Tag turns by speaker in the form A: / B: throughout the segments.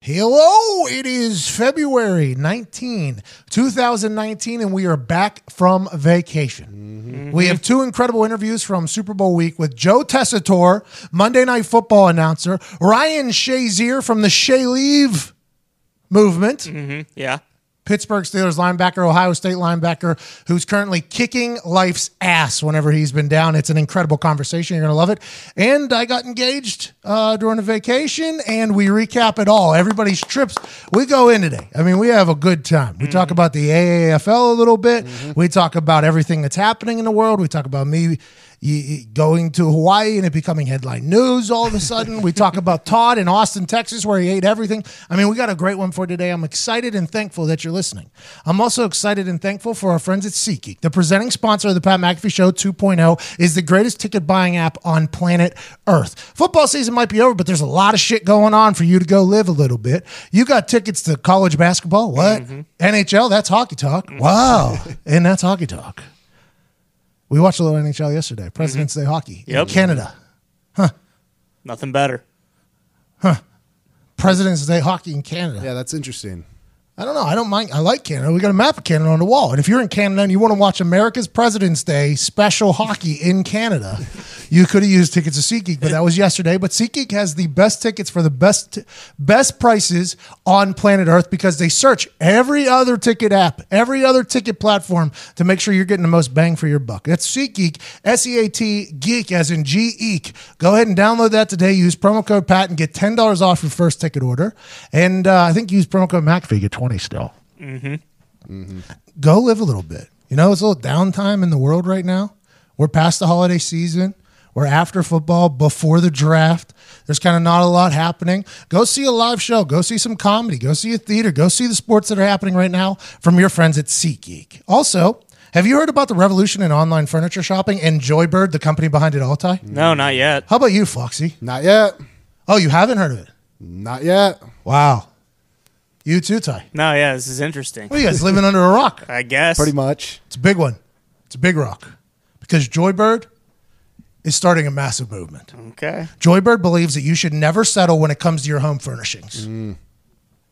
A: Hello, it is February 19, 2019, and we are back from vacation. We have two incredible interviews from Super Bowl week with Joe Tessitore, Monday Night Football announcer, Ryan Shazier from the Shay Leave movement,
B: Yeah.
A: Pittsburgh Steelers linebacker, Ohio State linebacker, who's currently kicking life's ass whenever he's been down. It's an incredible conversation. You're going to love it. And I got engaged uh, during a vacation, and we recap it all. Everybody's trips. We go in today. I mean, we have a good time. We talk about the AAFL a little bit. We talk about everything that's happening in the world. We talk about me y- y- going to Hawaii and it becoming headline news all of a sudden. we talk about Todd in Austin, Texas, where he ate everything. I mean, we got a great one for today. I'm excited and thankful that you're listening. I'm also excited and thankful for our friends at SeatGeek. The presenting sponsor of the Pat McAfee Show 2.0 is the greatest ticket buying app on planet Earth. Football season might be over, but there's a lot of shit going on for you to go live a little bit. You got tickets to college basketball. What?
C: Mm-hmm.
D: Mm-hmm.
A: NHL? That's hockey talk.
E: Mm.
A: Wow. and that's hockey talk. We watched a little NHL yesterday. President's
E: Mm-hmm.
A: Day hockey. in
B: Yep.
A: Canada.
B: Nothing better.
A: President's Day hockey in Canada.
E: Yeah, that's interesting.
A: I don't know. I don't mind. I like Canada. We got a map of Canada on the wall. And if you're in Canada and you want to watch America's President's Day special hockey in Canada, you could have used tickets to SeatGeek, but that was yesterday. But SeatGeek has the best tickets for the best best prices on planet Earth because they search every other ticket app, every other ticket platform to make sure you're getting the most bang for your buck. That's SeatGeek, S E A T Geek, as in G Eek. Go ahead and download that today. Use promo code PAT and get $10 off your first ticket order. And uh, I think use promo code McAfee, get 20 still. Mm-hmm. Go live a little bit. You know, it's a little downtime in the world right now. We're past the holiday season. We're after football, before the draft. There's kind of not a lot happening. Go see a live show. Go see some comedy. Go see a theater. Go see the sports that are happening right now from your friends at SeatGeek. Also, have you heard about the revolution in online furniture shopping and Joybird, the company behind it all, Ty?
B: No, not yet.
A: How about you, Foxy?
E: Not yet.
A: Oh, you haven't heard of it?
E: Not yet.
A: Wow. You too, Ty.
B: No, yeah, this is interesting.
A: What are you guys living under a rock?
B: I guess.
E: Pretty much.
A: It's a big one. It's a big rock because Joybird is starting a massive movement.
B: Okay.
A: Joybird believes that you should never settle when it comes to your home furnishings.
E: Mm.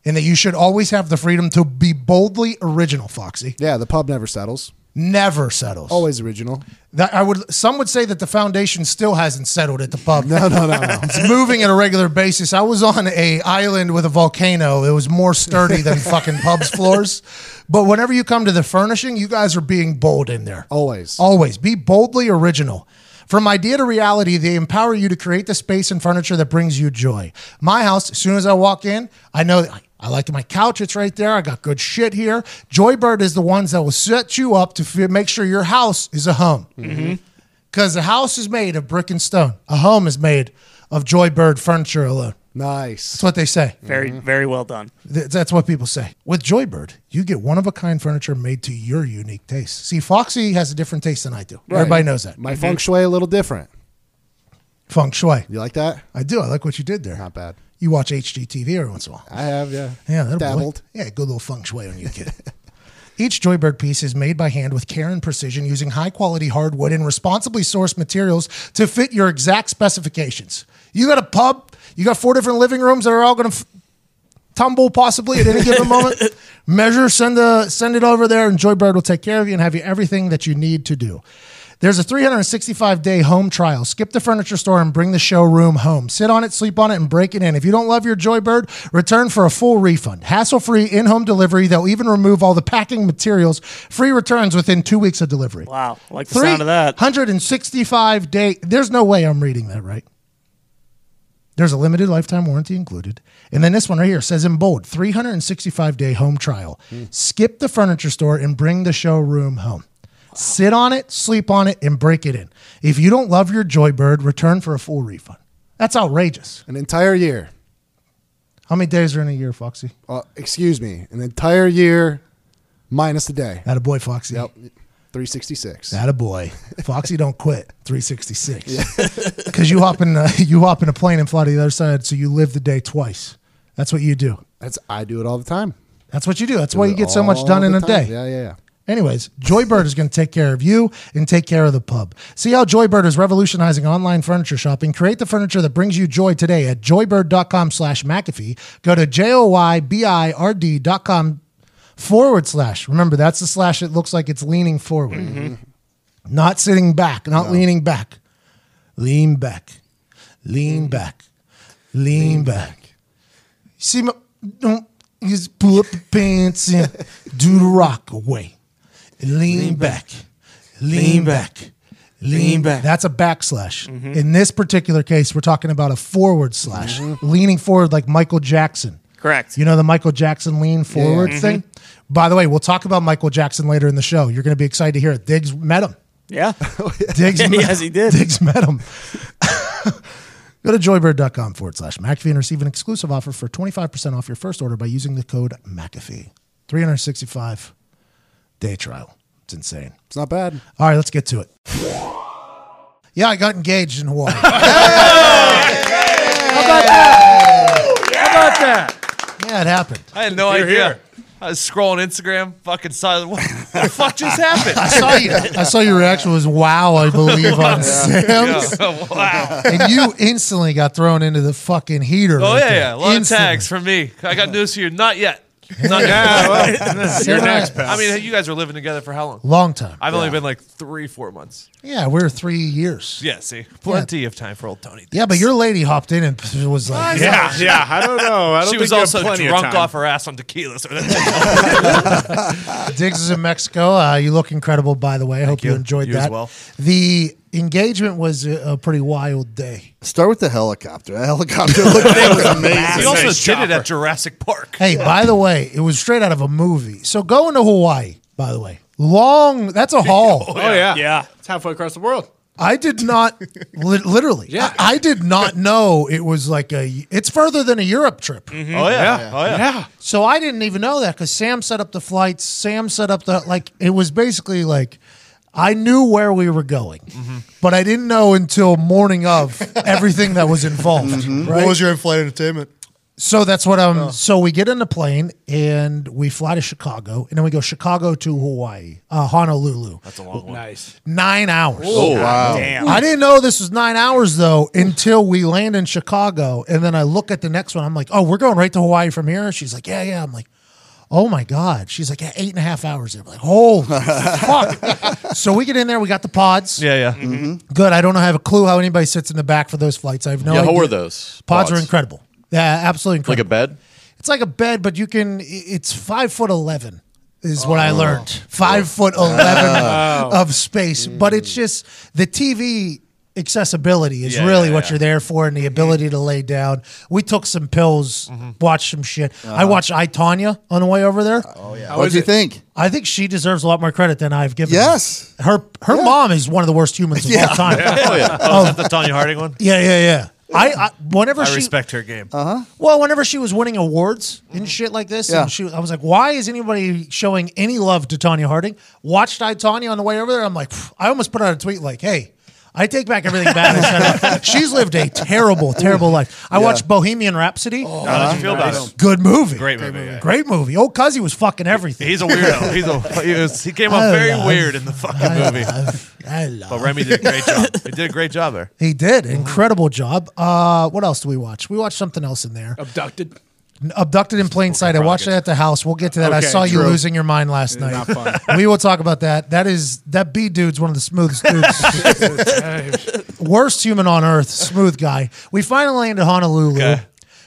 A: And that you should always have the freedom to be boldly original, Foxy.
E: Yeah, the pub never settles.
A: Never settles.
E: Always original.
A: That I would some would say that the foundation still hasn't settled at the pub.
E: No, no, no, no.
A: It's moving at a regular basis. I was on a island with a volcano. It was more sturdy than fucking pubs floors. But whenever you come to the furnishing, you guys are being bold in there.
E: Always.
A: Always be boldly original. From idea to reality, they empower you to create the space and furniture that brings you joy. My house, as soon as I walk in, I know that I like my couch. It's right there. I got good shit here. Joybird is the ones that will set you up to f- make sure your house is a home. Because a house is made of brick and stone. A home is made of Joybird furniture alone.
E: Nice.
A: That's what they say.
B: Very,
F: Mm-hmm.
B: very well done.
A: Th- That's what people say. With Joybird, you get one of a kind furniture made to your unique taste. See, Foxy has a different taste than I do. Everybody knows that.
E: My feng shui a little different.
A: Feng Shui.
E: You like that?
A: I do. I like what you did there.
E: Not bad.
A: You watch HGTV every once in a while.
E: I have, yeah.
A: Yeah, that'll
E: Dabbled.
A: Yeah, good little feng shui on you, kid. Each Joybird piece is made by hand with care and precision using high quality hardwood and responsibly sourced materials to fit your exact specifications. You got a pub, you got four different living rooms that are all going to f- tumble possibly at any given moment. Measure, send the send it over there, and Joybird will take care of you and have you everything that you need to do. There's a 365 day home trial. Skip the furniture store and bring the showroom home. Sit on it, sleep on it, and break it in. If you don't love your Joybird, return for a full refund. Hassle free in home delivery. They'll even remove all the packing materials. Free returns within two weeks of delivery.
B: Wow. I like the sound of that.
A: 165 day. There's no way I'm reading that right. There's a limited lifetime warranty included. And then this one right here says in bold 365 day home trial. Skip the furniture store and bring the showroom home. Sit on it, sleep on it, and break it in. If you don't love your Joybird, return for a full refund. That's outrageous.
E: An entire year.
A: How many days are in a year, Foxy?
E: Uh, excuse me. An entire year minus a day.
A: That a boy, Foxy.
E: Yep. 366.
A: That a boy. Foxy don't quit. 366. Because you hop in a, you hop in a plane and fly to the other side, so you live the day twice. That's what you do.
E: That's I do it all the time.
A: That's what you do. That's why you
E: Do it
A: get so much
E: all
A: done
E: the
A: in a
E: time.
A: day.
E: Yeah, yeah, yeah.
A: Anyways, Joybird is going to take care of you and take care of the pub. See how Joybird is revolutionizing online furniture shopping. Create the furniture that brings you joy today at joybird.com slash McAfee. Go to J-O-Y-B-I-R-D dot com forward slash. Remember, that's the slash that looks like it's leaning forward. Not sitting back, not leaning back. Lean back. Lean back. Lean, back. See my don't just pull up the pants and do the rock away. Lean, back. Lean, back. Lean, Mm-hmm.
B: back.
A: That's a backslash. In this particular case, we're talking about a forward slash, leaning forward like Michael Jackson.
B: Correct.
A: You know the Michael Jackson lean forward thing? By the way, we'll talk about Michael Jackson later in the show. You're going to be excited to hear it. Diggs met him.
B: yeah.
A: Oh, Diggs met,
B: Yes, he did.
A: Diggs met him. Go to joybird.com forward slash McAfee and receive an exclusive offer for 25% off your first order by using the code McAfee. 365 day trial. It's insane.
E: It's not bad.
A: All right, let's get to it. Yeah, I got engaged in Hawaii.
G: How about that?
A: yeah, it happened.
H: I had no
G: You're
H: idea.
G: here.
H: I was scrolling Instagram, fucking saw what the fuck just happened.
A: I saw, you, I saw your reaction was wow, I believe, on Sam's.
H: Yeah. wow.
A: and you instantly got thrown into the fucking heater.
H: Oh
A: right
H: yeah,
A: there.
H: yeah. A lot of
A: Instantly.
H: tags from me. I got news for you. Not yet. Not yet.
A: You're next,
H: I mean, you guys were living together for how long?
A: Long time.
H: I've only been like three, four months.
A: Yeah, we were three years.
H: Yeah, see, plenty of time for old Tony.
A: Yeah, but your lady hopped in and was like,
G: Yeah, yeah. I don't know. I don't
H: She
G: think
H: was
G: you have
H: also
G: plenty
H: drunk
G: of time.
H: off her ass on tequila. So
A: Diggs is in Mexico. Uh, you look incredible, by the way. I hope you,
H: you.
A: enjoyed
H: You as
A: that.
H: well.
A: The engagement was a, a pretty wild day.
I: Start with the helicopter. The helicopter looked it was amazing.
H: he also did it at Jurassic Park.
A: Hey, by the way, it was straight out of a movie. So going to Hawaii, by the way, long, that's a haul.
G: Oh yeah,
B: Yeah.
G: It's halfway across the world.
A: I did not, li- literally,
G: Yeah.
A: I, I did not know it was like a, it's further than a Europe trip.
H: Oh yeah, oh yeah.
G: Yeah.
A: So I didn't even know that because Sam set up the flights. Sam set up the like. It was basically like I knew where we were going, but I didn't know until morning of everything that was involved.
H: Mm-hmm.
A: Right.
I: What was your in-flight entertainment?
A: so that's what
H: Oh.
A: I'm. So we get in the plane and we fly to Chicago, and then we go Chicago to Hawaii, uh, Honolulu. That's a
G: Nice.
A: nine hours.
H: Oh,
D: Oh,
I: wow.
B: Damn.
A: I didn't know this was nine hours though until we land in Chicago, and then I look at the next one. I'm like, "Oh, we're going right to Hawaii from here." She's like, "Yeah, yeah." I'm like, "Oh my god!" She's like, "Yeah, eight and a half hours." There. I'm like, "Holy fuck!" So we get in there. We got the pods.
H: Yeah, yeah.
A: Good. I don't have a clue how anybody sits in the back for those flights. I have no.
D: yeah,
A: idea.
D: how were those?
A: Pods, are incredible. Yeah, absolutely
D: Like
A: incredible.
D: a bed?
A: It's like a bed, but you can. i- It's five foot eleven is what I
H: Oh.
A: learned. Five foot eleven of space, but it's just the TV accessibility is
H: Hmm. Yeah,
A: really
H: yeah,
A: what
H: yeah. Mm-hmm.
A: you're there for, and the ability to lay down. We took some pills, watched some shit.
H: Uh-huh.
A: I watched I Tanya on the way over there.
H: Oh,
I: What
G: is
I: do you
G: it?
I: think?
A: I think she deserves a lot more credit than I've given. her.
I: Yes.
A: her her mom is one of the worst humans of all time. Yeah,
D: Oh yeah.
H: Oh, is that the Tanya Harding one?
A: yeah, yeah. I, I whenever
H: I
A: she Uh,
H: respect her game.
A: Well, whenever she was winning awards and shit like this,
I: Yeah.
A: and she, I was like, why is anybody showing any love to Tanya Harding? Watched I Tanya on the way over there. I'm like, pff, I almost put out a tweet like, hey. I take back everything bad I said. She's lived a terrible, terrible life. I watched Bohemian Rhapsody.
H: How Oh, did you feel about it?
A: Good movie.
H: Great movie, yeah.
A: Great movie. Old Cuzzy was fucking everything.
H: He's a weirdo. He's a he, was, he came off
A: I
H: very
A: love-
H: weird in the fucking movie.
A: I love- I love-
H: But Remy did a great job. He did a great job there.
A: He did. Incredible job. Uh, what else do we watch? We watched something else in there.
G: Abducted.
A: Abducted in Plain Sight. I watched it at the house. We'll get to that. I
G: Okay,
A: saw you
G: true.
A: losing your mind last night.
G: Not fun.
A: we will talk about that. That is that B dude's one of the smoothest dudes. Worst human on earth, smooth guy. We finally land in Honolulu.
H: Okay.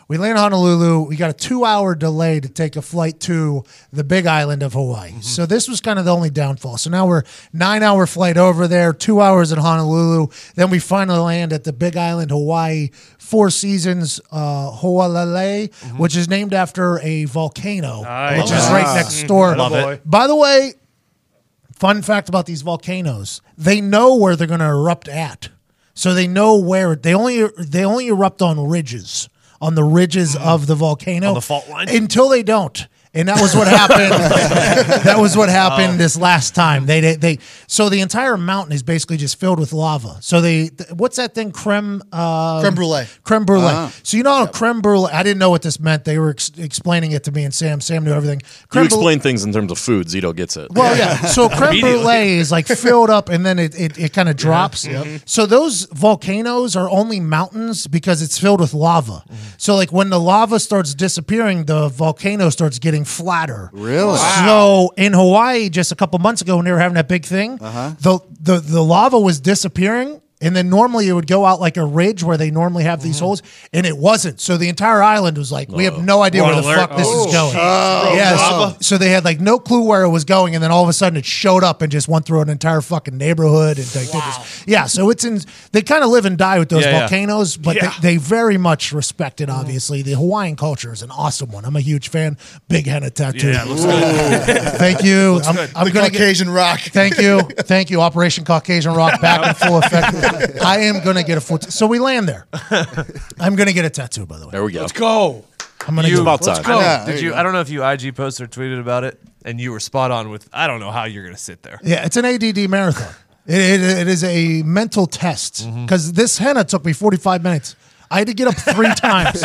A: We land in Honolulu. We got a two-hour delay to take a flight to the Big Island of Hawaii.
H: Mm-hmm.
A: So this was kind of the only downfall. So now we're nine-hour flight over there, two hours in Honolulu. Then we finally land at the Big Island, Hawaii, Four Seasons uh, Hoalele, which is named after a volcano,
H: Mm-hmm. Nice. Ah. Mm-hmm.
A: which is right next door.
H: Love it.
A: By the way, fun fact about these volcanoes: they know where they're going to erupt at. so they know where they only they only erupt on ridges on the ridges of the volcano
H: Hmm. On the fault line?
A: until they don't. And that was what happened. that was what happened
H: Oh.
A: this last time. They, they they so the entire mountain is basically just filled with lava. So they th- what's that thing creme uh,
I: Creme brulee. Uh-huh.
A: creme brulee. So you know how creme brulee. I didn't know what this meant. They were ex- explaining it to me and Sam. Sam knew everything.
D: You
A: Creme brulee-
D: explain things in terms of food. Zito gets it.
A: well, yeah. So creme brulee is like filled up and then it, it, it kind of drops. So those volcanoes are only mountains because it's filled with lava. So like when the lava starts disappearing, the volcano starts getting flatter.
I: Really?
A: So in Hawaii, just a couple months ago, when they were having that big thing, the, the the lava was disappearing. And then normally it would go out like a ridge where they normally have these holes, and it wasn't. So the entire island was like, we have no idea where the
H: alert.
A: fuck this
H: Oh,
A: is going. yeah, so, so they had like no clue where it was going, and then all of a sudden it showed up and just went through an entire fucking neighborhood. And like, did this. yeah, so it's in. They kind of live and die with those
H: Yeah, yeah.
A: volcanoes, but
H: Yeah.
A: they, they very much respect it. Obviously, the Hawaiian culture is an awesome one. I'm a huge fan. Big henna tattoo.
H: Yeah, it looks good.
A: Thank you. I'm, I'm gonna
I: the
A: get.
I: Caucasian rock.
A: Thank you, thank you. Operation Caucasian Rock back in full effect. I am gonna get a foot. So we land there. I'm gonna get a tattoo, by the way.
D: There we go. It's
G: Go.
A: I'm gonna get
D: about time.
H: Go.
I: Yeah, there
H: Did
I: you
H: you?
I: go.
H: I don't know if you IG posted or tweeted about it, and you were spot on with. I don't know how you're gonna sit there.
A: Yeah, it's an ADD marathon. It, it, it is a mental test because this henna took me 45 minutes. I had to get up three times.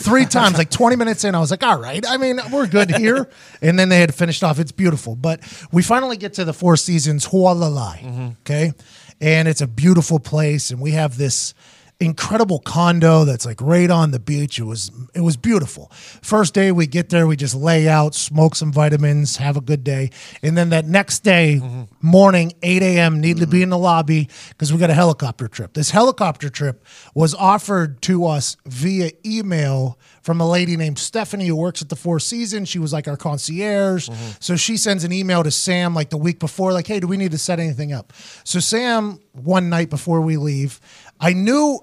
A: three times, like 20 minutes in. I was like, all right, I mean, we're good here. And then they had finished off. It's beautiful. But we finally get to the Four Seasons Hualalai. Okay. And it's a beautiful place. And we have this incredible condo that's like right on the beach. It was it was beautiful. First day we get there, we just lay out, smoke some vitamins, have a good day, and then that next day morning, eight a.m. Need to be in the lobby because we got a helicopter trip. This helicopter trip was offered to us via email from a lady named Stephanie who works at the Four Seasons. She was like our concierge, so she sends an email to Sam like the week before, like, "Hey, do we need to set anything up?" So Sam, one night before we leave. I knew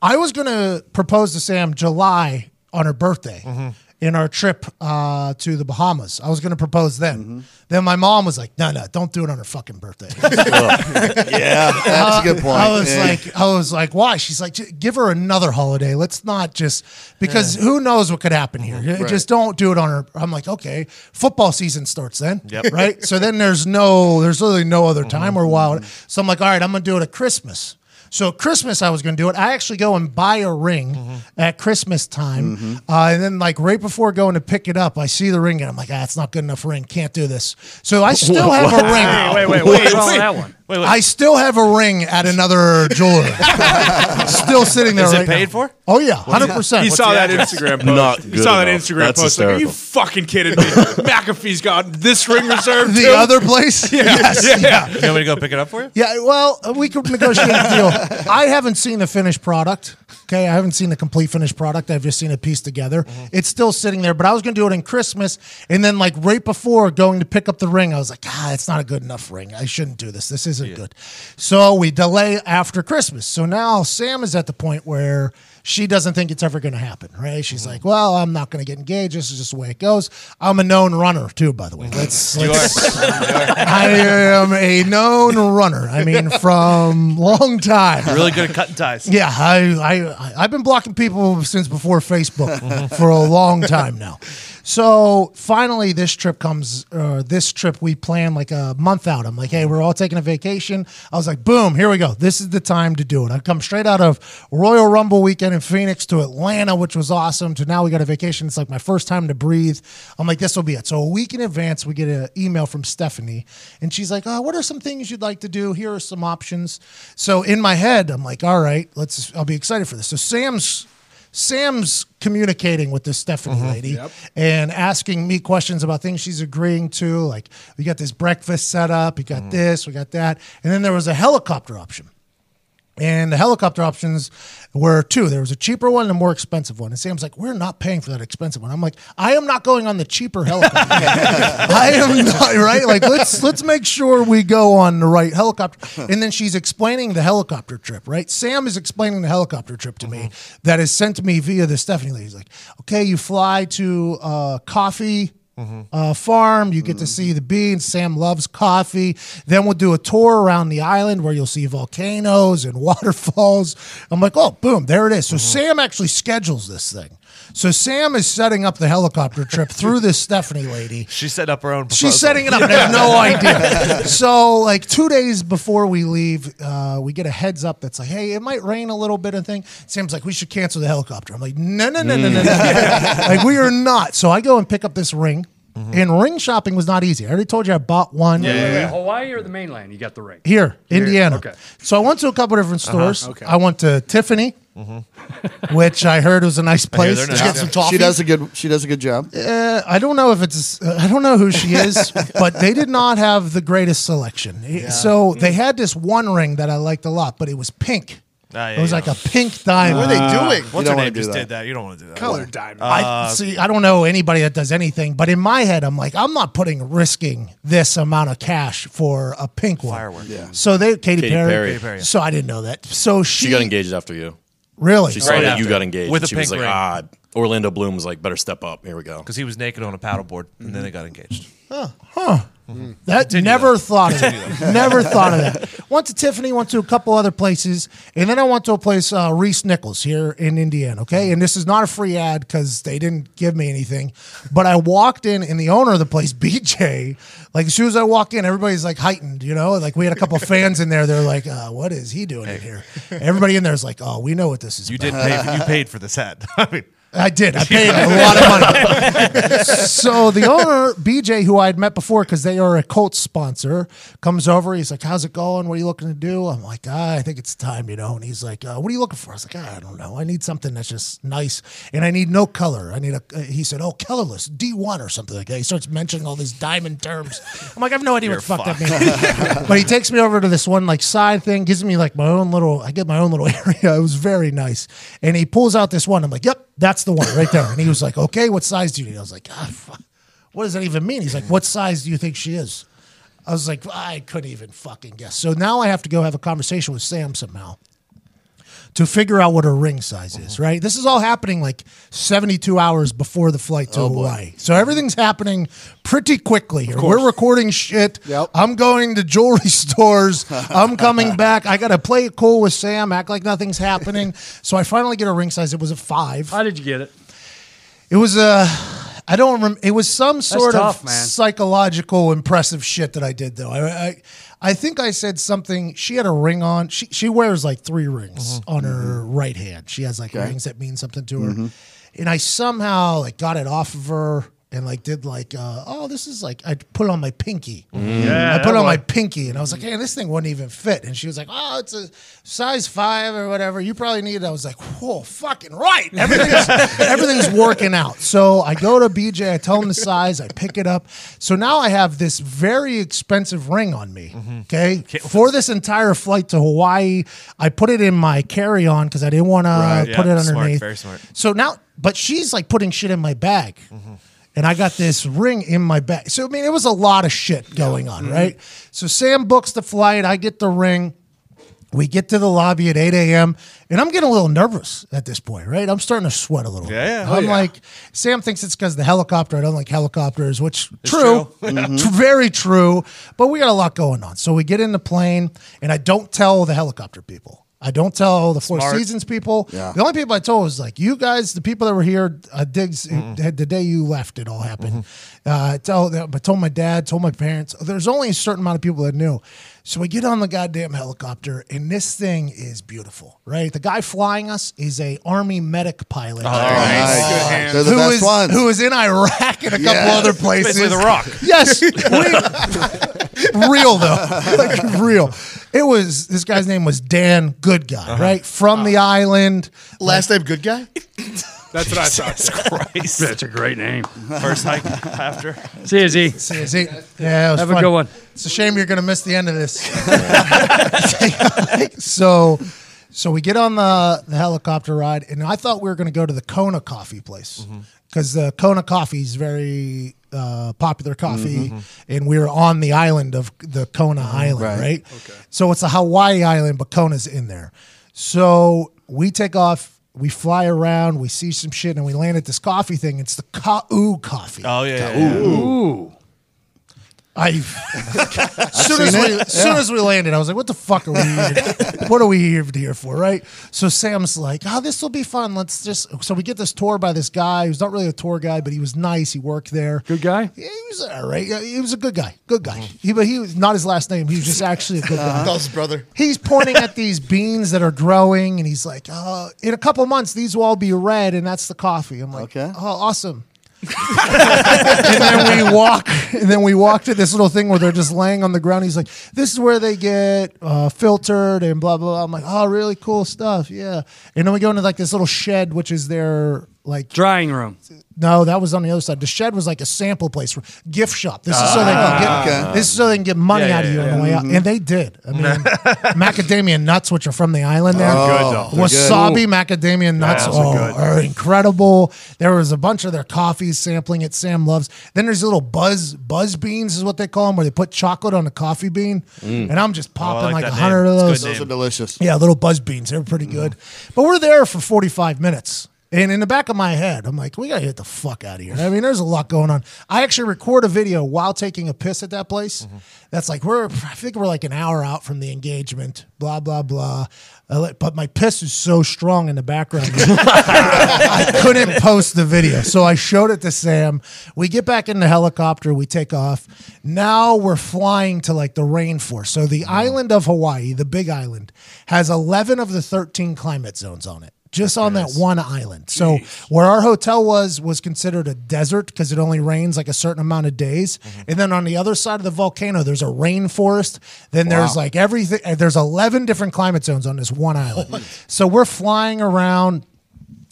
A: I was going to propose to Sam July on her birthday in our trip uh, to the Bahamas. I was going to propose then. Then my mom was like, "No, no, don't do it on her fucking birthday." Uh,
I: Yeah, that's a good point.
A: I was
I: Yeah.
A: like, I was like, why? She's like, "J- give her another holiday. Let's not just because who knows what could happen here. Just don't do it on her. I'm like, okay, football season starts then, right? so then there's no, there's literally no other time or while. So I'm like, all right, I'm gonna do it at Christmas. So at Christmas, I was going to do it. I actually go and buy a ring at Christmas time, uh, and then like right before going to pick it up, I see the ring and I'm like, ah, it's not good enough ring. Can't do this. So I still have a ring.
H: Wait, wait, wait. Wrong with that one. Wait, wait.
A: I still have a ring at another jeweler. still sitting there.
H: Is it
A: right
H: paid
A: now.
H: for?
A: Oh yeah, hundred percent.
G: You saw
H: the
G: that
H: address?
G: Instagram post.
D: Not
G: you
D: good
G: saw that
D: enough.
G: Instagram
D: That's
G: post. Like, Are you
D: hysterical.
G: fucking kidding me? McAfee's got this ring reserved.
A: The
G: too?
A: other place? Yes.
G: Yeah.
H: You want me to go pick it up for you?
A: Yeah. Well, uh, we could negotiate a deal. I haven't seen the finished product. Okay, I haven't seen the complete finished product. I've just seen it pieced together.
H: Mm-hmm.
A: It's still sitting there. But I was going to do it in Christmas, and then like right before going to pick up the ring, I was like, ah, it's not a good enough ring. I shouldn't do this. This isn't good. So we delay after Christmas. So now Sam is at the point where she doesn't think it's ever going to happen, right? She's
H: Mm-hmm.
A: like, "Well, I'm not going to get engaged. This is just the way it goes." I'm a known runner too, by the way.
H: Mm-hmm.
A: Let's, let's I am a known runner. I mean, from long time.
H: Really good at cutting ties.
A: Yeah, I, I I've been blocking people since before Facebook for a long time now. So finally, this trip comes. Uh, this trip we plan like a month out. I'm like, hey, we're all taking a vacation. I was like, boom, here we go. This is the time to do it. I come straight out of Royal Rumble weekend in Phoenix to Atlanta, which was awesome. To now we got a vacation. It's like my first time to breathe. I'm like, this will be it. So a week in advance, we get an email from Stephanie, and she's like, oh, what are some things you'd like to do? Here are some options. So in my head, I'm like, all right, let's. I'll be excited for this. So Sam's Sam's communicating with this Stephanie lady and asking me questions about things she's agreeing to. Like, we got this breakfast set up, we got this, we got that. And then there was a helicopter option. And the helicopter options were two. There was a cheaper one and a more expensive one. And Sam's like, "We're not paying for that expensive one." I'm like, "I am not going on the cheaper helicopter. I am not right. Like, let's let's make sure we go on the right helicopter." And then she's explaining the helicopter trip. Right? Sam is explaining the helicopter trip to me that is sent to me via the Stephanie lady. He's like, "Okay, you fly to uh, Coffee." uh, farm. You get to see the beans. Sam loves coffee. Then we'll do a tour around the island where you'll see volcanoes and waterfalls. I'm like, oh, boom, there it is. So Sam actually schedules this thing. So Sam is setting up the helicopter trip through this Stephanie lady.
H: She set up her own. Proposal.
A: She's setting it up. and I have no idea. So, like two days before we leave, uh, we get a heads up that's like, "Hey, it might rain a little bit." And thing. Sam's like, "We should cancel the helicopter." I'm like, "No, no, no, no, no, no. like we are not." So I go and pick up this ring, and ring shopping was not easy. I already told you I bought one.
F: Wait, wait, Hawaii or the mainland? You got the ring.
A: Here, Indiana.
F: okay.
A: So I went to a couple different stores. I went to Tiffany, which I heard was a nice place.
H: Mm-hmm. they're
A: to
H: nice.
A: get some toffee.
I: She does a good. She does a good job.
A: Uh, I don't know if it's uh, I don't know who she is, but they did not have the greatest selection. So they had this one ring that I liked a lot, but it was pink.
H: Ah, yeah,
A: it was
H: yeah.
A: like a pink diamond. Uh,
I: what are they doing?
H: Ah, What's
I: you don't
H: her
I: wanna
H: name?
I: do
H: Just
I: that.
H: did that. You don't want to do that. Uh,
G: Color diamond.
A: I see. I don't know anybody that does anything, but in my head, I'm like, I'm not putting risking this amount of cash for a pink one.
H: Firework.
I: Yeah.
A: So they Katy,
D: Katy
A: Perry.
D: Perry. Katy
H: Perry.
A: So I didn't know that. So she,
D: She got engaged after you.
A: Really?
D: She saw
H: Right
D: that you
H: after.
D: got engaged.
H: With
D: and
H: a
D: she was like,
H: pink ring.
D: ah, Orlando Bloom was like, better step up. Here we go. Mm-hmm.
H: Because he was naked on a paddleboard, and then they got engaged.
A: That never thought of that. never thought of that. Went to Tiffany, went to a couple other places, and then I went to a place uh, Reese Nichols here in Indiana. Okay, and this is not a free ad because they didn't give me anything, but I walked in, and the owner of the place, BJ, like as soon as I walk in, everybody's like heightened, you know. Like we had a couple fans in there, they're like, uh, "What is he doing in here?" Everybody in there is like, "Oh, we know what this is."
H: You
A: about.
H: did pay. For, you paid for this hat. I mean,
A: I did. I paid a lot of money. so the owner, BJ, who I had met before because they are a Colts sponsor, comes over. He's like, "How's it going? What are you looking to do?" I'm like, ah, "I think it's time," you know. And he's like, uh, "What are you looking for?" I was like, ah, "I don't know. I need something that's just nice, and I need no color. I need a." uh, He said, "Oh, colorless D1 or something like that." He starts mentioning all these diamond terms. I'm like, "I have no idea what the fuck that means." but he takes me over to this one like side thing, gives me like my own little. I get my own little area. It was very nice, and he pulls out this one. I'm like, "Yep." That's the one right there. And he was like, okay, what size do you need? I was like, ah, fuck. what does that even mean? He's like, what size do you think she is? I was like, I couldn't even fucking guess. So now I have to go have a conversation with Sam somehow to figure out what her ring size is, right? This is all happening like 72 hours before the flight to Hawaii. So everything's happening pretty quickly here. We're recording shit.
I: Yep.
A: I'm going to jewelry stores. I'm coming back. I got to play it cool with Sam, act like nothing's happening. so I finally get a ring size. It was a five.
F: How did you get it?
A: It was a. I don't remember. It was some sort
F: tough,
A: of
F: man.
A: psychological impressive shit that I did though. I, I I think I said something. She had a ring on. She she wears like three rings
F: Mm-hmm.
A: on her right hand. She has like rings that mean something to her.
I: Mm-hmm.
A: And I somehow like got it off of her and like did like uh, oh this is like I put it on my pinky.
H: Mm.
A: I put it on my pinky and I was like, hey, this thing wouldn't even fit. And she was like, oh, it's a size five or whatever. You probably need it. I was like, whoa, fucking right. Everything's, everything's working out. So I go to BJ, I tell him the size, I pick it up. So now I have this very expensive ring on me.
H: Mm-hmm.
A: Okay. For this entire flight to Hawaii, I put it in my carry on because I didn't want to
H: yeah.
A: put it
H: Smart,
A: underneath.
H: very smart.
A: So now, but she's like putting shit in my bag. And I got this ring in my bag. So, I mean, it was a lot of shit going
H: Mm-hmm.
A: on, right? So, Sam books the flight. I get the ring. We get to the lobby at 8 a.m. And I'm getting a little nervous at this point, right? I'm starting to sweat a little bit.
H: yeah.
D: Oh,
A: I'm like, Sam thinks it's because the helicopter. I don't like helicopters, which true,
H: true. Mm-hmm.
A: Tr- very true. But we got a lot going on. So we get in the plane, and I don't tell the helicopter people. I don't tell the Four Seasons people.
I: Yeah.
A: The only people I told was like you guys, the people that were here. Uh, Diggs, the day you left, it all happened.
I: Mm-hmm.
A: Uh, I tell, them- I told my dad, told my parents. There's only a certain amount of people that knew. So we get on the goddamn helicopter, and this thing is beautiful, right? The guy flying us is a army medic pilot. Uh,
I: Nice. They're the
A: Who
I: best
A: is-
I: ones.
A: who is in Iraq and a couple
I: Yes.
A: other places.
H: Basically, The Rock.
A: Yes, we- real though, like real. It was this guy's name was Dan Good Guy,
F: Uh-huh.
A: right from the island.
I: Last name, good guy.
G: That's what I thought.
F: That's a great name.
H: First hike after.
F: See you, Z.
A: See, is he- yeah, it was
F: Have a
A: fun.
F: good one.
A: It's a shame you're gonna miss the end of this. so, so we get on the, the helicopter ride, and I thought we were gonna go to the Kona coffee place
G: Mm-hmm.
A: because the Kona coffee is very uh, popular coffee, and we were on the island of the Kona Island, right? Okay. So it's a Hawaii island, but Kona's in there. So we take off. We fly around, we see some shit, and we land at this coffee thing. It's the Ka'u coffee.
H: Oh yeah, yeah, yeah.
F: Ooh.
A: I soon as
I: seen
A: we
I: it,
A: soon as we landed, I was like, "What the fuck are we? Here? what are we here, here for?" Right? So Sam's like, "Oh, this will be fun. Let's just." So we get this tour by this guy who's not really a tour guy, but he was nice. He worked there.
F: Good guy?
A: Yeah, he was all right. Yeah, He was a good guy. Good guy. He, but he was not his last name. He was just actually a good
D: Uh-huh.
A: guy.
I: Uh-huh. Those brother.
A: He's pointing at these beans that are growing, and he's like, uh, "In a couple months, these will all be red, and that's the coffee." I'm like,
I: Okay.
A: "Oh, awesome." and then we walk, and then we walk to this little thing where they're just laying on the ground. He's like, "This is where they get uh, filtered and blah blah." blah. I'm like, "Oh, really cool stuff, yeah." And then we go into like this little shed, which is their like
F: Drying room.
A: no, that was on the other side. The shed was like a sample place, for gift shop. This is so they can get
I: okay.
A: this is so they can get money
H: Yeah,
A: out of
H: yeah,
A: you on the way out, and they did. I mean, macadamia nuts, which are from the island, there
I: Oh, good, though. They're
A: wasabi macadamia nuts
H: those
A: oh,
H: are
A: are,
H: good.
A: incredible. There was a bunch of their coffees sampling it. Sam loves. Then there's little buzz buzz beans is what they call them, where they put chocolate on a coffee bean, Mm. and I'm just popping
H: Oh, like
A: like a
H: that
A: hundred
H: name.
A: of
H: It's
A: those.
H: good
I: Those are delicious.
A: Yeah, little buzz beans. They were pretty good. But we're there for 45 minutes. And in the back of my head, I'm like, we got to get the fuck out of here. I mean, there's a lot going on. I actually record a video while taking a piss at that place. That's like, we're, I think we're like an hour out from the engagement, blah, blah, blah. I let- But my piss is so strong in the background. I couldn't post the video. So I showed it to Sam. We get back in the helicopter, we take off. Now we're flying to like the rainforest. So the island of Hawaii, the big island, has 11 of the 13 climate zones on it. Just on that one island. So where our hotel was was considered a desert because it only rains like a certain amount of days. And then on the other side of the volcano, there's a rainforest. Then there's like everything. uh, There's 11 different climate zones on this one island. So we're flying around.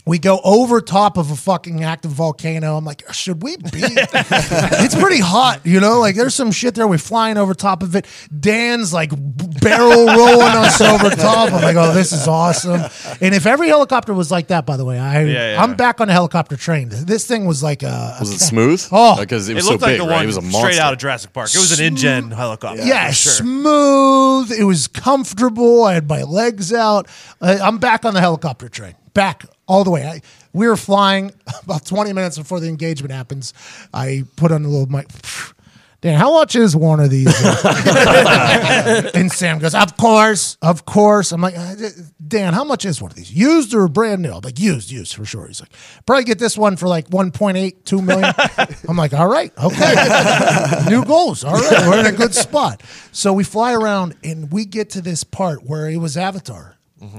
A: We go over top of a fucking active volcano. I'm like, should we be? it's pretty hot, you know. Like, there's some shit there. We're flying over top of it. Dan's like b- barrel rolling us over top. I'm like, oh, this is awesome. And if every helicopter was like that, by the way, I
H: Yeah, yeah.
A: I'm back on a helicopter train. This thing was like a,
D: Was it smooth?
A: Oh.
D: because it
H: It
D: was
H: looked
D: so
H: like
D: big,
H: the
D: right?
H: one
D: It was a monster.
H: straight out of Jurassic Park. It was an InGen helicopter.
A: yeah,
H: for sure.
A: smooth. It was comfortable. I had my legs out. Uh, I'm back on the helicopter train, back all the way. I, we were flying about 20 minutes before the engagement happens. I put on a little mic. Dan, how much is one of these? and Sam goes, "Of course, of course." I'm like, "Uh, Dan, how much is one of these? Used or brand new? I'm like, used, used for sure. He's like, probably get this one for like 1.8, 2 million. I'm like, all right, okay, new goals. All right, we're in a good spot. So we fly around and we get to this part where it was Avatar.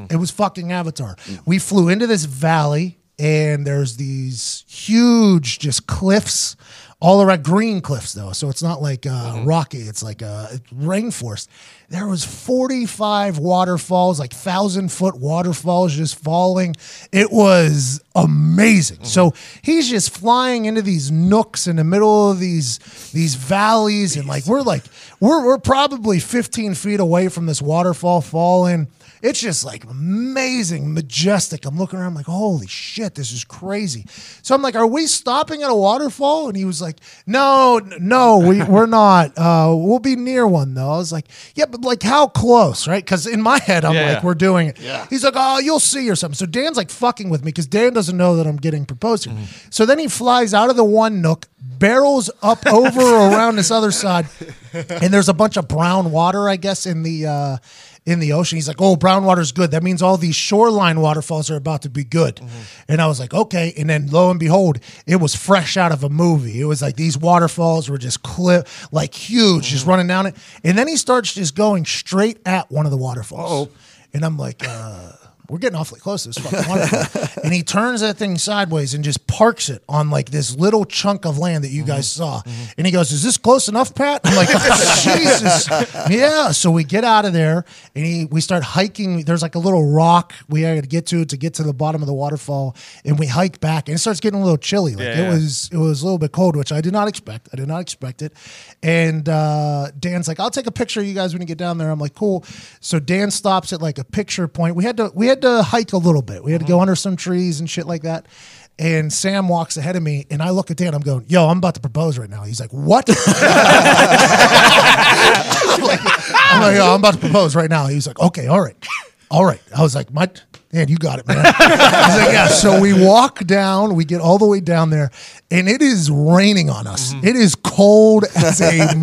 A: It was fucking Avatar. We flew into this valley and there's these huge just cliffs all around green cliffs though so it's not like uh, rocky it's like uh, it's rainforest there was 45 waterfalls like thousand foot waterfalls just falling it was amazing so he's just flying into these nooks in the middle of these these valleys and like we're like we're, we're probably 15 feet away from this waterfall falling it's just like amazing, majestic. I'm looking around, I'm like, holy shit, this is crazy. So I'm like, are we stopping at a waterfall? And he was like, no, n- no, we, we're not. Uh, we'll be near one though. I was like, yeah, but like how close, right? Because in my head, I'm
H: Yeah.
A: like, we're doing it. Yeah. He's like, oh, you'll see or something. So Dan's like fucking with me because Dan doesn't know that I'm getting proposed to.
H: Mm-hmm.
A: So then he flies out of the one nook, barrels up over around this other side, and there's a bunch of brown water, I guess, in the uh, in the ocean. He's like, "Oh, brown water's good. That means all these shoreline waterfalls are about to be good." And I was like, "Okay." And then lo and behold, it was fresh out of a movie. It was like these waterfalls were just cliff, like huge, just running down it. And then he starts just going straight at one of the waterfalls. And I'm like, uh, we're getting awfully close to this fucking waterfall. and he turns that thing sideways and just parks it on like this little chunk of land that
H: Mm-hmm.
A: you guys saw. And he goes, Is this close enough, Pat? I'm like, Jesus. yeah. So we get out of there and he, we start hiking. There's like a little rock we had to get to to get to the bottom of the waterfall. And we hike back and it starts getting a little chilly. Like it
H: Yeah.
A: was it was a little bit cold, which I did not expect. I did not expect it. And uh, Dan's like, I'll take a picture of you guys when you get down there. I'm like, cool. So Dan stops at like a picture point. We had to we had to hike a little bit. We had to go under some trees and shit like that. And Sam walks ahead of me, and I look at Dan. I'm going, "Yo, I'm about to propose right now." He's like, "What?" I'm like, "Yo, I'm about to propose right now." He's like, "Okay, all right, all right." I was like, "My," And you got it, man. I was like, yeah. So we walk down, we get all the way down there, and it is raining on us. It is cold as a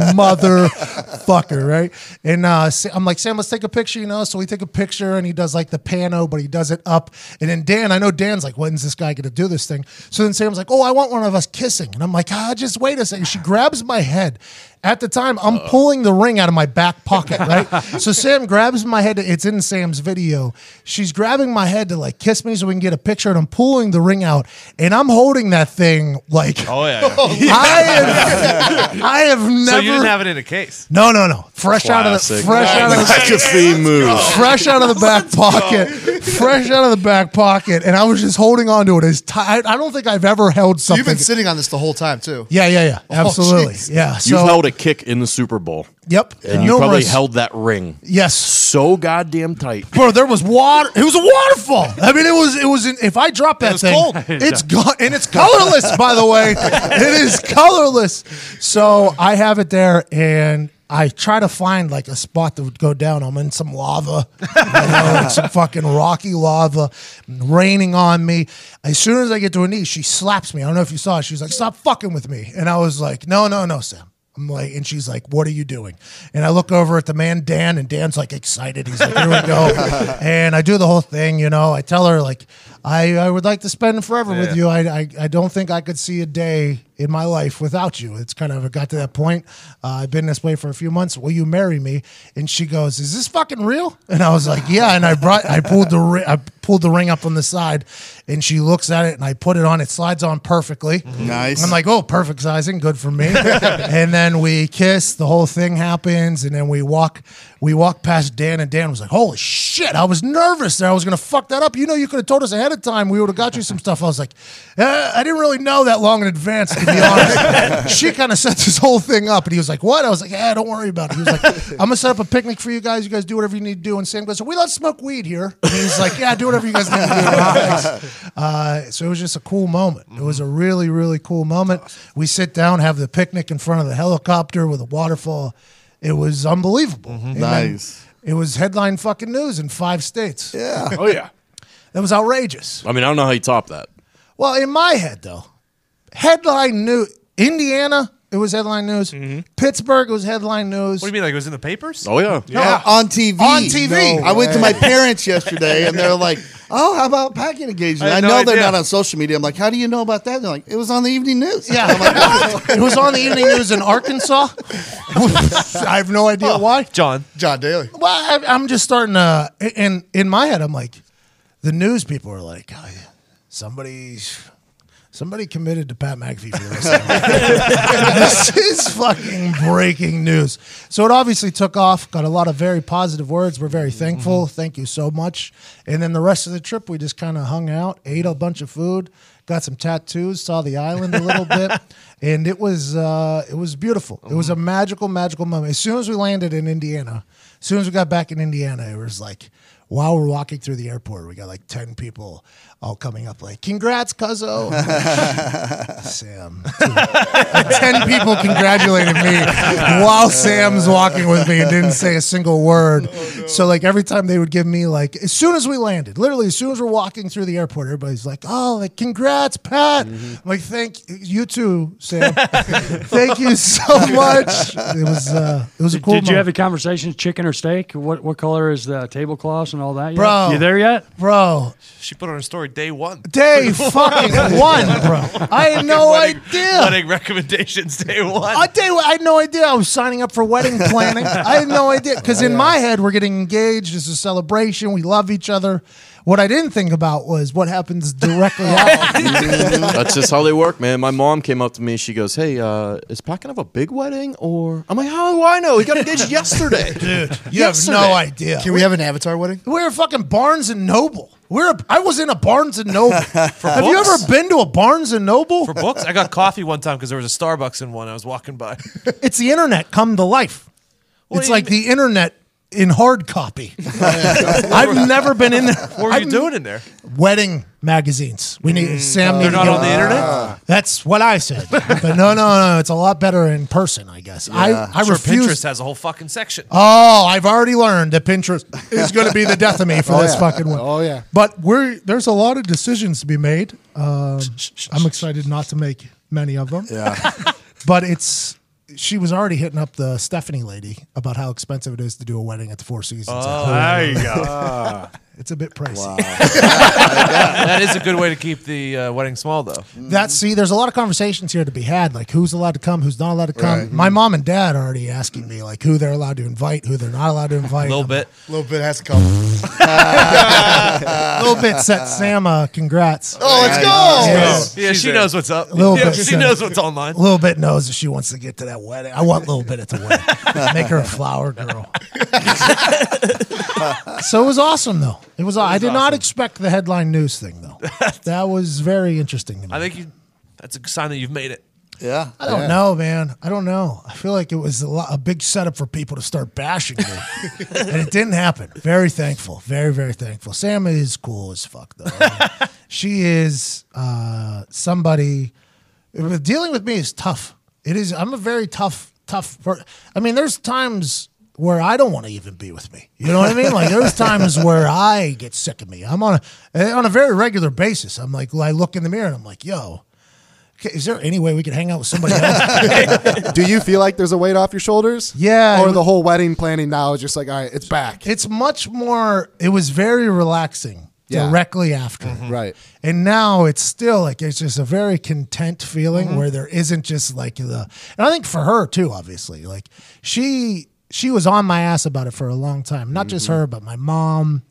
A: motherfucker, right? And uh, Sa- I'm like, Sam, let's take a picture, you know? So we take a picture, and he does like the pano, but he does it up. And then Dan, I know Dan's like, when's this guy going to do this thing? So then Sam's like, oh, I want one of us kissing. And I'm like, ah, just wait a second. She grabs my head. At the time, I'm pulling the ring out of my back pocket, right? so Sam grabs my head. It's in Sam's video. She's grabbing my head to like kiss me so we can get a picture, and I'm pulling the ring out, and I'm holding that thing like
H: Oh yeah. yeah.
A: I have, I have never.
H: so you didn't have it in a case.
A: no, no, no. Fresh out of the
D: Classic.
A: fresh out of the
D: McAfee move.
A: fresh out of the back pocket, fresh out of the back pocket, and I was just holding on to it as tight. I don't think I've ever held something.
I: You've been sitting on this the whole time too. Oh,
A: yeah, yeah, yeah. Absolutely.
I: jeez.
A: yeah. So
D: You held a kick in the Super Bowl.
A: yep.
D: And you probably
A: Numerous-
D: held that ring
A: yes.
D: so goddamn tight.
A: bro. There was water. It was a waterfall. I mean, it was it was. If I drop that
H: was
A: thing,
H: cold.
A: it's gone, and it's colorless. By the way, it is colorless. So I have it there, and I try to find like a spot that would go down. I'm in some lava, you know, like some fucking rocky lava, raining on me. As soon as I get to her knee, she slaps me. I don't know if you saw it. She was like, "Stop fucking with me," and I was like, "No, no, no, Sam." I'm like, and she's like, "What are you doing?" And I look over at the man Dan, and Dan's like excited. He's like, "Here we go!" and I do the whole thing, you know. I tell her like, "I, I would like to spend forever with you. I, I I don't think I could see a day in my life without you. It's kind of it got to that point. Uh, I've been this way for a few months. Will you marry me?" And she goes, "Is this fucking real?" And I was like, "Yeah." And I brought I pulled the ri- I pulled the ring up on the side, and she looks at it, and I put it on. It slides on perfectly.
I: Nice.
A: I'm like, oh, perfect sizing, good for me. and then we kiss, the whole thing happens, and then we walk, we walk past Dan, and Dan was like, holy shit, I was nervous there. I was gonna fuck that up. You know, you could have told us ahead of time. We would have got you some stuff. I was like, eh, I didn't really know that long in advance, to be honest. she kind of set this whole thing up, and he was like, what? I was like, yeah, don't worry about it. He was like, I'm gonna set up a picnic for you guys. You guys do whatever you need to do. And Sam goes, are we allowed to smoke weed here? And he's like, yeah, do whatever you guys need to do. Thanks. Uh, so it was just a cool moment. It was a really, really cool moment. We sit down, have the picnic in front of the helicopter with a waterfall. It was unbelievable. And then
I: Mm-hmm. Nice.
A: It was headline fucking news in five states.
I: Yeah.
D: Oh, yeah.
A: That was outrageous.
D: I mean, I don't know how you top that.
A: Well, in my head though, headline news. Indiana, it was headline news. Pittsburgh, it was headline news.
H: Mm-hmm. What do you mean? Like it was in the papers?
D: Oh, yeah.
I: No, on TV.
A: On TV.
I: No I went to my parents yesterday and they're like, oh, how about packing engagement?
H: I
I: I,
H: had
I: know
H: no
I: they're
H: idea.
I: not on social media. I'm like, how do you know about that? And they're like, it was on the evening news.
A: Yeah, I'm like, what? it was on the evening news in Arkansas. I have no idea why.
H: John.
I: John Daly.
A: Well, I, I'm just starting to, and in my head, I'm like, the news people are like, oh, yeah, somebody's. Somebody committed to Pat McAfee for the rest of their life. This is fucking breaking news. So it obviously took off, got a lot of very positive words. We're very thankful. Thank you so much. And then the rest of the trip, we just kind of hung out, ate a bunch of food, got some tattoos, saw the island a little bit. And it was uh, it was beautiful. It was a magical, magical moment. As soon as we landed in Indiana, as soon as we got back in Indiana, it was like while we're walking through the airport, we got like 10 people all coming up, like, congrats, Cuzzo. Sam. Like, 10 people congratulated me while Sam's walking with me and didn't say a single word. So, like, every time they would give me, like, as soon as we landed, literally, as soon as we're walking through the airport, everybody's like, oh, like, congrats, Pat. I'm like, thank you too, Sam. thank you so much. It was, uh, it was a
F: Did,
A: cool
F: did you have a
A: moment.
F: conversation? Chicken or steak? What what color is the tablecloths and all that? yet?
A: Bro.
F: you there yet?
A: Bro,
H: She put on her story day one.
A: day fucking one, bro. I had no
H: Wedding-
A: idea.
H: Wedding recommendations day one.
A: I tell you what, I had no idea I was signing up for wedding planning. I had no idea because in my head we're getting engaged. It's a celebration. We love each other. What I didn't think about was what happens directly after.
D: That's just how they work, man. My mom came up to me. She goes, "Hey, uh, is Pat gonna have a big wedding?" Or I'm like, "How do I know? He got engaged yesterday, dude.
A: You have no idea.
I: Can we have an Avatar wedding?
A: We're at fucking Barnes and Noble. We're a, I was in a Barnes and Noble. have you ever been to a Barnes and Noble?
H: For books, I got coffee one time because there was a Starbucks in one. I was walking by.
A: it's the internet come to life.
H: What
A: it's
H: do you
A: like the internet in hard copy. I've never been in there.
H: What were you doing in there?
A: Wedding magazines. We need Sam.
H: They're
A: needed
H: not
A: to
H: on
A: get-
H: the internet.
A: That's what I said. but no, no, no. It's a lot better in person, I guess. I, I
H: Sure,
A: refuse.
H: Pinterest has a whole fucking section.
A: Oh, I've already learned that Pinterest is going to be the death of me for this
E: yeah.
A: fucking one.
E: Oh, yeah.
A: But we're there's a lot of decisions to be made. Um, I'm excited not to make many of them.
I: Yeah.
A: But it's she was already hitting up the Stephanie lady about how expensive it is to do a wedding at the Four Seasons.
H: Oh. there you go.
A: It's a bit pricey.
H: that is a good way to keep the uh, wedding small, though.
A: Mm-hmm.
I: Mm-hmm.
A: That see, there's a lot of conversations here to be had, like who's allowed to come, who's not allowed to come. My
I: Mm-hmm.
A: mom and dad are already asking me like who they're allowed to invite, who they're not allowed to invite.
H: A little bit.
I: A little bit has to come.
A: a little bit. Set Sam, uh, congrats.
I: Oh, let's go.
A: Yes.
H: Yeah, she knows what's up.
A: Little
H: yeah,
A: bit.
H: she knows what's online.
A: Little bit knows that she wants to get to that wedding. I want little bit at the wedding. Make her a flower girl. so it was awesome though. It was. I did not expect the headline news thing though. that was very interesting to me.
H: I think you. That's a sign that you've made it.
I: Yeah.
A: I don't know, man. I don't know. I feel like it was a, lot, a big setup for people to start bashing me, and it didn't happen. Very thankful. Very very thankful. Sam is cool as fuck though. I mean, she is uh, somebody. Dealing with me is tough. It is. I'm a very tough tough. Per- I mean, there's times. Where I don't want to even be with me, you know what I mean? Like there's times where I get sick of me. I'm on a eh, on a very regular basis. I'm like, I look in the mirror and I'm like, yo, is there any way we could hang out with somebody else?
E: Do you feel like there's a weight off your shoulders?
A: Yeah, it
E: Or
A: was-
E: the whole wedding planning now is just like, all right, it's back.
A: it's much more it was very relaxing
E: Yeah.
A: directly after
H: Mm-hmm.
E: Right.
A: and now it's still like it's just a very content feeling
H: Mm-hmm.
A: where there isn't just like the and i think for her too obviously like she she was on my ass about it for a long time not
H: Mm-hmm.
A: just her but my mom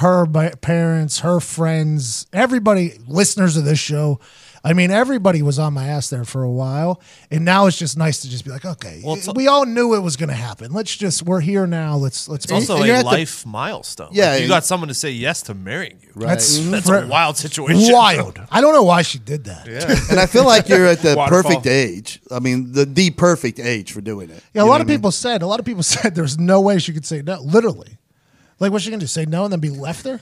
A: her bi- parents her friends everybody listeners of this show I mean, everybody was on my ass there for a while, and now it's just nice to just be like, okay,
H: it's-
A: we all knew it was going to happen. Let's just we're here now. Let's let's
H: It's also
I: you're
H: a
I: at the-
H: life milestone. Like,
I: Yeah,
H: you
I: and-
H: got someone to say yes to marrying you. Right.
A: That's,
H: That's
A: fr-
H: a wild situation.
A: Mm-hmm. wild. I don't know why she did that. Yeah,
I: And I feel like you're at the
G: Waterfall.
I: perfect age. I mean, the the perfect age for doing it.
A: a
I: You
A: lot
I: know
A: of
I: what I mean?
A: people said. A lot of people said there's no way she could say no. Literally, like what's she gonna do? Say no and then be left there?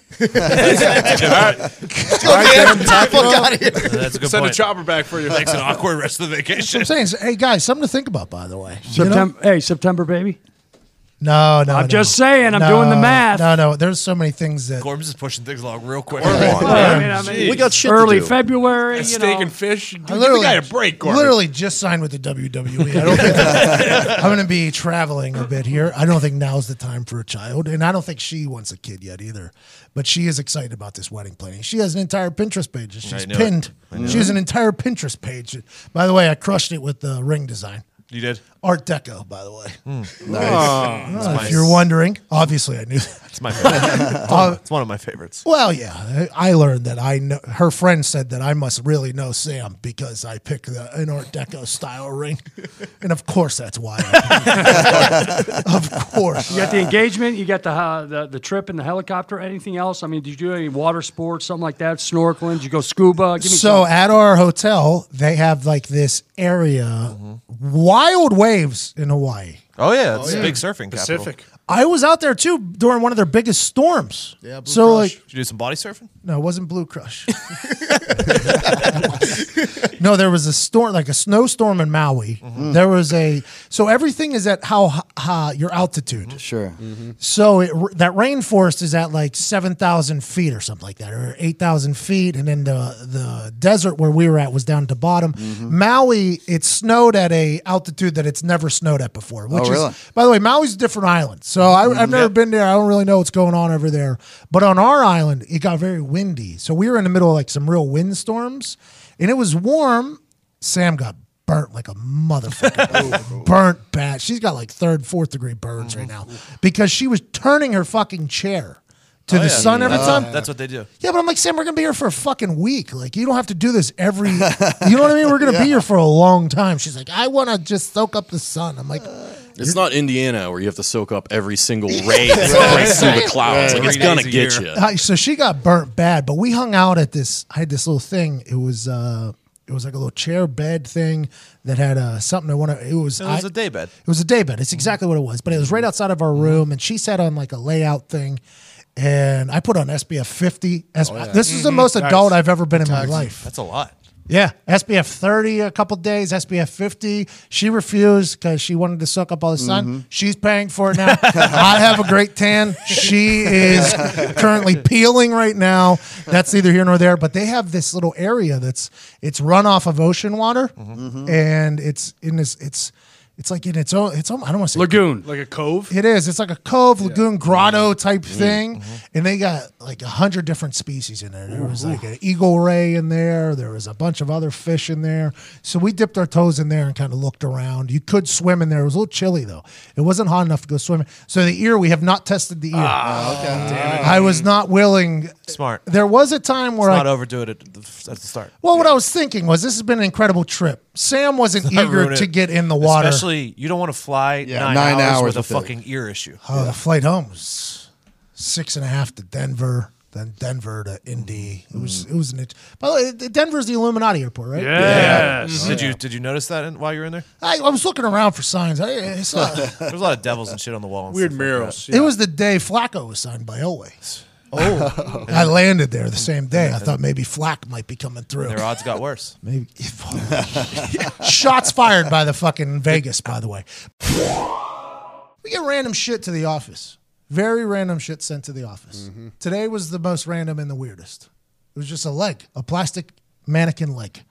H: That's a good
G: Send a
H: point.
G: chopper back for you.
H: Makes an awkward rest of the vacation.
A: I'm saying, hey guys, something to think about. By the way, You know?
F: September, hey, September baby.
A: No, no.
F: I'm
A: no.
F: just saying, I'm doing the
A: No,
F: math.
A: No, no. There's so many things that.
H: Gorms is pushing things along real quick.
F: Well, I mean, I mean,
D: We got shit to
F: early
D: do.
F: February.
G: And
F: You
G: steak
F: know.
G: and fish. Dude,
A: I
G: give the guy a break, Gordon.
A: Literally just signed with the WWE. I don't think I'm going to be traveling a bit here. I don't think now's the time for a child, and I don't think she wants a kid yet either. But she is excited about this wedding planning. She has an entire Pinterest page. that She's
H: knew it.
A: pinned. She has an entire Pinterest page. By the way, I crushed it with the ring design.
H: You did.
A: Art Deco, by the way.
H: Hmm. Oh, It's
A: Uh,
H: my-
A: if you're wondering, obviously I knew that.
H: It's my favorite. It's one- it's one of my favorites.
A: Well, yeah, I I learned that I know. Her friend said that I must really know Sam because I picked the, an Art Deco style ring, and of course that's why. I picked it. of course,
F: You got the engagement, you got the, uh, the the trip in the helicopter. Anything else? I mean, did you do any water sports, something like that? Snorkeling? Did you go scuba? Give me
A: So
F: some-
A: at our hotel, they have like this area,
H: Mm-hmm.
A: wild waves in Hawaii.
H: Oh yeah, it's a big surfing capital.
G: Pacific.
A: I was out there too during one of their biggest storms. Yeah,
I: Blue
A: so
I: Crush.
A: like
H: Did you do some body surfing?
A: No, it wasn't Blue Crush. no, there was a storm, like a snowstorm in Maui. There was a so everything is at how h- high your altitude.
I: Sure.
A: Mm-hmm. So it, r- that rainforest is at like seven thousand feet or something like that, or eight thousand feet, and then the the desert where we were at was down to bottom. Maui, it snowed at a altitude that it's never snowed at before. Which
I: Oh, really?
A: is, by the way, Maui's a different island, so I, I've never been there. I don't really know what's going on over there. But on our island, it got very windy, so we were in the middle of like some real windstorms, and it was warm. Sam got burnt like a motherfucker, burnt bad. She's got like third, fourth degree burns right now because she was turning her fucking chair to the
H: Oh, yeah.
A: sun every
H: That's,
A: time.
H: that's what they do.
A: Yeah, but I'm like, Sam, we're gonna be here for a fucking week. Like, you don't have to do this every. you know what I mean? We're gonna be here for a long time. She's like, "Ah, I want to just soak up the sun. I'm like,
D: It's not Indiana where you have to soak up every single ray that breaks through the clouds. Like, it's
H: Three
D: gonna
H: days
D: get
H: a year.
D: you.
A: Uh, so she got burnt bad, but we hung out at this. I had this little thing. It was uh, It was like a little chair bed thing that had uh, something I want to. It was.
H: It was
A: I-
H: a day Mm-hmm. bed.
A: It was a day bed. It's exactly what it was, but it was right outside of our room, and she sat on like a layout thing, and I put on SPF 50. S-
H: Oh,
A: This is the
H: Mm-hmm.
A: most adult I've ever been in my life.
H: That's a lot.
A: Yeah, SPF 30 a couple days, SPF 50. She refused because she wanted to suck up all the sun. She's paying for it now. I have a great tan. She is currently peeling right now. That's neither here nor there. But they have this little area that's it's runoff of ocean water,
G: Mm-hmm.
A: Mm-hmm. and it's in this it's it's like in its own it's own, I don't want to say
F: Lagoon.
G: Like a cove?
A: it is. It's like a cove, lagoon, grotto type thing, and they got like a hundred different species in there. There was like an eagle ray in there. There was a bunch of other fish in there. So we dipped our toes in there and kind of looked around. You could swim in there. It was a little chilly though. It wasn't hot enough to go swimming. So the ear, we have not tested the ear. I was not willing.
H: Ah. Smart.
A: There was a time where I
H: Not overdo it at the, at the start.
A: well, what I was thinking was this has been an incredible trip. Sam wasn't
H: Not ruin
A: eager
H: it.
A: to get in the water.
H: Especially, you don't want to fly nine,
I: nine
H: hours,
I: hours
H: with a
I: with it.
H: fucking ear issue.
A: Oh, the flight home was six and a half to Denver, then Denver to Indy. It was it was an. it- By the way, the- Denver's the Illuminati airport, right? Oh,
F: Yes.
H: Did you did you notice that in, while you were in there?
A: I, I was looking around for signs. I, I saw,
H: There was a lot of devils and shit on the wall. And
G: Weird
H: stuff like
G: murals.
A: it was the day Flacco was signed by Elway. Oh, I landed there the same day. I thought maybe Flack might be coming through.
H: that. Their odds got worse.
A: Maybe shots fired by the fucking Vegas, by the way. We get random shit to the office. Very random shit sent to the office.
E: Mm-hmm.
A: Today was the most random and the weirdest. It was just a leg, a plastic mannequin leg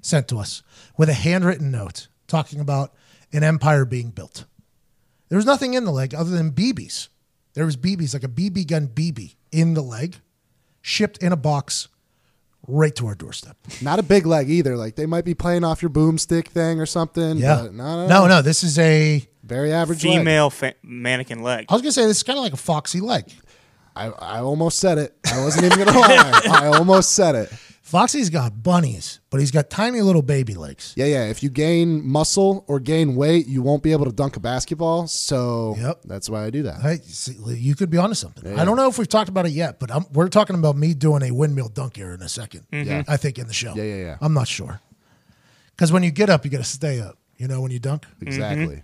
A: sent to us with a handwritten note talking about an empire being built. There was nothing in the leg other than BBs. There was BBs, like a BB gun BB in the leg, shipped in a box right to our doorstep.
E: Not a big leg either. Like they might be playing off your boomstick thing or something.
A: Yeah.
E: but no, no,
A: no, no. This is a.
E: Very average leg.
B: Female fa- mannequin leg.
A: I was gonna say this is kind of like a foxy leg.
E: I, I almost said it. I wasn't even gonna lie. I almost said it.
A: Foxy's got bunnies, but he's got tiny little baby legs.
E: Yeah, yeah. If you gain muscle or gain weight, you won't be able to dunk a basketball. So
A: Yep.
E: that's why I do that.
A: Hey, see, you could be onto something. I don't know if we've talked about it yet, but I'm, we're talking about me doing a windmill dunk here in a 2nd
E: Yeah.
A: I think in the show.
E: Yeah, yeah, yeah.
A: I'm not sure because when you get up, you got to stay up. You know when you dunk, Mm-hmm.
E: Exactly.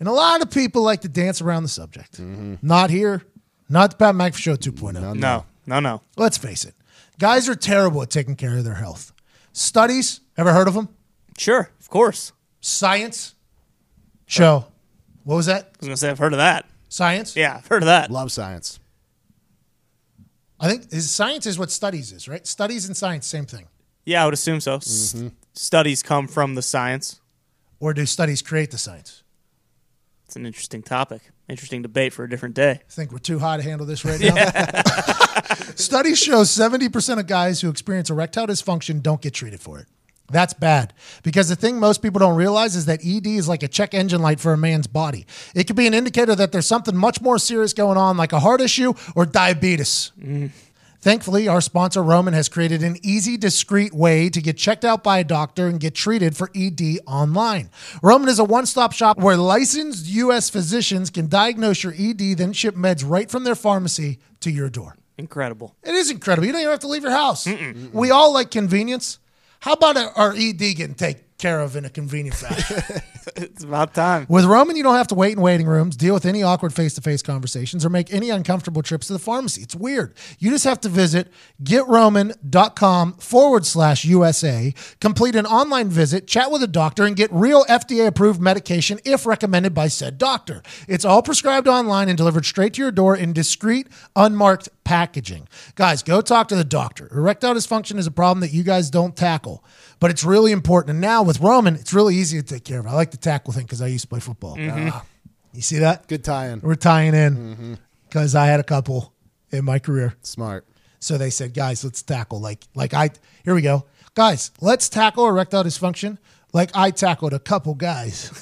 A: and a lot of people like to dance around the subject.
E: Mm-hmm.
A: Not here. Not the Pat McAfee Show 2.0.
B: no, no, no.
A: Let's face it, guys are terrible at taking care of their health. Studies, ever heard of them?
B: Sure, of course. Uh,
A: Science show. What was that?
B: I was gonna say I've heard of that.
A: Science.
B: Yeah, I've heard of that.
E: Love science.
A: I think is science is what studies is, right? Studies and science, same thing.
B: Yeah, I would assume so. S-
F: Mm-hmm.
B: studies come from the science.
A: Or do studies create the science?
B: It's an interesting topic. Interesting debate for a different day.
A: Think we're too high to handle this right now? studies show 70% of guys who experience erectile dysfunction don't get treated for it. That's bad because the thing most people don't realize is that ED is like a check engine light for a man's body. It could be an indicator that there's something much more serious going on, like a heart issue or diabetes. Thankfully, our sponsor Roman has created an easy, discreet way to get checked out by a doctor and get treated for ED online. Roman is a one stop shop where licensed U.S. physicians can diagnose your ED, then ship meds right from their pharmacy to your door.
B: Incredible.
A: It is incredible. You don't even have to leave your house. We all like convenience. How about our ED getting taken care of in a convenient fashion?
B: It's about time.
A: With Roman, you don't have to wait in waiting rooms, deal with any awkward face to face conversations, or make any uncomfortable trips to the pharmacy. It's weird. You just have to visit getroman.com forward slash USA, complete an online visit, chat with a doctor, and get real FDA approved medication if recommended by said doctor. It's all prescribed online and delivered straight to your door in discreet, unmarked packaging. Guys, go talk to the doctor. Erectile dysfunction is a problem that you guys don't tackle, but it's really important. And now with Roman, it's really easy to take care of. I like the tackle thing because I used to play football. Ah, you see that?
E: Good tie-in.
A: We're tying
H: Mm-hmm.
A: in because I had a couple in my career.
E: Smart.
A: So they said, guys, let's tackle like like I here we go. Guys, let's tackle erectile dysfunction like I tackled a couple guys.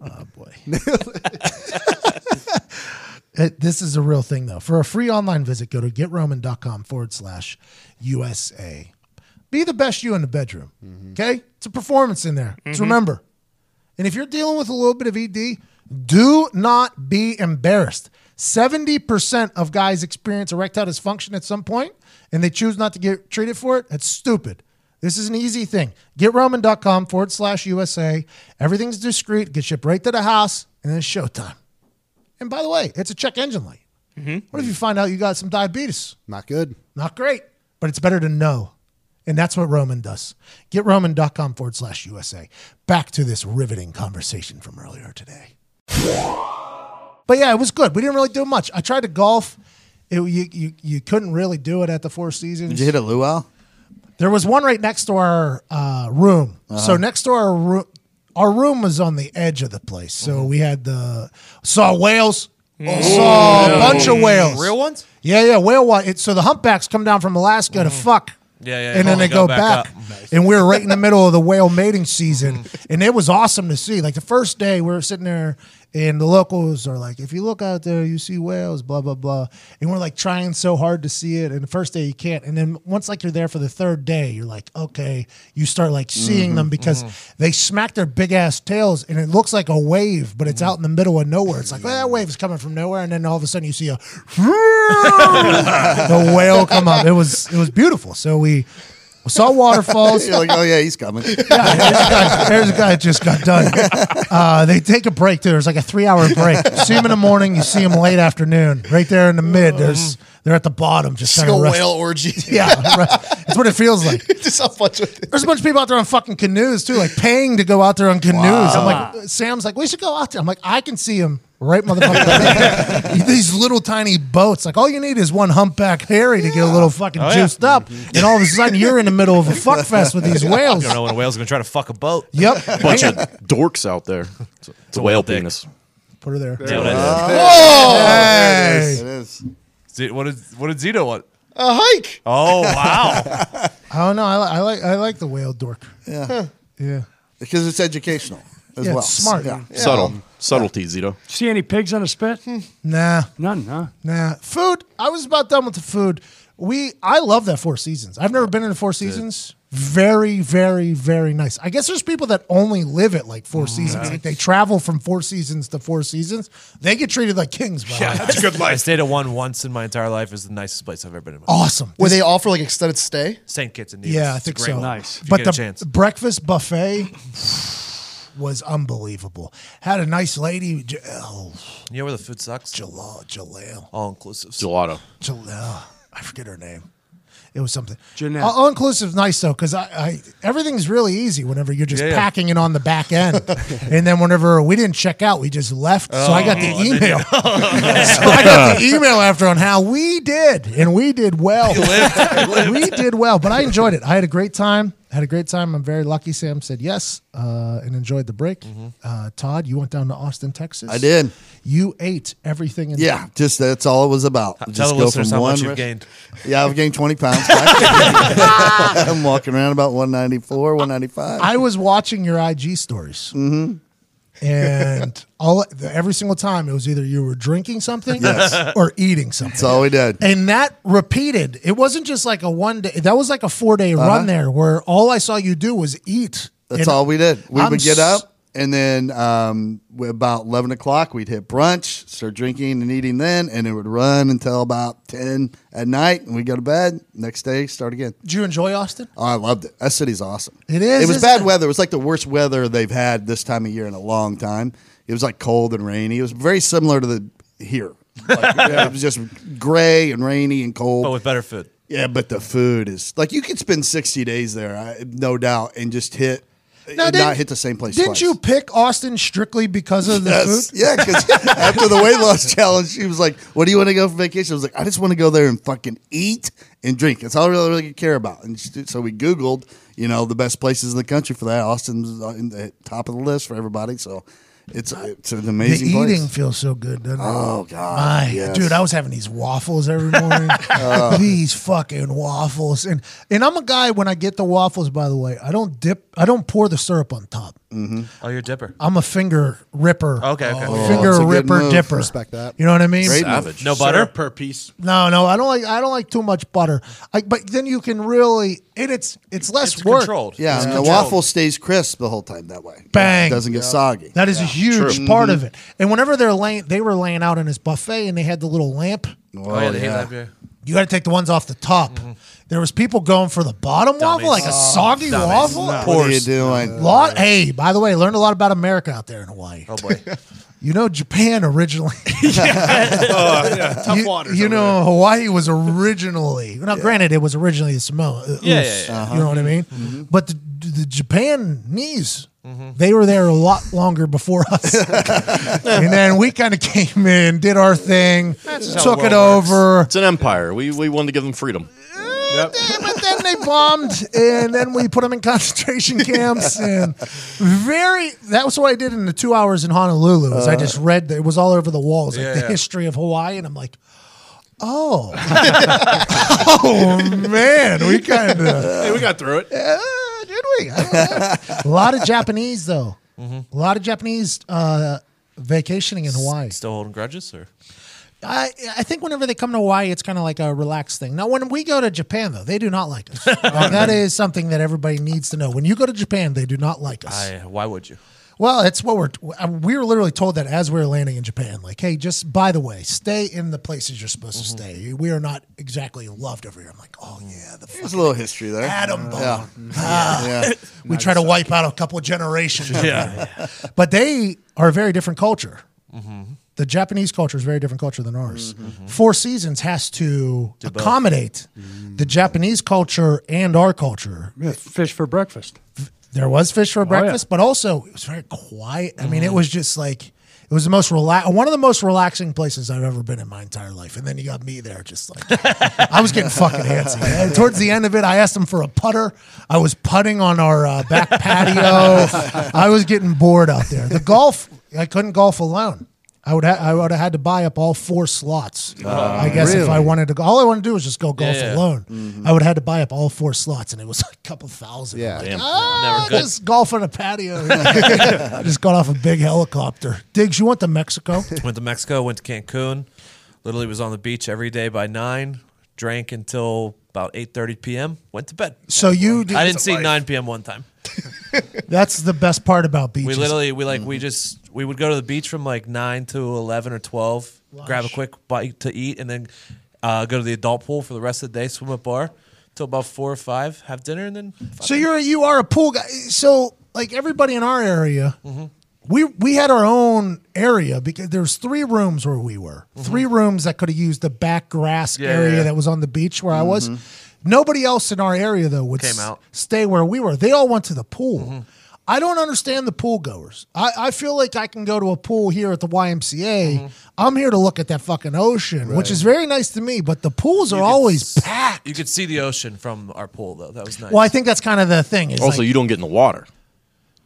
A: oh boy. It- this is a real thing though. For a free online visit, go to getroman.com forward slash USA. Be the best you in the bedroom.
E: Mm-hmm.
A: Okay? It's a performance in there. Just remember. And if you're dealing with a little bit of ED, do not be embarrassed. 70% of guys experience erectile dysfunction at some point and they choose not to get treated for it. That's stupid. This is an easy thing. GetRoman.com forward slash USA. Everything's discreet. Get shipped right to the house, and then it's showtime. And by the way, it's a check engine light. What if you find out you got some diabetes?
E: Mm-hmm. Not good.
A: Not great, but it's better to know. And that's what Roman does. GetRoman.com forward slash USA. Back to this riveting conversation from earlier today. But yeah, it was good. We didn't really do much. I tried to golf. It, you, you, you couldn't really do it at the Four Seasons.
I: Did you hit a luau?
A: There was one right next to our uh, room.
I: Uh-huh.
A: So next to our room, our room was on the edge of the place. So
I: Mm-hmm.
A: we had the saw whales, Oh, saw a bunch of whales,
H: Mm-hmm. Real ones? Mm-hmm.
A: Yeah, yeah, whale watch. It, so the humpbacks come down from Alaska to fuck.
H: Yeah, yeah,
A: And then they go, back,
H: up.
A: and we were right in the middle of the whale mating season, and it was awesome to see. Like the first day, we were sitting there, and the locals are like, "If you look out there, you see whales, blah blah blah," and we're like trying so hard to see it. And the first day you can't, and then once like you're there for the third day, you're like, "Okay," you start like seeing
H: Mm-hmm,
A: them because they smack their big ass tails, and it looks like a wave, but it's out in the middle of nowhere. It's like well, that wave is coming from nowhere, and then all of a sudden you see a the whale come up. It was it was beautiful. So we saw waterfalls.
I: You're like, oh yeah, he's coming.
A: There's a guy that just got done. Uh, they take a break. too. There's like a three hour break. You see him in the morning. You see him late afternoon. Right there in the mid. There's they're at the bottom, just
J: Like
A: kind
J: a
A: of rest.
J: whale orgy.
A: Yeah, right. that's what it feels like.
J: Just a bunch of
A: There's a bunch of people out there on fucking canoes too, like paying to go out there on canoes. I'm like, Sam's like, we should go out there. I'm like, I can see him right, motherfucker. These little tiny boats. Like, all you need is one humpback Harry to get a little
H: Oh,
A: fucking juiced up, and all of a sudden you're in the middle of a fuck fest with these whales.
H: You don't know when a whale's going to try to fuck a boat.
A: Yep,
D: Bunch of
A: Hang on.
D: dorks out there. It's a, it's a whale
H: dick.
D: penis.
A: put her there.
H: Damn it.
A: Oh,
I: Yes, it is.
H: Z- what, is, what did Zito want?
J: a hike.
H: Oh, wow.
A: I don't know. I, li- I like I like the whale dork. Yeah, yeah.
I: Because it's educational as
A: Yeah,
I: well.
A: it's smart.
I: Yeah.
D: Subtle. Subtlety, Zito.
F: See any pigs on a spit?
J: Hmm.
A: Nah,
F: None, huh?
A: nah. Food. I was about done with the food. We. I love that Four Seasons. I've never been in a Four Seasons. Very, very, very nice. I guess there's people that only live at like
H: Mm,
A: Four Seasons. Like they travel from Four Seasons to Four Seasons. They get treated like kings. By yeah.
G: That's a good
H: I
G: life.
H: stayed at one once in my entire life. It's the nicest place I've ever been in. my
A: Awesome.
J: Where they offer like extended stay.
H: St. Kitts and Nevis.
A: yeah, I
H: It's a
A: think
H: great
A: so.
H: one.
F: Nice.
H: If you
A: But
H: get a
A: the
H: chance.
A: breakfast buffet was unbelievable. Had a nice lady. j- Oh,
H: You know where the food sucks?
A: Jalal, Jalal.
H: All inclusive.
D: Gelato.
A: Jal- uh, I forget her name. It was something.
F: Jeanette.
A: All inclusive, nice though, because I, I everything's really easy whenever you're just
H: Yeah, yeah.
A: packing it on the back end, and then whenever we didn't check out, we just left. so I got
H: Oh,
A: the email. so I got the email after on how we did, and we did well. we did well, but I enjoyed it. I had a great time. Had a great time. I'm very lucky. Sam said yes uh, and enjoyed the break.
H: Mm-hmm.
A: Uh, Todd, you went down to Austin, Texas.
I: I did.
A: You ate everything. In
I: Yeah, just that's all it was about.
H: Tell
I: just
H: the listeners how much you've
I: rest-
H: gained.
I: Yeah, I've gained 20 pounds. I'm walking around about 194, 195.
A: I was watching your IG stories. Mm-hmm. And all every single time it was either you were drinking something
I: Yes.
A: or eating something.
I: That's all we did.
A: and that repeated. It wasn't just like a one day. That was like a four day run there where all I saw you do was eat.
I: Uh-huh.
A: And
I: That's all we did. We
A: I'm
I: would
A: s-
I: get up, and then um, we- about eleven o'clock, we'd hit brunch, start drinking and eating. Then, and it would run until about ten at night, and we go to bed. Next day, start again.
A: Did you enjoy Austin?
I: Oh, I loved it. That city's awesome.
A: It is,
I: It was
A: isn't
I: bad
A: it?
I: weather. It was like the worst weather they've had this time of year in a long time. It was like cold and rainy. It was very similar to the here. Like, yeah, it was just gray and rainy and cold.
H: But with better food.
I: yeah, but the food is like you could spend sixty days there, I, no doubt, and just hit. and
A: didn't-
I: Uh, not hit the same place.
A: Didn't
I: twice.
A: you pick Austin strictly because of the
I: Yes.
A: food?
I: Yeah, because after the weight loss challenge, she was like, "What do you want to go for vacation?" I was like, "I just want to go there and fucking eat and drink. That's all I really, really care about." And she- so we Googled, you know, the best places in the country for that. Austin's uh, in the top of the list for everybody. So it's it's an
A: Uh, The
I: amazing place.
A: eating feels so good, doesn't it?
I: Oh God,
A: My
I: yes. Uh.
A: dude, I was having these waffles every morning. these fucking waffles, and and I'm a guy when I get the waffles. By the way, I don't dip, I don't pour the syrup on top.
H: Oh, you're a dipper.
A: I'm a
I: Mm-hmm. Oh,
A: You got to take the ones off the top. There was people going for the bottom waffle, like a soggy waffle.
I: Oh,
A: Oh,
I: What are you doing?
A: Lot. Hey, by the way, learned a lot about America out there in Hawaii.
D: Oh boy.
A: You know, Japan originally. Oh,
G: Tough
A: you,
G: waters.
A: you
G: over
A: know, Hawaii was originally. Now, granted, it was originally the Samoa. uh,
H: Yeah, yeah,
A: Us,
H: yeah.
A: You know what I mean? But the, the Japanese, they were there a lot longer before us, and then we kind of came in, did our thing,
H: how
A: took
H: the
A: it
H: world works.
A: over.
D: It's an empire. We we wanted to give them freedom.
A: Yeah, but then they bombed, and then we put them in concentration camps, and very. That was what I did in the two hours in Honolulu.
E: Uh.
A: Is I just read that it was all over the walls, like
H: Yeah,
A: the
H: yeah.
A: history of Hawaii, and I'm like, oh, oh man, we kind of
G: there. Hey, we got through it.
A: uh, did we? I don't know. A lot of Japanese though,
G: Mm-hmm.
A: a lot of Japanese uh, vacationing in Hawaii.
H: Still holding grudges or?
A: I I think whenever they come to Hawaii, it's kind of like a relaxed thing. Now, when we go to Japan, though, they do not like us. Now, that is something that everybody needs to know. When you go to Japan, they do not like us.
H: I, why would you?
A: well, it's what we're we were literally told that as we were landing in Japan. Like, hey, just by the way, stay in the places you're supposed to
H: Mm-hmm.
A: stay. We are not exactly loved over here. I'm like, oh yeah, the
I: There's a little history there.
A: Adam Bone.
I: Yeah. yeah.
A: we try to wipe out a couple of generations.
H: Yeah. Mm-hmm.
A: but they are a very different culture. The Japanese culture is a very different culture than ours. Four Seasons has to accommodate
H: Mm.
A: the Japanese culture and our culture.
F: Fish for breakfast. Oh,
A: There was fish for
F: yeah.
A: breakfast, but also it was very quiet. I mean, it was just like it was the most relax, one of the most relaxing places I've ever been in my entire life. And then you got me there, just like I was getting fucking antsy. And towards the end of it, I asked him for a putter. I was putting on our uh, back patio. I was getting bored out there. The golf, I couldn't golf alone. I would ha- I would have had to buy up all four slots. I guess if I wanted to go, all I wanted to do was just go golf
H: yeah.
A: alone. I would have had to buy up all four slots, and it was a couple thousand.
E: Yeah.
A: Like,
E: Damn.
A: "Ah,
H: Never good.
A: just golf on a patio. I just got off a big helicopter. Diggs, you went to Mexico?
H: Went to Mexico, went to Cancun. Literally was on the beach every day by nine. Drank until about 8:30 p.m. Went to bed.
A: So you did,
H: I didn't see 9 p.m. one time.
A: That's the best part about beaches.
H: We literally we like we
A: Mm-hmm.
H: just we would go to the beach from like nine to eleven or twelve, grab a quick bite to eat, and then uh, go to the adult pool for the rest of the day, swim at bar till about four or five, have dinner, and then
A: So you're you are a pool guy. So like everybody in our area,
H: Mm-hmm.
A: we we had our own area because there was three rooms where we were. Three rooms that could have used the back grass area
H: Mm-hmm. yeah. Mm-hmm.
A: that was on the beach where I was. Nobody else in our area though would
H: Came out. Mm-hmm.
A: stay where we were. They all went to the pool. I don't understand the pool goers. I, I feel like I can go to a pool here at the YMCA.
H: Mm-hmm.
A: I'm here to look at that fucking ocean, which is very nice to me. But the pools are
H: could
A: always
H: s-
A: packed.
H: you could see the ocean from our pool though. That was nice.
A: well, I think that's kind of the thing. It's
D: Also,
A: like,
D: you don't get in the water.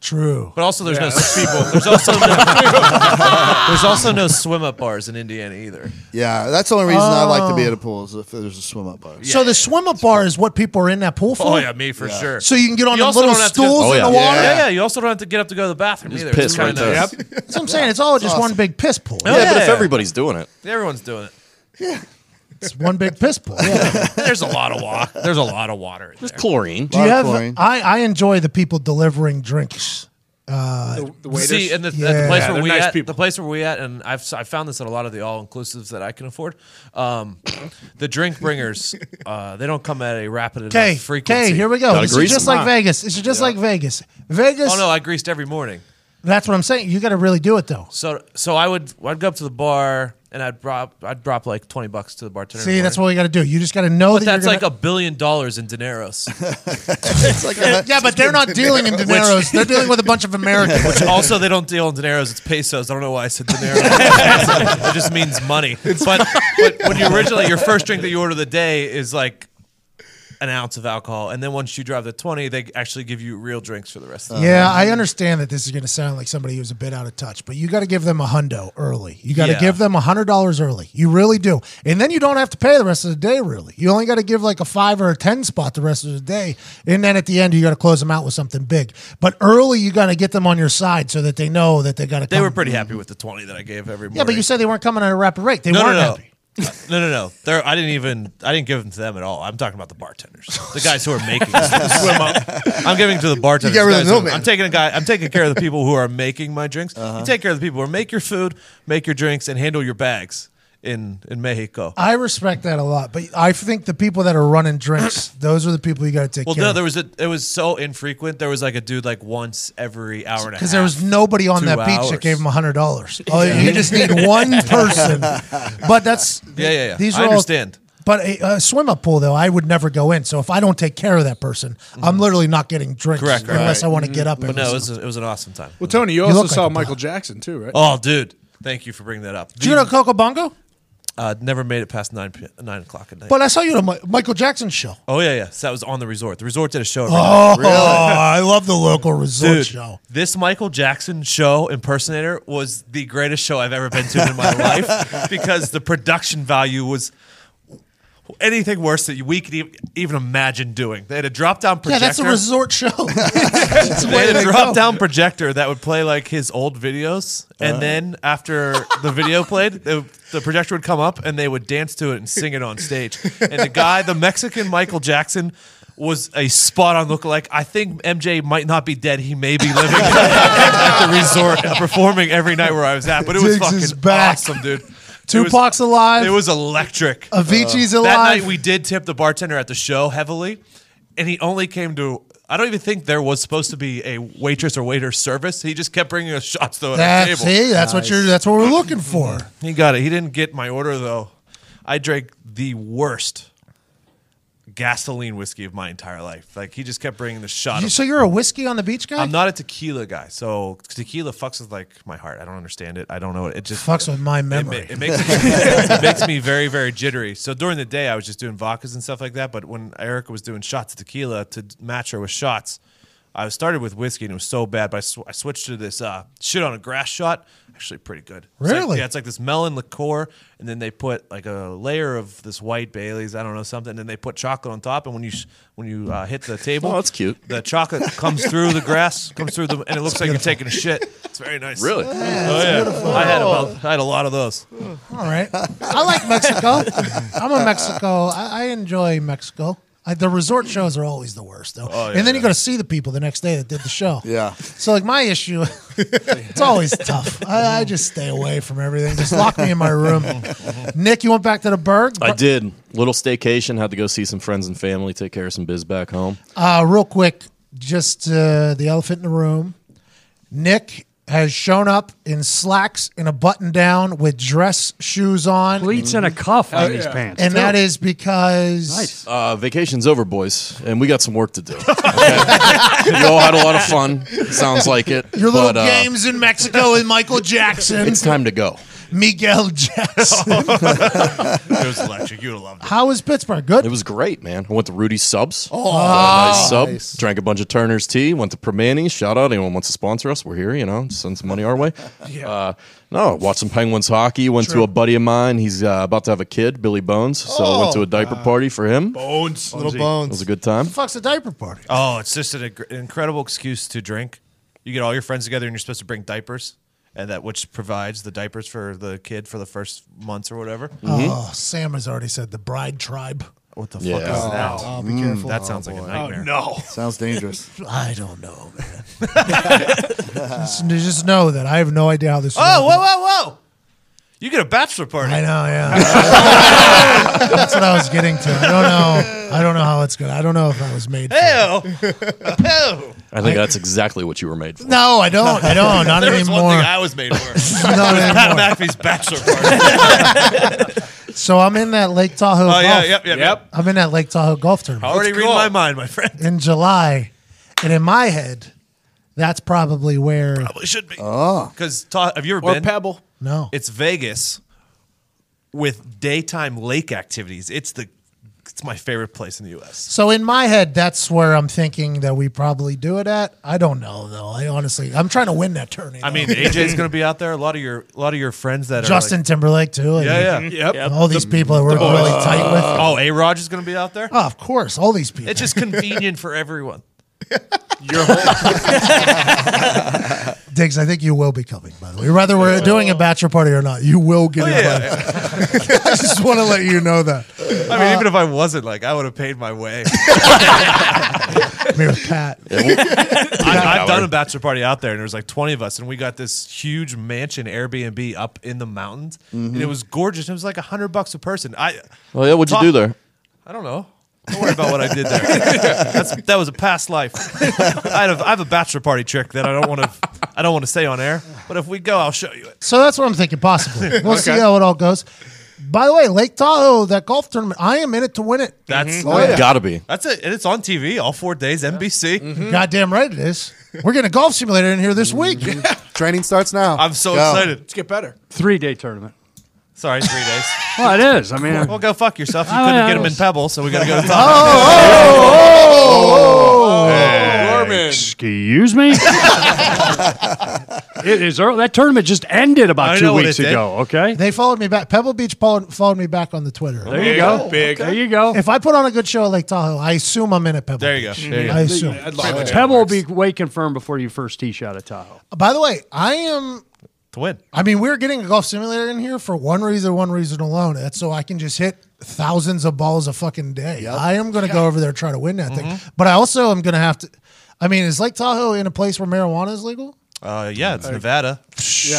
A: true.
H: but also there's no people. There's also no, there's also no swim up bars in Indiana either. Oh.
I: Yeah, that's the only reason I like to be at a pool is if there's a swim up bar.
A: So the swim up bar is what people are in that pool for.
H: Oh yeah, me for sure.
A: So you can get on
H: You
A: the
H: also
A: little
H: don't have to go-
A: stools
D: Oh,
A: in
D: yeah.
A: the water.
H: yeah, yeah, You also don't have to get up to go to the bathroom
D: Just
H: either. which
D: piss
H: is kinda
D: right there.
H: nice.
A: That's what I'm saying. It's all just one big piss pool.
H: Oh,
D: yeah, but
H: yeah.
D: if everybody's doing it,
H: Everyone's doing it.
A: It's one big piss pool. Yeah.
H: There's a lot of water. There's a lot of water. In there.
D: chlorine.
A: Do you have?
I: Chlorine.
A: I I enjoy the people delivering drinks. uh,
G: The, the waiters.
H: See, and the, the
A: Yeah.
H: place
G: Yeah,
H: where
G: they're
H: we
G: nice
H: at,
G: people.
H: the place where we at, and I've s- I found this at a lot of the all inclusives that I can afford. Um, the drink bringers, uh, they don't come at a rapid enough
A: Okay,
H: frequency.
A: okay, here we go.
D: Gotta
A: This is
D: grease
A: just
D: them,
A: like Vegas. This is just like Vegas. Vegas.
H: Oh no, I greased every morning.
A: That's what I'm saying. You got to really do it though.
H: So so I would I'd go up to the bar and I'd drop I'd drop like twenty bucks to the bartender. in
A: See,
H: the
A: that's
H: morning.
A: what we got to do. You just got to know that
H: That's
A: you're
H: like
A: gonna-
H: a billion dollars in dineros.
I: It's like a,
A: yeah, but they're not dealing in dineros. they're dealing with a bunch of Americans.
H: Which also they don't deal in dineros; it's pesos. I don't know why I said dineros. it just means money. but but when you originally your first drink that you order the day is like an ounce of alcohol, and then once you drive the twenty, they actually give you real drinks for the rest of the
A: Yeah, I understand that this is going to sound like somebody who's a bit out of touch, but you got to give them a hundo early. You got to
H: Yeah.
A: give them a hundred dollars early. You really do, and then you don't have to pay the rest of the day. Really, you only got to give like a five or a ten spot the rest of the day, and then at the end you got to close them out with something big. But early, you got to get them on your side so that they know that they got to.
H: They were pretty happy with the twenty that I gave every morning.
A: Yeah, but you said they weren't coming at a rapid rate. They
H: no, no,
A: weren't
H: no.
A: happy.
H: Uh, no, no, no. They're, I didn't even. I didn't give them to them at all. I'm talking about the bartenders, the guys who are making. swim up. I'm giving to the bartenders.
J: You got rid of
H: guys
J: the
H: who-
J: middleman.
H: I'm taking a guy. I'm taking care of the
A: Uh-huh.
H: people who are making my drinks. You take care of the people who make your food, make your drinks, and handle your bags. in in Mexico.
A: I respect that a lot, but I think the people that are running drinks, those are the people you got to take
H: Well,
A: care
H: no,
A: of.
H: there was a. It was so infrequent. There was like a dude like once every hour and a half.
A: because there was nobody on
H: two
A: that beach
H: hours.
A: that gave him hundred dollars. Oh, you just need one person. But that's
H: Yeah, yeah, yeah.
A: These
H: I
A: are all-
H: understand.
A: but a, a swim up pool though, I would never go in. So if I don't take care of that person, I'm literally not getting drinks
H: Mm-hmm. Correct, correct. Mm-hmm.
A: unless I want to get up.
H: But
A: and
H: no, it was, it was an awesome time.
G: Well, Tony, you,
A: You
G: also
A: look like
G: saw
A: a
G: Michael Jackson too, right?
H: Oh, dude, thank you for bringing that up.
A: Did you go to Coco Bongo?
H: uh, never made it past nine p- nine o'clock at night.
A: But I saw you at a Mi- Michael Jackson show.
H: oh yeah, yeah. So that was on the resort. The resort did a show. every
A: Oh, I love the local resort
H: Dude,
A: show.
H: this Michael Jackson show impersonator was the greatest show I've ever been to in my life because the production value was anything worse that we could e- even imagine doing. They had a drop down
A: Yeah,
H: projector.
A: that's a resort show.
H: they had a drop down projector that would play like his old videos,
A: Uh-huh.
H: and then after the video played, the, the projector would come up and they would dance to it and sing it on stage. And the guy, the Mexican Michael Jackson. Was a spot on lookalike. I think MJ might not be dead. He may be living at the resort and performing every night where I was at. But it was
A: Diggs is
H: fucking
A: back.
H: awesome, dude. It
A: Tupac's
H: was,
A: alive.
H: It was electric. Uh,
A: Avicii's
H: That
A: alive.
H: night we did tip the bartender at the show heavily, and he only came to. I don't even think there was supposed to be a waitress or waiter service. He just kept bringing us shots though at our
A: that's
H: table.
A: see, that's what you're. That's what we're looking for.
H: He got it. He didn't get my order though. I drank the worst gasoline whiskey of my entire life. Like he just kept bringing the shot.
A: You-
H: of-
A: so you're a whiskey on the beach guy.
H: I'm not a tequila guy, so tequila fucks with like my heart. I don't understand it. I don't know it. It just
A: Fucks with my
H: It, ma-
A: memory.
H: it makes me, it makes me very very jittery. So during the day I was just doing vodkas and stuff like that. But when Erica was doing shots of tequila to d- match her with shots, I started with whiskey and it was so bad. But I, sw- I switched to this uh, shit on a grass shot. Actually, pretty good. It's like-
A: Really?
H: yeah, it's like this melon liqueur, and then they put like a layer of this white Bailey's. I don't know something, and then they put chocolate on top. And when you sh- when you uh, hit the table,
D: Oh, that's cute.
H: The chocolate comes through the grass, comes through the, and it looks like you're taking a shit. It's very nice.
D: Really?
H: Oh, yeah. I had about, I had a lot of those.
A: All right. I like Mexico. I'm a Mexico. I, I enjoy Mexico. I, the resort shows are always the worst, though.
H: Oh, yeah,
A: and then you
H: yeah.
A: got to see the people the next day that did the show.
I: Yeah.
A: So, like, my issue, it's always tough. I, I just stay away from everything. Just lock me in my room. Nick, you went back to the Berg?
D: I did. Little staycation. Had to go see some friends and family. Take care of some biz back home.
A: Uh, real quick, just uh, the elephant in the room. Nick has shown up in slacks and a button down with dress shoes on.
F: Pleats and a cuff
H: Oh,
F: on these pants.
A: And
F: too.
A: that is because
F: nice.
D: Uh, vacation's over, boys, and we got some work to do. okay? you all had a lot of fun. Sounds like it.
A: Your little
D: but, uh,
A: games in Mexico with Michael Jackson,
D: It's time to go.
A: Miguel Jackson.
H: It was electric. You would have loved it.
A: How was Pittsburgh? Good.
D: It was great, man. I went to Rudy's Subs. Oh, nice sub. Drank a bunch of Turner's tea. Went to Permani. Shout out anyone wants to sponsor us. We're here, you know. Send some money our way. yeah. Uh, no, watched some Penguins hockey. Went to a buddy of mine. He's uh, about to have a kid, Billy Bones. So
A: Oh,
D: I went to a diaper party for him. It
H: Bones.
J: Little
D: was
J: bones.
D: a good time.
A: Fuck's a diaper party.
H: Oh, it's just an, an incredible excuse to drink. You get all your friends together, and you're supposed to bring diapers, and that which provides the diapers for the kid for the first months or whatever.
A: Oh, Sam has already said the bride tribe.
H: What the
D: Yeah.
H: fuck is that?
J: Oh, be careful.
H: that sounds like a nightmare.
G: No.
I: Mm. Sounds dangerous.
A: I don't know, man. just, um, just know that I have no idea how this. is
H: Oh,
A: gonna
H: whoa, whoa, whoa! You get a bachelor
A: be.
H: party.
A: I know, yeah. That's what I was getting to. I don't know. I don't know how it's gonna. I don't know if I was made. For it.
H: Ew. Ew.
D: I think that's exactly what you were made for.
A: No, I don't. I don't. Not
H: There was
A: anymore.
H: one thing I was made for.
A: Not
H: Pat
A: anymore.
H: McAfee's bachelor party.
A: So I'm in that Lake Tahoe.
H: Oh yeah,
A: golf.
H: yep, yep, yep.
G: Yep.
A: I'm in that Lake Tahoe golf tournament.
H: Already
G: It's
H: reading
G: cool.
H: my mind, my friend.
A: in July, and in my head, that's probably where
H: It should be. Oh, because ta- have you ever
G: Or
H: been?
G: Pebble.
A: no.
H: It's Vegas with daytime lake activities. It's the it's my favorite place in the U.S.
A: so in my head, that's where I'm thinking that we probably do it at. I don't know though. I honestly, I'm trying to win that tourney.
H: I
A: though.
H: mean, AJ's going to be out there. A lot of your a lot of your friends that
A: Justin Timberlake too.
H: are
A: and-
H: like, yeah, yeah,
G: Yep.
A: and all these people that we're really tight with.
H: Oh, A Rod oh, is going to be out there.
A: Oh, of course, all these people.
H: It's just convenient for everyone. Your whole
A: Diggs, I think you will be coming, by the way. Whether we're doing a bachelor party or not, you will get invited. I just want to let you know that.
H: Oh, I mean, even if I wasn't, like, I would have paid my way.
A: Me with Pat.
H: I, I've done a bachelor party out there, and there was like 20 of us, and we got this huge mansion Airbnb up in the mountains, and it was gorgeous. It was like 100 bucks a person. I
D: Mm-hmm. Well, yeah, what'd you
H: Talk-
D: do there?
H: I don't know. Don't worry about what I did there. That's, that was a past life. I, had a, I have a bachelor party trick that I don't want to. I don't want to say on air, but if we go, I'll show you it.
A: So that's what I'm thinking, possibly. We'll see how it all goes. By the way, Lake Tahoe, that golf tournament, I am in it to win it.
H: That's
D: Mm-hmm. Oh, Gotta be.
H: that's it. And it's on TV all four days. NBC.
A: Mm-hmm.
E: Hmm.
A: Goddamn right it is. We're getting a golf simulator in here this week.
E: Mm-hmm. Training starts now.
H: I'm so
I: Go.
H: excited.
G: Let's get better.
F: Three day tournament.
H: Sorry, three days.
F: Well, it is. I mean,
H: Well, go fuck yourself. You
F: Oh,
H: couldn't
F: yeah,
H: get
F: it
H: them in
F: was-
H: Pebble, so we got to go to Tahoe.
A: Oh,
E: Oh,
G: Norman.
F: excuse me. it is early. That tournament just ended
H: I
F: about
H: know
F: two
H: what
F: weeks
H: it did.
F: ago. Okay.
A: They followed me back. Pebble Beach followed, followed me back on the Twitter.
F: There you
A: Oh,
F: go.
G: Big.
F: There you go.
A: If I put on a good show at Lake Tahoe, I assume I'm in at Pebble.
H: There you go.
A: Beach.
H: There you
A: I assume.
G: I'd love it.
F: Pebble will be way confirmed before you first tee shot at Tahoe.
A: Uh, By the way, I am
H: To win.
A: I mean, we're getting a golf simulator in here for one reason, one reason alone. That's so I can just hit thousands of balls a fucking day. I am going to go over there and try to win that
H: Mm-hmm.
A: thing. But I also am going to have to. I mean, is Lake Tahoe in a place where marijuana is legal?
H: Uh, yeah, it's Nevada.
G: Yeah.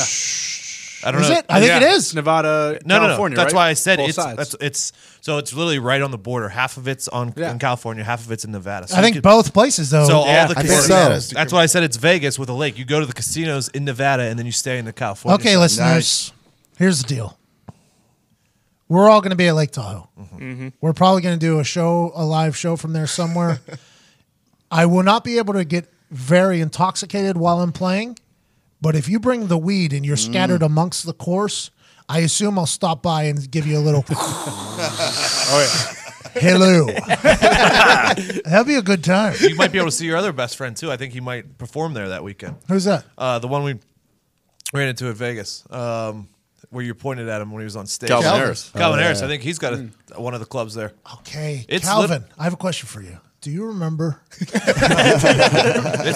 H: I don't
A: oh. Is
H: know.
A: it? I think
G: Yeah.
A: it is.
G: Nevada,
H: No,
G: California.
H: no, no. That's
G: right?
H: why I said
G: Both
H: it's
G: sides.
H: that's, it's so it's literally right on the border. Half of it's on
G: Yeah.
H: in California, half of it's in Nevada. So
A: I
H: you
A: think
H: could-
A: both places though.
H: So all the
E: I think
H: casinos.
E: so.
H: That's why I said it's Vegas with a lake. You go to the casinos in Nevada and then you stay in the California.
A: okay,
H: side.
A: listeners, here's the deal. We're all going to be at Lake Tahoe. We're probably going to do a show, a live show from there somewhere. I will not be able to get very intoxicated while I'm playing, but if you bring the weed and
H: Mm.
A: you're scattered amongst the course, I assume I'll stop by and give you a little. Hello. That'll be a good time.
H: you might be able to see your other best friend too. I think he might perform there that weekend.
A: Who's that?
H: Uh, the one we ran into at Vegas, um, where you pointed at him when he was on stage.
D: Calvin Harris. Oh, Hmm.
H: Calvin Harris. I think he's got a, one of the clubs there.
A: Okay,
H: It's
A: Calvin. I have a question for you. Do you remember
H: It's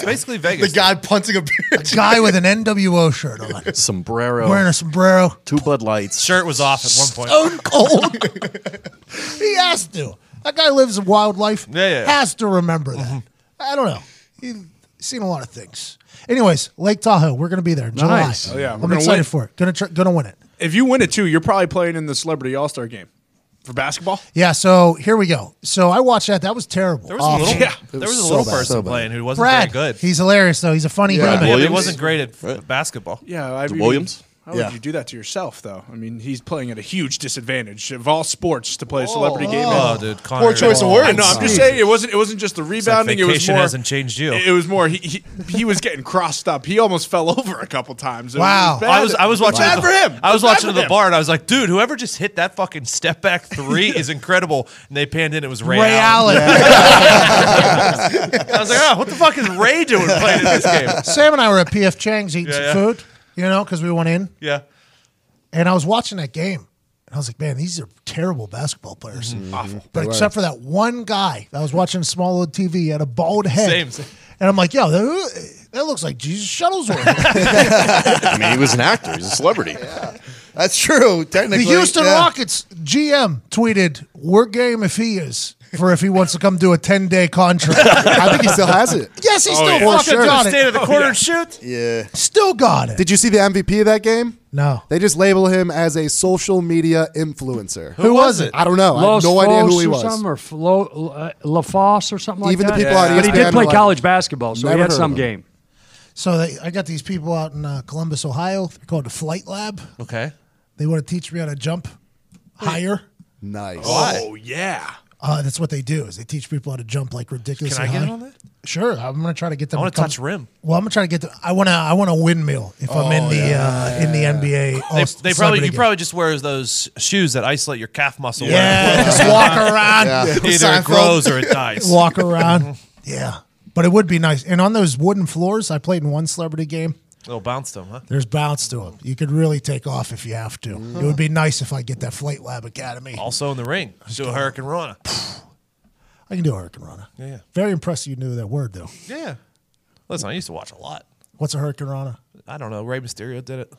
H: basically
J: The
H: Vegas.
J: guy punting a beer.
A: guy with an NWO shirt on?
D: Sombrero.
A: wearing a sombrero. Oh,
D: two Bud Lights.
H: Shirt was off at one point.
A: Stone cold. he has to. That guy lives a wild life.
H: Yeah, yeah, Mm-hmm. yeah.
A: Has to remember that. I don't know. He's seen a lot of things. Anyways, Lake Tahoe, we're gonna be there in July.
F: Nice. Oh,
G: yeah, we're
A: I'm
G: gonna
A: excited
G: win.
A: for it. Gonna tr- gonna win it.
G: If you win it too, you're probably playing in the Celebrity All Star game for basketball.
A: Yeah. So here we go. So I watched that. That was terrible.
H: There was a little,
G: Yeah.
H: there
E: was
H: was a
E: so
H: little
E: bad.
H: person
E: So bad.
H: playing who wasn't
A: Brad.
H: very good.
A: He's hilarious though. He's a funny
D: Brad
A: human.
H: Yeah, but he
D: Williams?
H: wasn't great at f- basketball.
G: Yeah, I
D: The
G: mean,
D: Williams?
G: How would
I: Yeah.
G: you do that to yourself, though? I mean, he's playing at a huge disadvantage of all sports to play a celebrity game.
H: Oh,
G: in.
H: dude, Connor.
J: Poor choice of words.
G: I know. I'm just saying it wasn't. It wasn't just the
H: It's like
G: rebounding. it was
H: vacation
G: more.
H: hasn't changed you.
G: It was more. He, he he was getting crossed up. He almost fell over a couple times. It was
A: Wow.
G: bad.
H: I was I was
G: It
H: watching
G: Bad
H: the,
G: for him.
H: I was
G: It bad
H: watching
G: for
H: to the
G: him.
H: bar and I was like, dude, whoever just hit that fucking step back three is incredible. And they panned in, it was Ray,
A: Ray
H: Allen.
A: Allen.
H: I was like, oh, what the fuck is Ray doing playing in this game?
A: Sam and I were at PF Chang's eating
H: Yeah,
A: some
H: yeah.
A: food. You know, because we went in.
H: Yeah.
A: And I was watching that game, and I was like, "Man, these are terrible basketball players,
H: Mm-hmm.
A: awful." But except for that one guy, I was watching small old TV, he had a bald head,
H: Same, same.
A: and I'm like, "Yo, that, that looks like Jesus Shuttlesworth,
D: I mean, he was an actor. He's a celebrity.
I: That's
A: the
I: true. Technically,
A: Houston
I: yeah.
A: Rockets GM." Tweeted, "We're game if he is." For if he wants to come do a ten day contract,
E: I think he still has it.
A: yes,
I: Oh,
H: Oh,
A: he still
G: yeah.
A: fucking got
H: Stand
A: it. Oh,
H: at the corner and shoot.
I: Yeah.
A: Still got it.
E: Did you see the MVP of that game?
A: no,
E: They just label him as a social media influencer.
A: who was it?
E: I don't know.
F: Los
E: I have no idea who
F: Fos
E: he
F: or
E: was.
F: something, or Flo, uh, LaFosse or something like
E: Even the
F: that.
E: people E on
F: But he
E: ESPN
F: did play
E: were like-
F: college basketball, so he
E: Never
F: had
E: heard
F: some
E: of him.
F: game.
A: So they, I got these people out in uh, Columbus, Ohio. They're called the Flight Lab.
H: Okay.
A: They want to teach me how to jump higher.
E: Nice.
G: Oh yeah.
A: Uh, that's what they do is they teach people how to jump like ridiculous.
H: Can I get
A: high.
H: in on that?
A: Sure, I'm gonna try to get them.
H: I
A: to
H: want to
A: come-
H: touch rim.
A: Well, I'm gonna try to get. The, I wanna. I want to windmill if I'm in the uh, in the NBA.
H: They,
A: All-
H: they probably
A: celebrity
H: you
A: game.
H: probably just wear those shoes that isolate your calf muscle.
A: yeah, just walk around,
H: where Either it
J: Seinfeld.
H: grows or it dies.
A: walk around. yeah, but it would be nice. And on those wooden floors, I played in one celebrity game.
H: Little bounce them, huh?
A: There's bounce to them. You could really take off if you have to. It would be nice if I get that Flight Lab Academy.
H: Also in the ring. Do a hurricane run.
A: I can do a hurricane runner.
H: yeah.
A: Very impressed you knew that word though.
H: Yeah. Listen, I used to watch a lot.
A: What's a hurricanrana?
H: I don't know. Ray Mysterio did it.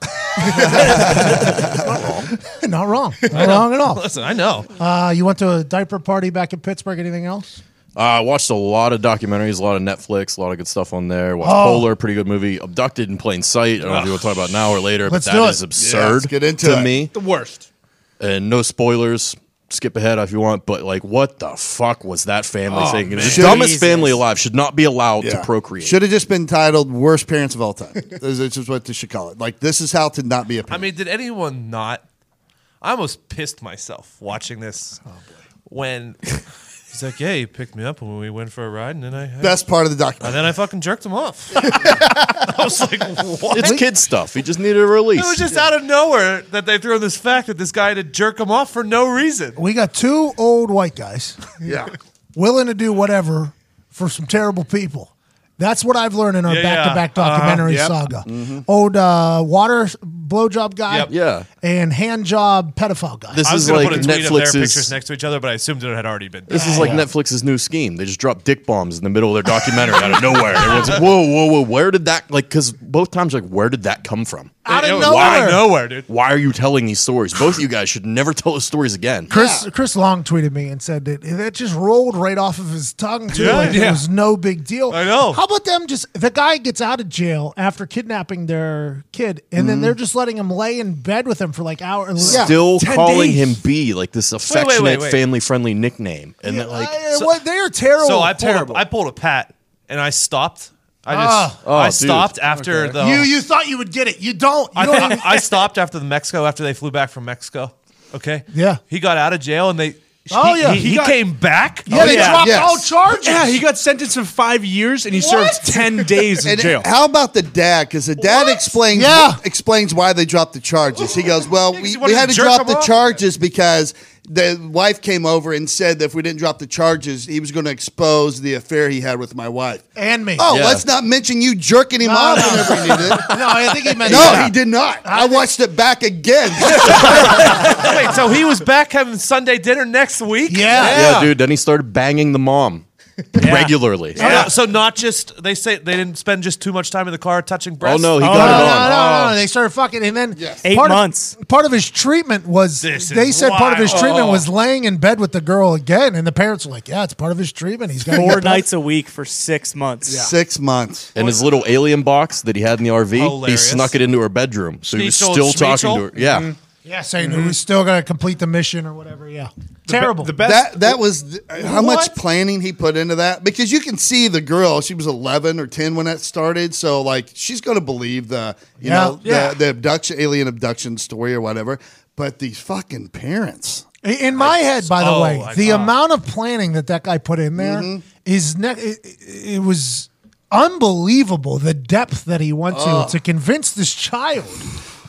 A: Not wrong. Not wrong at all.
H: Listen, I know.
A: Uh, you went to a diaper party back in Pittsburgh. Anything else?
D: Uh, I watched a lot of documentaries, a lot of Netflix, a lot of good stuff on there. Watched
A: Oh.
D: Polar, pretty good movie. Abducted in Plain Sight. I don't know if you want to talk about it now or later,
A: Let's
D: but
A: do
D: that
A: it.
D: is absurd
I: let's get into
D: to
I: it.
D: me.
G: The worst.
D: And no spoilers. Skip ahead if you want, but like, what the fuck was that family
H: Oh,
D: thinking? It's The
I: man.
D: dumbest
B: Jesus.
D: family alive should not be allowed to procreate.
I: Should have just been titled "Worst Parents of All Time." This is just what they should call it. Like this is how to not be a
H: I
I: parent.
H: mean, did anyone not? I almost pissed myself watching this.
I: Oh,
H: When he's like, "Yeah, he picked me up when we went for a ride, and then I
I: Best part of the
H: and
I: document.
H: then I fucking jerked him off." I was like, "What?"
D: it's kid stuff. He just needed a release.
H: It was just out of nowhere that they threw in this fact that this guy had to jerk him off for no reason.
A: We got two old white guys
I: Yeah,
A: willing to do whatever for some terrible people. That's what I've learned in our
H: Yeah, yeah.
A: back-to-back
H: Uh-huh. Mm-hmm.
A: documentary
G: Yep.
A: saga.
D: Mm.
A: Old uh, water blowjob guy,
H: Yep.
D: Yeah.
A: and hand job pedophile guy.
D: This
H: I was
D: is
H: gonna
D: like
H: put a tweet of their pictures
D: Netflix's.
H: next to each other, but I assumed it had already been. Done.
D: This is like Netflix's new scheme. They just drop dick bombs in the middle of their documentary out of nowhere. Everyone's like, "Whoa, whoa, whoa! Where did that like?" Because both times, like, where did that come from?
A: Out of
H: It was
A: nowhere.
H: Out of nowhere, dude.
D: Why are you telling these stories? Both of you guys should never tell those stories again.
A: Chris Chris Long tweeted me and said that that just rolled right off of his tongue too.
H: Yeah,
A: like
H: yeah.
A: it was no big deal.
H: I know.
A: How about them just the guy gets out of jail after kidnapping their kid and then they're just letting him lay in bed with him for like hours.
I: Mm-hmm. Yeah.
D: Still
G: Ten
D: calling
G: days.
D: him B, like this affectionate,
H: wait.
D: family-friendly nickname, and that, like,
A: I-
D: so-
A: what- they are terrible.
H: So I pulled,
G: Terrible.
H: a, I pulled a pat and I stopped. I just
D: Oh,
H: I
D: dude.
H: stopped after the
A: Ah. you you thought you would get it. You don't. You
H: I,
A: don't
H: I,
A: even-
H: I stopped after the Mexico after they flew back from Mexico. Okay.
A: Yeah.
H: He got out of jail and they.
A: Oh,
H: he,
A: yeah.
H: He, he
A: He got-
H: came back. Oh,
A: yeah, they
I: yeah.
A: dropped
I: Yes.
A: all charges.
G: Oh, Yeah, he got sentenced for five years and he served ten days in
I: And
G: jail.
I: how about the dad? Because the dad explains
A: Yeah.
I: explains why they dropped the charges. He goes, "Well,
H: he
I: we,
H: wanted
I: we had
H: to
I: to
H: jerk
I: drop
H: him
I: the
H: off.
I: charges because the wife came over and said that if we didn't drop the charges, he was going to expose the affair he had with my wife."
A: and me.
I: Oh,
D: Yeah.
I: let's not mention you jerking him off whenever he did it.
A: no, I think he meant
I: No, he did not. I watched it back again.
H: Wait, so he was back having Sunday dinner next week?
A: Yeah.
D: yeah, dude. Then he started banging the mom regularly.
H: So, so not just they say they didn't spend just too much time in the car touching
D: Oh
H: breasts. Oh.
D: no, he
A: No,
D: got it
A: no,
D: on.
A: no, no, no. They started fucking, and then
B: Eight
A: part of-
B: months.
A: part of his treatment was
H: This
A: they
H: is
A: said part of his
H: wild.
A: treatment was
B: Oh.
A: laying in bed with the girl again, and the parents were like, "Yeah, it's part of his treatment. He's got
B: Four nights a week for six months.
I: Six months.
D: And his little alien box that he had in the RV,
H: Hilarious.
D: he snuck it into her bedroom. So he was
H: Schmeechel,
D: still talking to her.
H: Schmeechel?
D: Yeah.
A: Yeah, saying
H: Mm-hmm.
A: we still got to complete the mission or whatever. Yeah, terrible.
G: The best.
I: That that was
A: Uh,
I: how much planning he put into that because you can see the girl. She was eleven or ten when that started, so like she's going to believe the you
A: Yeah.
I: know
A: Yeah.
I: The, the abduction alien abduction story or whatever. But these fucking parents,
A: in my head, by the
H: oh
A: way,
H: my
A: the
H: God. Mm-hmm.
A: amount of planning that that guy put in there is ne- it, it was unbelievable. The depth that he went to to convince this child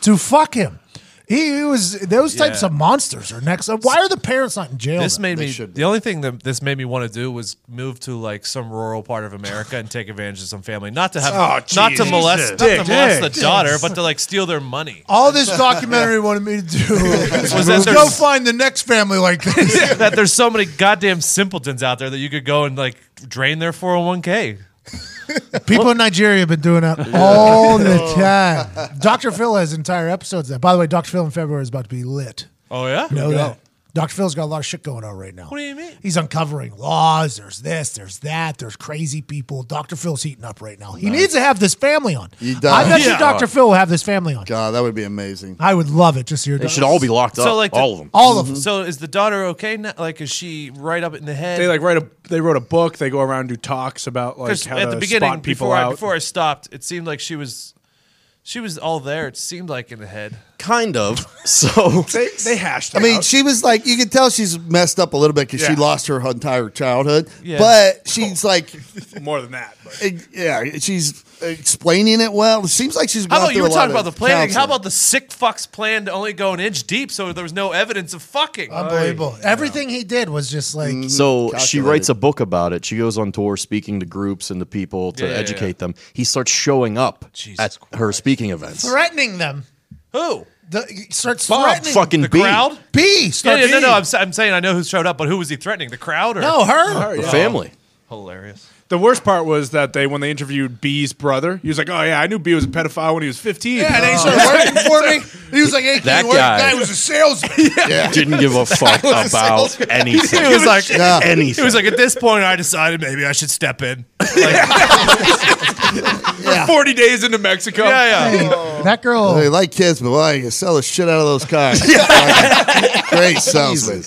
A: to fuck him. He, he was those types
H: Yeah.
A: of monsters are next. Why are the parents not in jail?
H: This
A: then?
H: made me.
I: should be.
H: The only thing that this made me want to do was move to like some rural part of America and take advantage of some family, not to have,
G: Oh,
H: not to
G: Jesus.
H: molest, not to
G: Dick,
H: molest the
G: dick.
H: daughter, but to like steal their money.
A: All this documentary wanted me to do was,
H: that
A: go
H: there's-
A: find the next family like this.
H: that there's so many goddamn simpletons out there that you could go and like drain their 401k.
A: People in Nigeria have been doing that all the
H: Oh.
A: time. Dr. Phil has entire episodes of that. By the way, Dr. Phil in February is about to be lit.
H: Oh yeah.
A: Know that. Dr. Phil's got a lot of shit going on right now. What
H: do you mean?
A: He's uncovering laws. There's this, there's that, there's crazy people. Dr. Phil's heating up right now. He needs to have this family on.
I: He does.
A: I bet you
I: Yeah.
A: Dr. Phil will have this family on.
I: God, that would be amazing.
A: I would love it just to hear
D: They should all be locked up.
H: So like the- Mm-hmm.
D: all of them.
A: all of them.
H: So is the daughter okay now? Like is she right up in the head?
G: they like write a. They wrote a book. They go around and do talks about like
H: 'Cause
G: how
H: at
G: to
H: the beginning
G: spot people
H: before I,
G: out.
H: before I stopped, it seemed like she was she was all there. It seemed like in the head.
D: Kind of. So
G: they they hashed.
I: I mean,
G: out.
I: she was like, you could tell she's messed up a little bit because she
G: Yeah.
I: lost her entire childhood.
H: Yeah.
I: But she's like,
G: more than that. But.
I: yeah, she's explaining it well. It seems like she's.
H: How
I: gone
H: about you
I: through
H: were
I: a lot
H: talking about the
I: of
H: planning? How
I: counseling.
H: about the sick fuck's plan to only go an inch deep, so there was no evidence of fucking?
A: Unbelievable. Everything he did was just like
D: Mm-hmm. so she
I: Calculated.
D: writes a book about it. She goes on tour speaking to groups and to people to
H: Yeah, yeah,
D: educate
H: yeah.
D: them. He starts showing up at her speaking events.
A: threatening them.
H: Who?
A: The, he starts
D: Bob
A: threatening
D: fucking
H: The
D: B.
H: crowd?
A: B.
H: Yeah,
A: Start
H: yeah, no, no.
A: B.
G: Oh,
H: I'm, s- I'm saying I know who showed up, but who was he threatening? The crowd or
A: No, her.
D: The family.
H: Hilarious.
G: The The worst part was that they when they interviewed B's brother, he was like, "Oh yeah, I knew B was a pedophile when he was Uh, 15."
J: Yeah, and he started working for me. He was like, hey, can
D: That
J: you work?
D: guy.
J: That guy was a salesman.
D: I didn't give a fuck
J: was a
D: about
J: salesman.
D: anything.
H: He was like,
D: anything.
H: he was like, at this point, I decided maybe I should step in.
G: 40 days into Mexico.
H: Yeah, yeah.
A: That girl.
I: They like kids, but why you sell the shit out of those cars? Great salesman.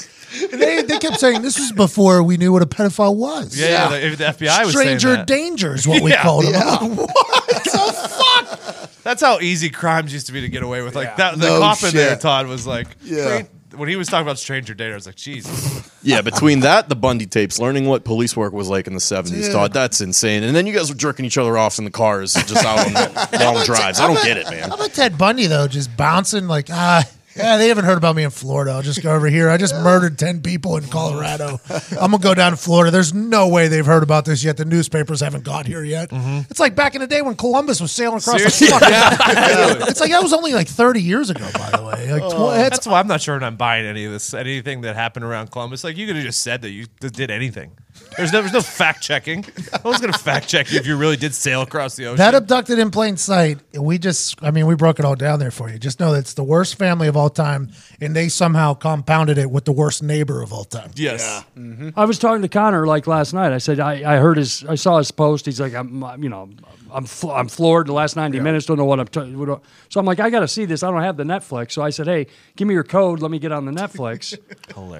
A: They, they kept saying this was before we knew what a pedophile was.
H: Yeah, yeah. the- The, FBI was saying
A: Stranger
H: that.
A: danger is what we
H: Yeah.
A: called him. I'm like, what? the fuck?
H: That's how easy crimes used to be to get away with. Like that, the
I: No
H: cop in there,
I: shit.
H: Todd was like,
I: Yeah.
H: "Great." When he was talking about stranger danger, I was like, Jesus.
D: yeah, between that, the Bundy tapes, learning what police work was like in the 70s, Todd, that's insane. And then you guys were jerking each other off in the cars just out on the long drives. I don't get it, man.
A: How about Ted Bundy though? Just bouncing like ah. Yeah, they haven't heard about me in Florida. I'll just go over here. I just murdered 10 people in Colorado. I'm going to go down to Florida. There's no way they've heard about this yet. The newspapers haven't got here yet.
D: Mm-hmm.
H: Mm-hmm.
A: It's like back in the day when Columbus was sailing across the fucking. It's like that was only like 30 years ago, by the way. Like, tw- that's
H: Oh, That's why I'm not sure I'm buying any of this, anything that happened around Columbus. Like you could have just said that you d- did anything. There's no, there's no fact checking. No one's gonna fact check you if you really did sail across the ocean.
A: That abducted in plain sight. We just, I mean, we broke it all down there for you. Just know that it's the worst family of all time, and they somehow compounded it with the worst neighbor of all time.
H: yes.
F: Mm-hmm. I was talking to Connor like last night. I said I, I heard his, I saw his post. He's like, I'm, I'm, you know, I'm, fl- I'm floored. The last ninety minutes, don't know what I'm. T- what I- so I'm like, I got to see this. I don't have the Netflix. So I said, Hey, give me your code. Let me get on the Netflix.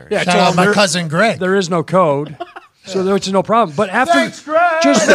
G: yeah
A: Shout
G: tell
A: out
G: him
A: my
G: you're-
A: cousin Greg.
F: there is no code. So there's no problem, but after
A: Thanks, Greg!
F: just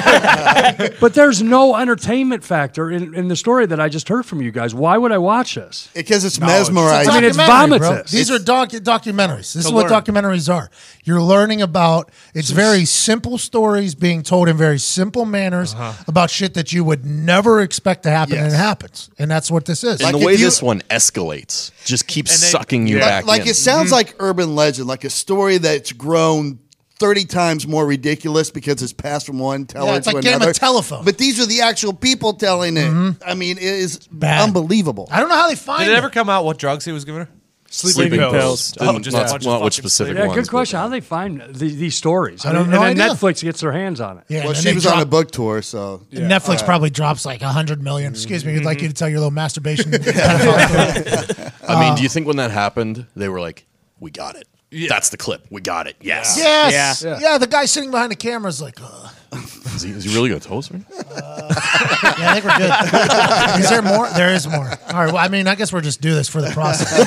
F: but there's no entertainment factor in, in the story that I just heard from you guys. Why would I watch this?
I: Because it's mesmerizing.
F: I mean, it's
A: Documentary, bro.
F: vomitous.
A: These are doc- documentaries. This is what
G: learn.
A: documentaries are. You're learning about it's very simple stories being told in very simple manners about shit that you would never expect to happen, and it happens. And that's what this is.
D: And
I: Like
D: the way
I: if you-
D: this one escalates just keeps
H: And they-
D: sucking you back
I: like
D: in.
I: it sounds
A: Mm-hmm.
I: like urban legend, like a story that's grown. 30 times more ridiculous because it's passed from one teller
A: Yeah, it's
I: to
A: like game of
I: another.
A: telephone. Mm-hmm.
I: But these are the actual people telling it. I mean, it is
A: Bad.
I: unbelievable.
A: I don't know how they find
H: Did it
A: it.
H: ever come out what drugs he was giving her?
G: sleeping pills.
D: Didn't-
H: Oh, just a
D: not,
H: bunch of
D: not which
H: fucking
D: specific
F: Yeah,
D: ones.
F: good
D: but-
F: question. How do they find the, these stories?
A: I don't
F: mean,
A: know
F: And then
A: idea.
F: Netflix gets their hands on it.
A: Yeah,
I: well,
A: and
I: she
A: they
I: was on
A: drop-
I: a book tour, so
A: And Netflix probably drops like a hundred million. Excuse me, we'd like you to tell your little masturbation.
D: I
A: Uh,
D: mean, do you think when that happened, they were like, we got it? That's the clip. We got it. Yes.
A: yes, yeah. The guy sitting behind the camera is like, uh,
D: Is, he, is he really going to tell us right now?
A: yeah, I think we're good. is there more? There is more. All right. Well, I mean, I guess we'll just do this for the process.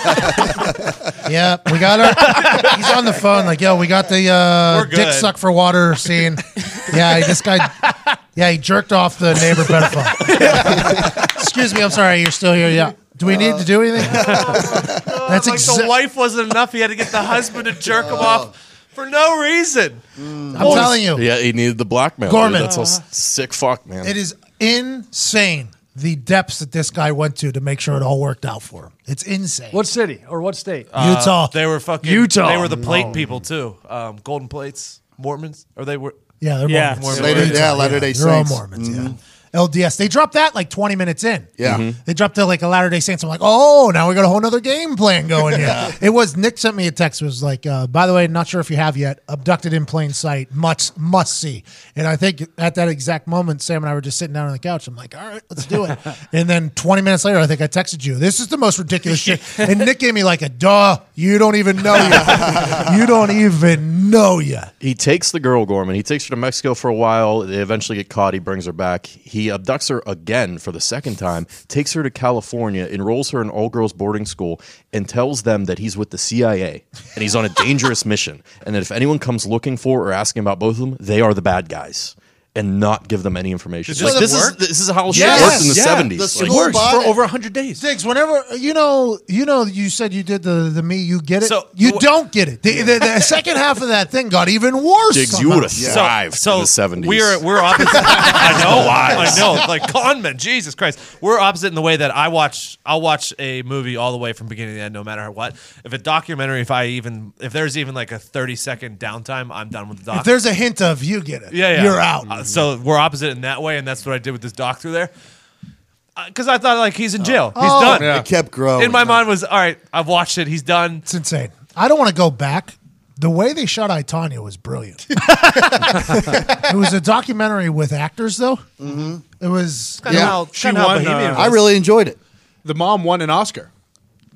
A: yeah, we got our. He's on the phone, like, yo, we got the uh,
H: We're
A: dick
H: good.
A: suck for water scene. Yeah, this guy. Yeah, he jerked off the neighbor pedophile. Excuse me, I'm sorry, you're still here. Yeah. Do we need to do anything? That's
H: like
A: exactly.
H: the wife wasn't enough. He had to get the husband to jerk him off for no reason.
A: I'm telling you.
D: Yeah, he needed the blackmail. dude.
A: Gorman.
D: That's a s- sick fuck, man.
A: It is insane the depths that this guy went to to make sure it all worked out for him. It's insane.
F: What city or what state?
A: Utah?
H: Uh, They were fucking
F: Utah.
H: They were the plate people too. Um, golden plates, Mormons, or they were.
A: yeah, they're
B: Yeah.
A: Mormons.
I: Later-
A: Utah,
I: yeah, Latter-day
A: They're all
I: Saints. Mm-hmm.
A: Mormons. Yeah. LDS. They dropped that like 20 minutes in.
I: Yeah. Mhm.
A: They dropped to like a Latter Day Saints. I'm like, oh, now we got a whole nother game plan going here. it was Nick sent me a text. Was like, uh, by the way, not sure if you have yet. Abducted in plain sight. Much must see. And I think at that exact moment, Sam and I were just sitting down on the couch. I'm like, all right, let's do it. and then 20 minutes later, I think I texted you. This is the most ridiculous shit. And Nick gave me like a duh. You don't even know yet. you don't even know yet.
D: he takes the girl, Gorman. He takes her to Mexico for a while. They eventually get caught. He brings her back. He abducts her again for the second time, takes her to California, enrolls her in all girls boarding school, and tells them that he's with the CIA and he's on a dangerous mission. And that if anyone comes looking for or asking about both of them, they are the bad guys. And not give them any information.
H: Does
D: Like,
H: this
D: this is
H: work?
D: this is how shit
A: Yes.
D: worked in the
H: Yeah.
I: The
D: seventies.
I: school body-
H: for over hundred days.
A: Diggs, whenever you know, you know, you said you did the the me, you get it.
H: So-
A: you don't get it. The, the, the second half of that thing got even worse.
D: Diggs, you
A: somehow.
D: would have thrived in the seventies.
H: We're we're opposite. I know, I know. Like con men, Jesus Christ. We're opposite in the way that I watch. I'll watch a movie all the way from beginning to end, no matter what. If a documentary, if I even if there's even like a thirty second downtime, I'm done with the doc.
A: If there's a hint of you get it,
H: yeah, yeah,
A: you're out.
H: Uh, so we're opposite in that way, and that's what I did with this doc through there. Because I thought like he's in jail, he's done.
I: Oh. it kept growing.
H: In my mind was all right. I've watched it. He's done.
A: It's insane. I don't want to go back. The way they shot I Tanya was brilliant. it was a documentary with actors, though. Mm-hmm. It was
I: Kinda Yeah. how-
G: She won. uh,
I: I really enjoyed it.
G: The mom won an Oscar.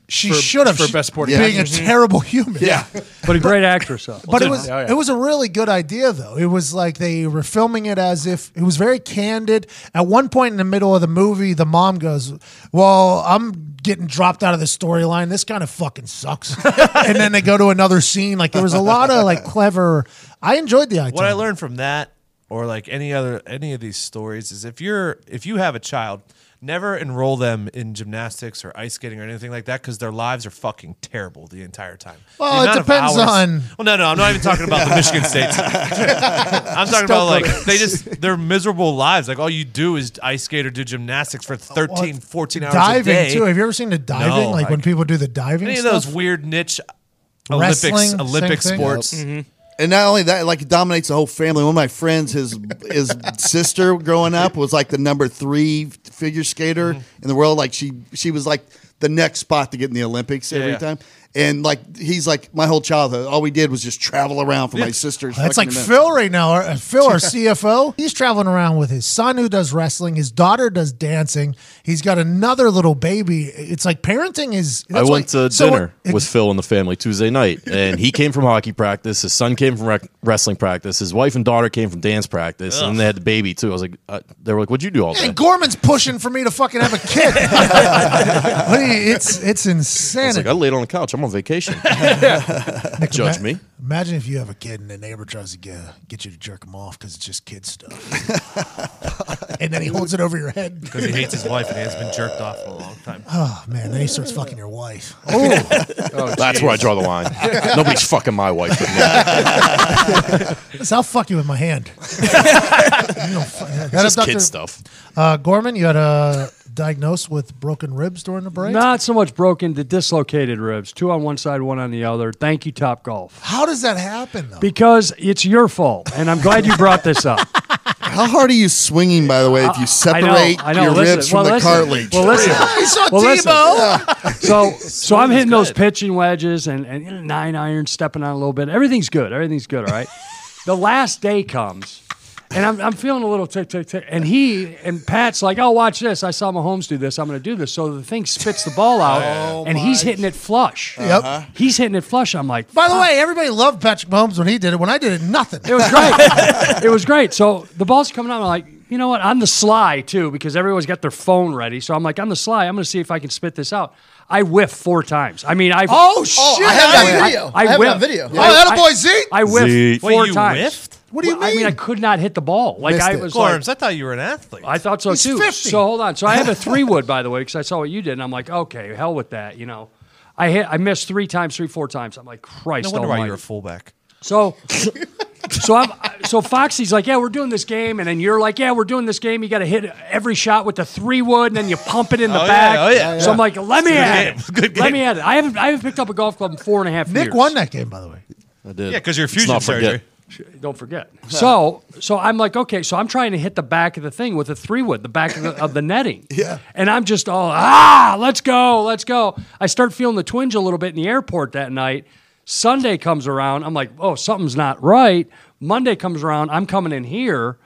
A: She
G: for-
A: should have
G: for best supporting
A: being a
G: actress.
A: terrible human.
G: Yeah.
F: But a great actress, though.
A: But it
G: Well,
A: was
H: Oh,
G: yeah, yeah.
A: it was a really good idea though. It was like they were filming it as if it was very candid. At one point in the middle of the movie, the mom goes, "Well, I'm getting dropped out of the storyline. This kind of fucking sucks." and then they go to another scene. Like there was a lot of like clever. I enjoyed the idea.
H: what I learned from that, or like any other any of these stories, is if you're if you have a child, never enroll them in gymnastics or ice skating or anything like that because their lives are fucking terrible the entire time.
A: Well,
H: The
A: it
H: amount of
A: depends on-
H: Well, no, no, I'm not even talking about the Michigan State. I'm talking about like they just they're miserable lives. Like all you do is ice skate or do gymnastics for 13, 14 hours
A: diving
H: a day.
A: too. Have you ever seen the diving?
H: No,
A: like
H: I-
A: when people do the diving.
H: any of
A: stuff?
H: those weird niche Olympics
A: Wrestling,
H: Olympic
A: same thing.
H: sports?
I: Mm-hmm.
D: Mm-hmm.
I: And not only that, like it dominates the whole family. One of my friends, his his sister growing up was like the number three figure skater
D: Mm-hmm.
I: in the world. Like she she was like the next spot to get in the Olympics every
H: yeah.
I: time. And like he's like my whole childhood, all we did was just travel around for my sister's.
H: Oh,
A: That's like
I: fucking event.
A: Phil right now. Our- uh, Phil, our CFO, he's traveling around with his son who does wrestling. His daughter does dancing. He's got another little baby. It's like parenting is.
D: I
A: that's
D: went
A: why-
D: to
A: so-
D: dinner
A: ex-
D: with Phil and the family Tuesday night, and he came from hockey practice. His son came from rec- wrestling practice. His wife and daughter came from dance practice, and they had the baby too. I was like, uh, they were like, "What'd you do all day?"
A: And Gorman's pushing for me to fucking have a kid. What do you- it's it's
D: I was like,
A: insanity.
D: "I laid on the couch. I'm on vacation."
A: Nick,
D: judge
A: ima-
D: me.
A: Imagine if you have a kid and the neighbor tries to get, get you to jerk him off because it's just kid stuff, and then he holds it over your head.
H: Because he hates his wife and he has been jerked off for a long time.
A: Oh man, then he starts fucking your wife. Oh,
D: That's where I draw the line. Nobody's fucking my wife. But me.
A: so I'll fuck you with my hand. You don't fu- that
D: Just
A: Dr.
D: kid stuff.
A: Uh, Gorman, you had uh, diagnosed with broken ribs during the break.
F: Not so much broken, the dislocated ribs. Two on one side, one on the other. Thank you, Top Golf.
A: How does that happen though?
F: Because it's your fault, and I'm glad you brought this up.
I: How hard are you swinging, by the way, if
F: I
I: you
F: know,
I: separate
F: I know.
I: your
F: Listen,
I: ribs
F: well,
I: from the
F: listen.
I: cartilage?
F: Well, listen.
A: I saw
F: Well, listen.
A: Tebow.
F: So, so I'm hitting those pitching wedges and, and you know, nine iron, stepping on a little bit. Everything's good. Everything's good. All right. the last day comes, and I'm, I'm feeling a little tick, tick, tick. And he and Pat's like, "Oh, watch this! I saw Mahomes do this. I'm going to do this." So the thing spits the ball out, and he's hitting it flush.
A: Yep.
F: He's hitting it flush. I'm like,
A: By the way, everybody loved Patrick Mahomes when he did it. When I did it, nothing.
F: it was great. it was great. So the ball's coming out. I'm like, you know what? On the sly too, because everyone's got their phone ready. So I'm like, on the sly, I'm going to see if I can spit this out. I whiff four times. I mean, I
A: Oh shit!
J: Oh, I have that video. I,
F: I
J: have
F: whiffed.
J: that video.
A: Oh, that boy Z.
F: I whiffed
D: Zeke.
F: four
H: Wait, you
F: times.
H: whiffed?
A: What do you
F: Well, I mean, I
A: mean?
F: could not hit the ball. Like
E: Missed
F: I
E: it.
F: was like,
H: Gorms, I thought you were an athlete.
F: I thought so
A: He's
F: too.
A: 50.
F: So hold on. So I have a three wood, by the way, because I saw what you did, and I'm like, okay, hell with that. You know, I hit, I missed three times, three, four times. I'm like, Christ,
H: no wonder why
F: almighty.
H: you're a fullback.
F: So, so I'm so Foxy's like, yeah, we're doing this game, and then you're like, yeah, we're doing this game. You got to hit every shot with the three wood, and then you pump it in the
H: Oh, yeah,
F: back.
H: oh, yeah.
F: So I'm like, let me at
H: game.
F: it.
H: Good
F: Let
H: game.
F: me at it. I haven't I haven't picked up a golf club in four and a half years.
A: Nick won that game, by the way.
D: I did.
H: Yeah, because you're
D: Let's
H: fusion
D: not forget.
H: surgery.
F: Don't forget. So, so I'm like, okay, so I'm trying to hit the back of the thing with a three wood, the back of the, of the netting. Yeah. And I'm just all, ah, let's go, let's go. I start feeling the twinge a little bit in the airport that night. Sunday comes around. I'm like, oh, something's not right. Monday comes around. I'm coming in here.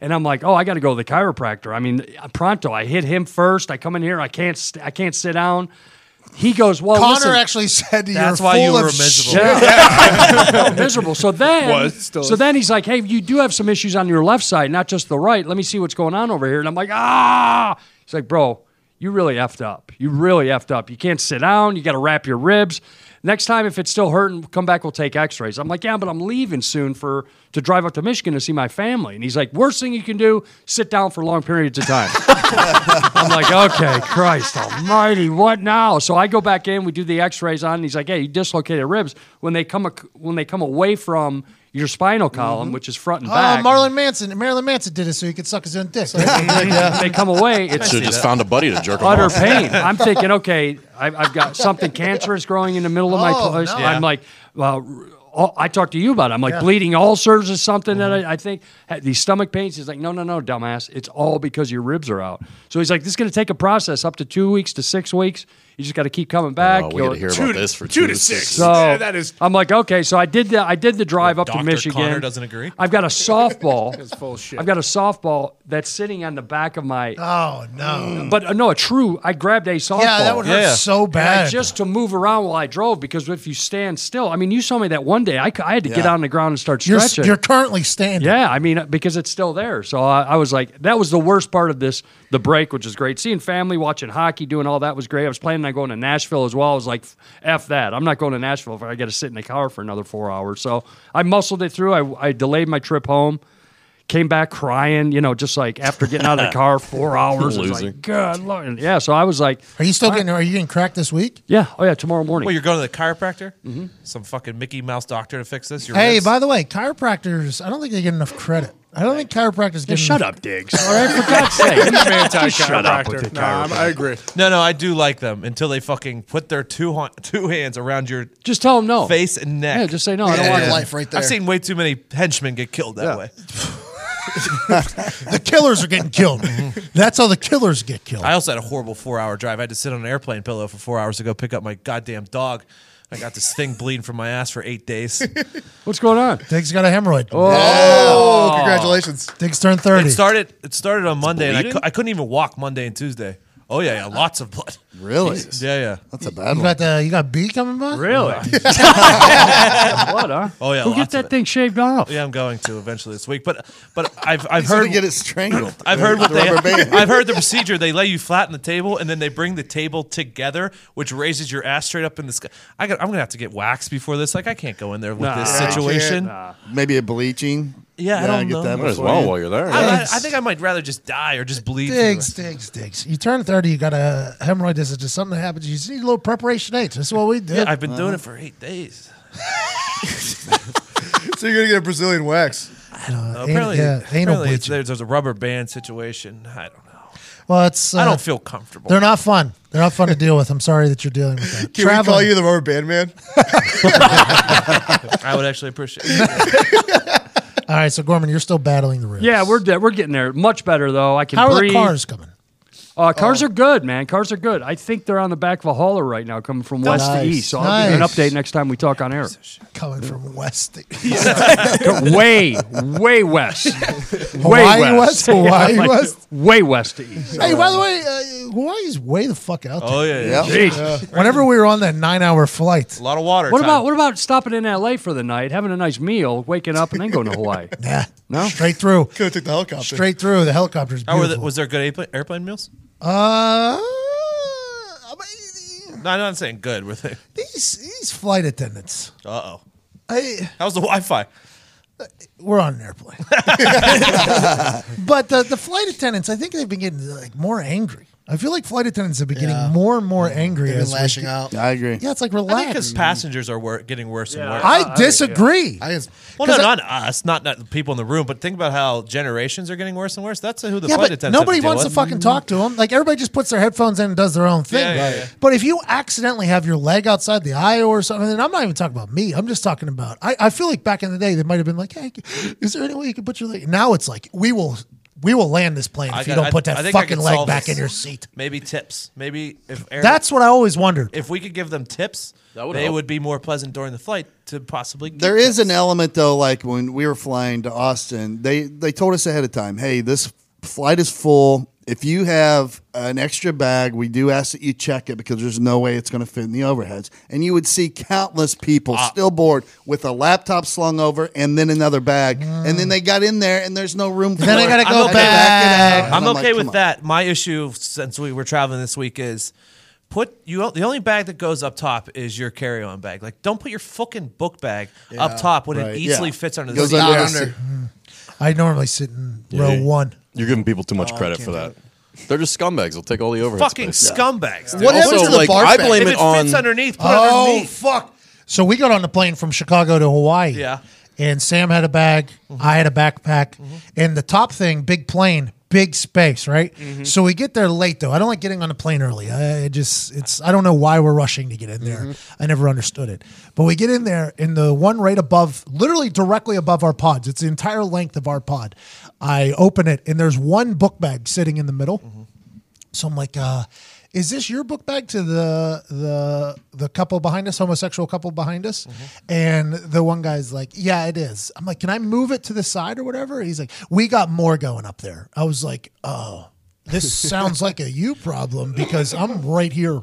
F: And I'm like, oh, I got to go to the chiropractor. I mean, uh, pronto. I hit him first. I come in here. I can't. St- I can't sit down. He goes, well,
A: Connor
F: Oh, listen-
A: actually said you're
H: That's why you
A: full
H: were
A: of
H: miserable.
A: shit.
F: yeah. No, miserable. So then,
G: Was, still
F: so
G: is.
F: then he's like, "Hey, you do have some issues on your left side, not just the right. Let me see what's going on over here." And I'm like, "Ah!" He's like, "Bro, you really effed up. You really effed up. You can't sit down. You got to wrap your ribs. Next time, if it's still hurting, come back. We'll take X-rays." I'm like, "Yeah, but I'm leaving soon for to drive up to Michigan to see my family." And he's like, "Worst thing you can do: sit down for long periods of time." I'm like, okay, Christ Almighty, what now? So I go back in, we do the X-rays on, and he's like, hey, you dislocated ribs when they come ac- when they come away from your spinal column, which is front and
A: Oh,
F: back.
A: Marlon Manson. Marilyn Manson did it so he could suck his own dick.
F: They come away. It's
D: Should have just found a buddy to jerk him
F: utter
D: off.
F: pain. I'm thinking, okay, I've, I've got something cancerous growing in the middle of my
A: Oh,
F: place.
A: no.
F: I'm like, well, all, I talked to you about. it. I'm like bleeding ulcers is something
A: Mm-hmm.
F: that I, I think had these stomach pains. He's like, no, no, no, dumbass, it's all because your ribs are out. So he's like, this is going to take a process up to two weeks to six weeks. You just got to keep coming back.
D: Oh, we got
F: You're-
D: to hear
G: Two
D: about
G: to-
D: this for
G: two
D: two,
G: to six.
F: so
G: Yeah, that is-
F: I'm like, okay, so I did the I did the drive up to
H: Dr.
F: Michigan.
H: Connor doesn't agree?
F: I've got a softball.
G: full of shit.
F: I've got a softball that's sitting on the back of my.
A: Oh no.
F: but uh, no, a true. I grabbed a softball.
A: Yeah, that would hurt
H: Yeah.
A: so
F: And I
A: bad.
F: just to move around while I drove because if you stand still, I mean, you saw me that one day. I, c- I had to get on the ground and start
A: you're,
F: stretching.
A: you're currently standing.
F: yeah, I mean, uh, because it's still there. So I, I was like, that was the worst part of this, the break, which is great. Seeing family, watching hockey, doing all that was great. I was planning on going to Nashville as well. I was like, F that. I'm not going to Nashville if I got to sit in the car for another four hours. So I muscled it through. I, I delayed my trip home, came back crying, you know, just like after getting out of the car, four hours. I was
D: Loser.
F: Like, God, Lord. And yeah. So I was like,
A: Are you still getting? Are you getting cracked this week?
F: yeah, oh yeah, tomorrow morning.
H: Well, you're going to the chiropractor? Mm-hmm. Some fucking Mickey Mouse doctor to fix this? Your
A: Hey,
H: ribs?
A: by the way, chiropractors. I don't think they get enough credit. I don't think chiropractors get. enough-
F: up, Diggs. All right, for God's sake.
G: I'm anti
F: shut up with
G: chiropractor.
F: the
G: No, I'm- I agree.
H: No, no, I do like them until they fucking put their two hon- two hands around your
F: Just tell him no.
H: face and neck.
F: Yeah, just say no. I don't
H: Yeah.
F: want
I: Fuck life right there.
H: I've seen way too many henchmen get killed that way.
A: The killers are getting killed.
F: Mm-hmm.
A: That's how the killers get killed.
H: I also had a horrible four hour drive. I had to sit on an airplane pillow for four hours to go pick up my goddamn dog. I got this thing bleeding from my ass for eight days.
F: What's going on?
A: Diggs got a hemorrhoid.
I: Oh, congratulations.
A: Diggs turned thirty.
H: It started. It started on Monday, and I, cou-
D: bleeding?
H: I couldn't even walk Monday and Tuesday. Oh yeah, yeah, lots of blood.
I: Really?
H: Yeah, yeah.
I: That's a bad
A: you
I: one.
A: got the you got B coming by.
F: Really? what, huh?
H: Oh, yeah,
F: Who
H: lots
F: get
H: of
F: that
H: it.
F: thing shaved off?
H: Yeah, I'm going to eventually this week, but but I've I've
I: He's gonna
H: heard
I: get it strangled.
H: I've heard what
I: The
H: they
I: rubber band.
H: I've heard the procedure. They lay you flat on the table, and then they bring the table together, which raises your ass straight up in the sky. I got, I'm gonna have to get waxed before this. Like I can't go in there with this
F: Nah.
H: situation.
I: Maybe a bleaching.
H: Yeah, I don't know.
D: Might as Oh, well while
I: beforehand.
D: you're there.
H: I,
D: yeah.
H: I- I think I might rather just die or just bleed. for the
A: Diggs,
H: rest.
A: Diggs, Diggs. You turn 30, you got a hemorrhoid. This is just something that happens. You just need a little preparation H. That's what we did.
H: Yeah, I've been
A: Uh-huh.
H: doing it for eight days.
C: So you're gonna get a Brazilian wax.
A: Uh,
H: Apparently,
A: yeah, anal
H: apparently it's-
A: bleaching.
H: there's, there's a rubber band situation. I don't know.
A: Well, it's, uh,
H: I don't feel comfortable.
A: They're not fun. They're not fun to deal with. I'm sorry that you're dealing with that.
C: Can we call you the rubber band man?
H: I would actually appreciate it.
A: All right, so Gorman, you're still battling the ribs.
F: Yeah, we're de- we're getting there. Much better though. I can
A: How are
F: breathe.
A: the cars coming? Oh.
F: Uh, cars are good, man. Cars are good. I think they're on the back of a hauler right now, coming from west
A: Nice.
F: to east. So I'll give you an
A: Nice.
F: update next time we talk on air.
A: Coming from west.
F: way, way west. way
A: Hawaii west?
F: Yeah,
A: Hawaii
F: like,
A: west?
F: Way west to east.
A: hey, by the way, uh, Hawaii's way the fuck out there.
H: Oh yeah, yeah.
I: Yeah.
F: Jeez.
A: Whenever we were on that nine hour flight,
H: a lot of water.
F: What
H: time.
F: about what about stopping in L.A. for the night, having a nice meal, waking up, and then going to Hawaii?
A: yeah, no. straight through.
C: Could have took the helicopter.
A: Straight through. The helicopter's
H: Oh, were
A: beautiful.
H: the- was there good airplane, airplane meals?
A: uh,
H: No, I'm not saying good. Were they?
A: these, these flight attendants.
H: Uh oh.
A: I,
H: How's the Wi-Fi?
A: we're on an airplane. but the, the flight attendants, I think they've been getting like more angry. I feel like flight attendants have been getting more and more angry.
C: Mm-hmm. They've
A: as we
C: been lashing
A: get-
C: out.
I: I agree.
A: Yeah, it's like
H: I think
A: relax.
H: because passengers are wor- getting worse and
F: Yeah.
H: worse.
A: I disagree.
C: I just,
H: well, no, not us, not, not the people in the room, but think about how generations are getting worse and worse. That's who the
A: yeah,
H: flight
A: but
H: attendants. have
A: nobody
H: to deal
A: wants to
H: with.
A: fucking talk to them. Like everybody just puts their headphones in and does their own thing.
H: Yeah, yeah, Right. yeah.
A: But if you accidentally have your leg outside the aisle or something, and I'm not even talking about me. I'm just talking about. I, I feel like back in the day they might have been like, "Hey, is there any way you can put your leg?" Now it's like we will we will land this plane
H: I
A: if you
H: got-
A: don't
H: I-
A: put
H: I
A: that
H: think I
A: fucking
H: can
A: leg
H: solve
A: back
H: this.
A: in your seat.
H: Maybe tips. Maybe if air-
A: That's what I always wondered.
H: if we could give them tips,
D: That would
H: they
D: help.
H: would be more pleasant during the flight to possibly. Get
I: There is
H: tips.
I: an element though, like when we were flying to Austin, they they told us ahead of time, hey, this flight is full. If you have an extra bag, we do ask that you check it because there's no way it's going to fit in the overheads. And you would see countless people still bored with a laptop slung over and then another bag. And then they got in there and there's no room for
A: Then I
I: it.
A: gotta
I: And
A: go
I: they it out.
A: back.
I: And
H: I'm,
I: like,
H: okay
I: come
H: with
I: on.
H: that. My issue since we were traveling this week is put you the only bag that goes up top is your carry-on bag. Like don't put your fucking book bag up top when it easily
I: Yeah.
H: fits under the
I: Goes
H: seat.
I: under.
A: I normally sit in row
D: yeah.
A: one.
D: You're giving people too much
A: Oh,
D: credit for that. They're just scumbags. They'll take all the overhead
H: Fucking
D: space.
H: scumbags. dude.
C: What happened
D: Also,
C: to the
D: like,
C: barf
D: I
C: bag?
D: blame
H: if
D: it
H: it
D: on.
H: fits underneath, put it
C: oh
H: underneath.
C: fuck!
A: So we got on the plane from Chicago to Hawaii.
H: Yeah.
A: And Sam had a bag. I had a backpack. And the top thing, big plane, big space, right? So we get there late though. I don't like getting on a plane early. I I just it's I don't know why we're rushing to get in there. I never understood it. But we get in there in the one right above, literally directly above our pods. It's the entire length of our pod. I open it and there's one book bag sitting in the middle. So I'm like, uh, Is this your book bag to the the the couple behind us, homosexual couple behind us?
H: Mm-hmm.
A: And the one guy's like, "Yeah, it is." I'm like, "Can I move it to the side or whatever?" He's like, "We got more going up there." I was like, "Oh, this sounds like a you problem because I'm right here."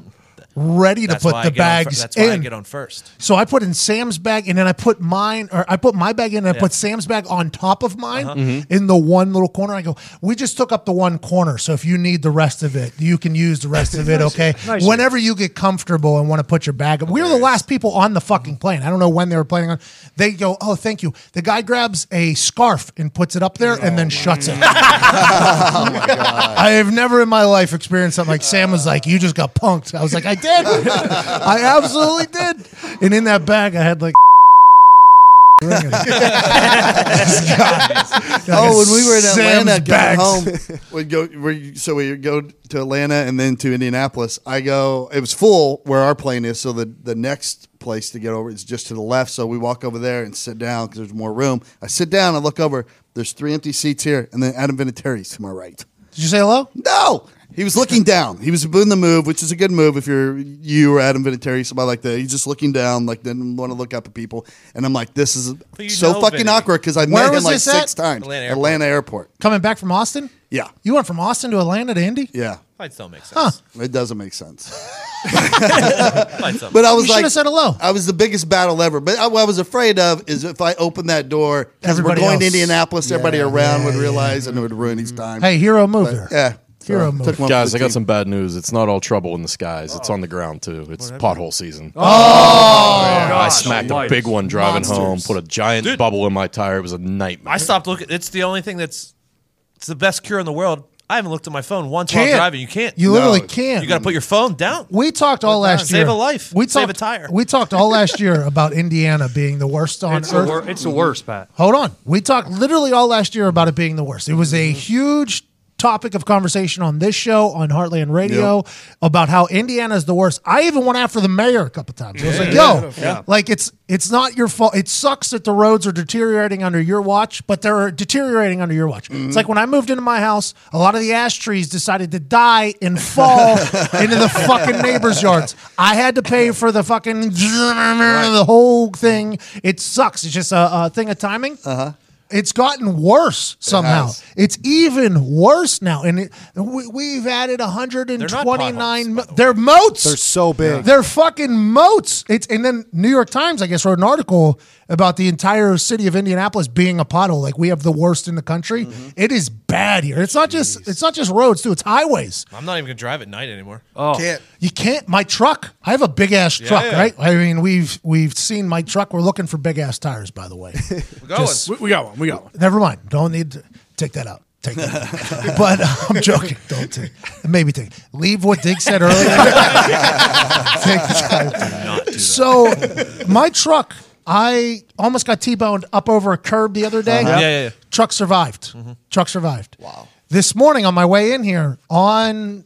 A: Ready to
H: That's why
A: put
H: I
A: the
H: get on fir-
A: bags
H: that's why I
A: in.
H: get on first.
A: So I put in Sam's bag, and then I put mine, or I put my bag in, and I
H: Yeah.
A: put Sam's bag on top of mine
H: Uh-huh. Mhm.
A: in the one little corner. I go, we just took up the one corner, so if you need the rest of it, you can use the rest of it.
J: Nice.
A: Okay,
J: Nice.
A: whenever you get comfortable and want to put your bag up, we were the last people on the fucking plane. I don't know when they were planning on. They go, oh, thank you. The guy grabs a scarf and puts it up there, and then shuts it. I have never in my life experienced something like Sam was like, "You just got punked." I was like, "I did, I absolutely did." And in that bag, I had like. ring in it. Like a
I: oh, when we were in
A: Sam's
I: Atlanta,
A: bags.
I: going home, we go. we so we go to Atlanta and then to Indianapolis. I go. It was full where our plane is, so the the next place to get over is just to the left. So we walk over there and sit down because there's more room. I sit down. I look over. There's three empty seats here, and then Adam Vinatieri's to my right.
A: Did you say hello?
I: No. He was looking down. He was doing the move, which is a good move if you're you or Adam Vinatieri, somebody like that. He's just looking down, like didn't want to look up at people. And I'm like, this is
A: you
I: so
A: know
I: fucking
A: Vinny.
I: awkward because I
A: Where
I: met him
A: was
I: like
A: this
I: six
A: at?
I: times.
A: Atlanta
I: Atlanta
A: Airport.
I: Airport.
A: Coming back from Austin?
I: Yeah.
A: You went from Austin to Atlanta to Indy?
I: Yeah.
H: Flights don't make sense.
A: Huh.
I: It doesn't make sense.
H: Flights
I: But
H: don't make
I: I was
H: sense.
I: like,
A: said hello.
I: I was the biggest battle ever. But I, what I was afraid of is if I opened that door, 'cause
A: Everybody
I: we're going to
A: else.
I: Indianapolis, everybody around would realize and it would ruin his time.
A: Hey, hero move
I: But,
A: there.
I: Yeah. So
A: Hero
I: took
A: move.
I: one for
D: Guys, I
I: the
D: got
I: team.
D: some bad news. It's not all trouble in the skies. It's on the ground too. It's pothole season.
I: Oh,
D: Yeah, I
H: gosh.
D: smacked a
H: Lights.
D: big one driving home.
H: Monsters.
D: Put a giant
H: Dude.
D: bubble in my tire. It was a nightmare.
H: I stopped looking. It's the only thing that's. It's the best cure in the world. I haven't looked at my phone once while
A: Can't.
H: driving. You can't.
A: You literally No. can't.
H: You got to put your phone down.
A: We talked all last
H: Save
A: year.
H: a life.
A: We
H: Save
A: talked,
H: a tire.
A: We talked all last year about Indiana being the worst on
F: It's the
A: earth.
F: wor- it's the worst, Pat.
A: Hold on. We talked literally all last year about it being the worst. It was
J: Mm-hmm.
A: a huge topic of conversation on this show, on Heartland Radio, about how Indiana is the worst. I even went after the mayor a couple times. I was like,
J: Yeah.
A: yo,
J: Yeah.
A: like it's it's not your fault. It sucks that the roads are deteriorating under your watch, but they're deteriorating under your watch.
J: Mm-hmm.
A: It's like when I moved into my house, a lot of the ash trees decided to die and fall into the fucking neighbors' yards. I had to pay for the fucking the whole thing. It sucks. It's just a, a thing of timing. Uh-huh. It's gotten worse somehow.
J: has.
A: it's even worse now, and it, we, we've added 129. Mo- they're moats.
E: They're so big.
A: They're fucking moats. It's and then New York Times, I guess, wrote an article about the entire city of Indianapolis being a pothole. Like we have the worst in the country.
E: Mm-hmm.
A: It is bad here. It's not just it's not just roads too. It's highways.
H: I'm not even gonna drive at night anymore. Oh,
A: You can't. My truck. I have a big ass
H: Yeah,
A: truck,
H: yeah.
A: right? I mean, we've we've seen my truck. We're looking for big ass tires, by the way. Just-
G: we, we got one. We got one.
A: Never mind. Don't need to take that out. Take that. out. but uh, um, I'm joking. Don't take. Maybe take. Leave what Dick said earlier. take the time. So, my truck. I almost got T-boned up over a curb the other day.
J: Uh-huh. Yeah, yeah, Mm-hmm. yeah.
A: Truck survived. Truck survived. Wow. This morning on my way in here on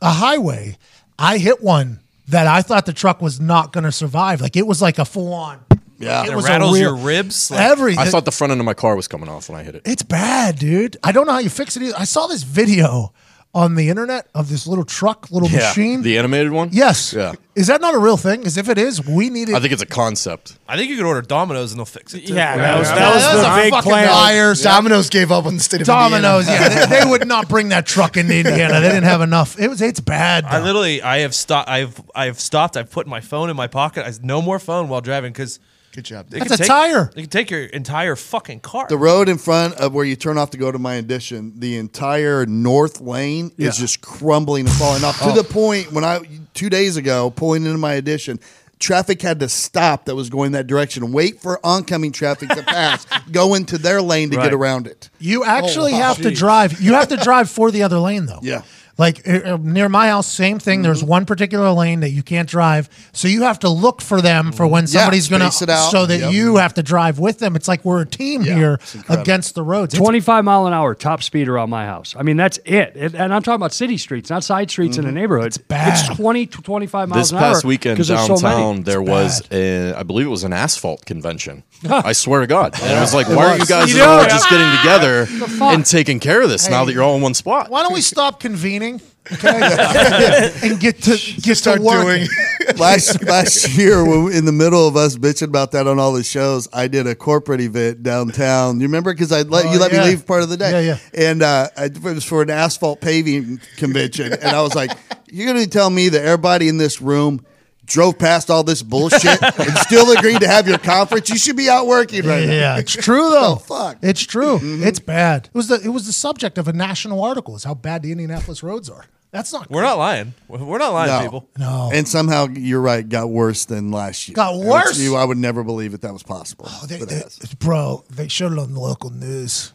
A: a highway, I hit one that I thought the truck was not going to survive. Like it was like a full on.
D: Yeah,
A: It It was a rattles real- your
H: ribs.
A: like- Everything.
D: I thought the front end of my car was coming off when I hit it.
A: It's bad, dude. I don't know how you fix it either. I saw this video on the internet of this little truck, little machine.
D: the animated one.
A: Yes.
D: Yeah,
A: Is that not a real thing? Because if it is, we need it.
D: I think it's a concept.
H: I think you could order Domino's and they'll fix it. Too.
D: Yeah,
A: that was- that Yeah, was that the was a big fucking plan. liar.
C: Domino's gave up on the state of
A: Domino's,
C: Indiana.
A: yeah, they, they would not bring that truck into Indiana. They didn't have enough. It was, it's bad.
H: I literally, I have stopped. I've, I've stopped. I've put my phone in my pocket. I no more phone while driving because.
C: Good job.
I: That's a tire.
H: It can take your entire fucking car.
I: The road in front of where you turn off to go to my addition, the entire north lane
H: Yeah.
I: is just crumbling and falling off
H: Oh.
I: to the point when I two days ago pulling into my addition. Traffic had to stop that was going that direction, wait for oncoming traffic to pass, go into their lane to
A: Right.
I: get around it.
A: You actually
I: Oh, wow.
A: have to
I: Jeez.
A: drive. You have to drive for the other lane, though.
I: Yeah.
A: Like uh, uh, near my house, same thing. There's one particular lane that you can't drive, so you have to look for them for when
I: Yeah,
A: somebody's going
I: space it
A: to,
I: out.
A: so that
I: Yep.
A: you have to drive with them. It's like we're a team here against the roads. It's
F: 25 mile an hour top speed around my house. I mean, that's it. It- and I'm talking about city streets, not side streets in a neighborhood. It's
A: Mm-hmm. bad.
F: 20 to 25 miles
D: this
F: an hour.
D: past weekend
F: 'cause there's so
D: downtown
F: many.
D: there was a, I believe it was an asphalt convention. I swear to God, and it was like,
A: It
D: why
A: was.
D: are you guys
A: You
D: all
A: know,
D: just getting together
A: the fuck?
D: and taking care of this now that you're all in one spot?
A: Why don't we stop convening okay? and get to get
C: Start
A: to work.
C: doing-
I: last last year, when we- in the middle of us bitching about that on all the shows, I did a corporate event downtown. You remember? Because I let you
A: Oh,
I: let
A: yeah.
I: me leave part of the day.
A: Yeah,
I: And uh, I, it was for an asphalt paving convention, and I was like, "You're going to tell me that everybody in this room." Drove past all this bullshit and still agreed to have your conference. You should be out working right now.
A: Yeah, it's true though.
I: fuck. Mm-hmm.
A: It's true. It's bad. It was the it was the subject of a national article. Is how bad the Indianapolis roads are. That's not
H: We're not lying. We're not lying,
I: No.
H: people.
A: no.
I: And somehow you're right, got worse than last year.
A: Got
I: Which
A: worse? Oh,
I: You, I would never believe that that was possible.
A: They-
I: but
A: they-
I: it has.
A: bro, they showed it on the local news.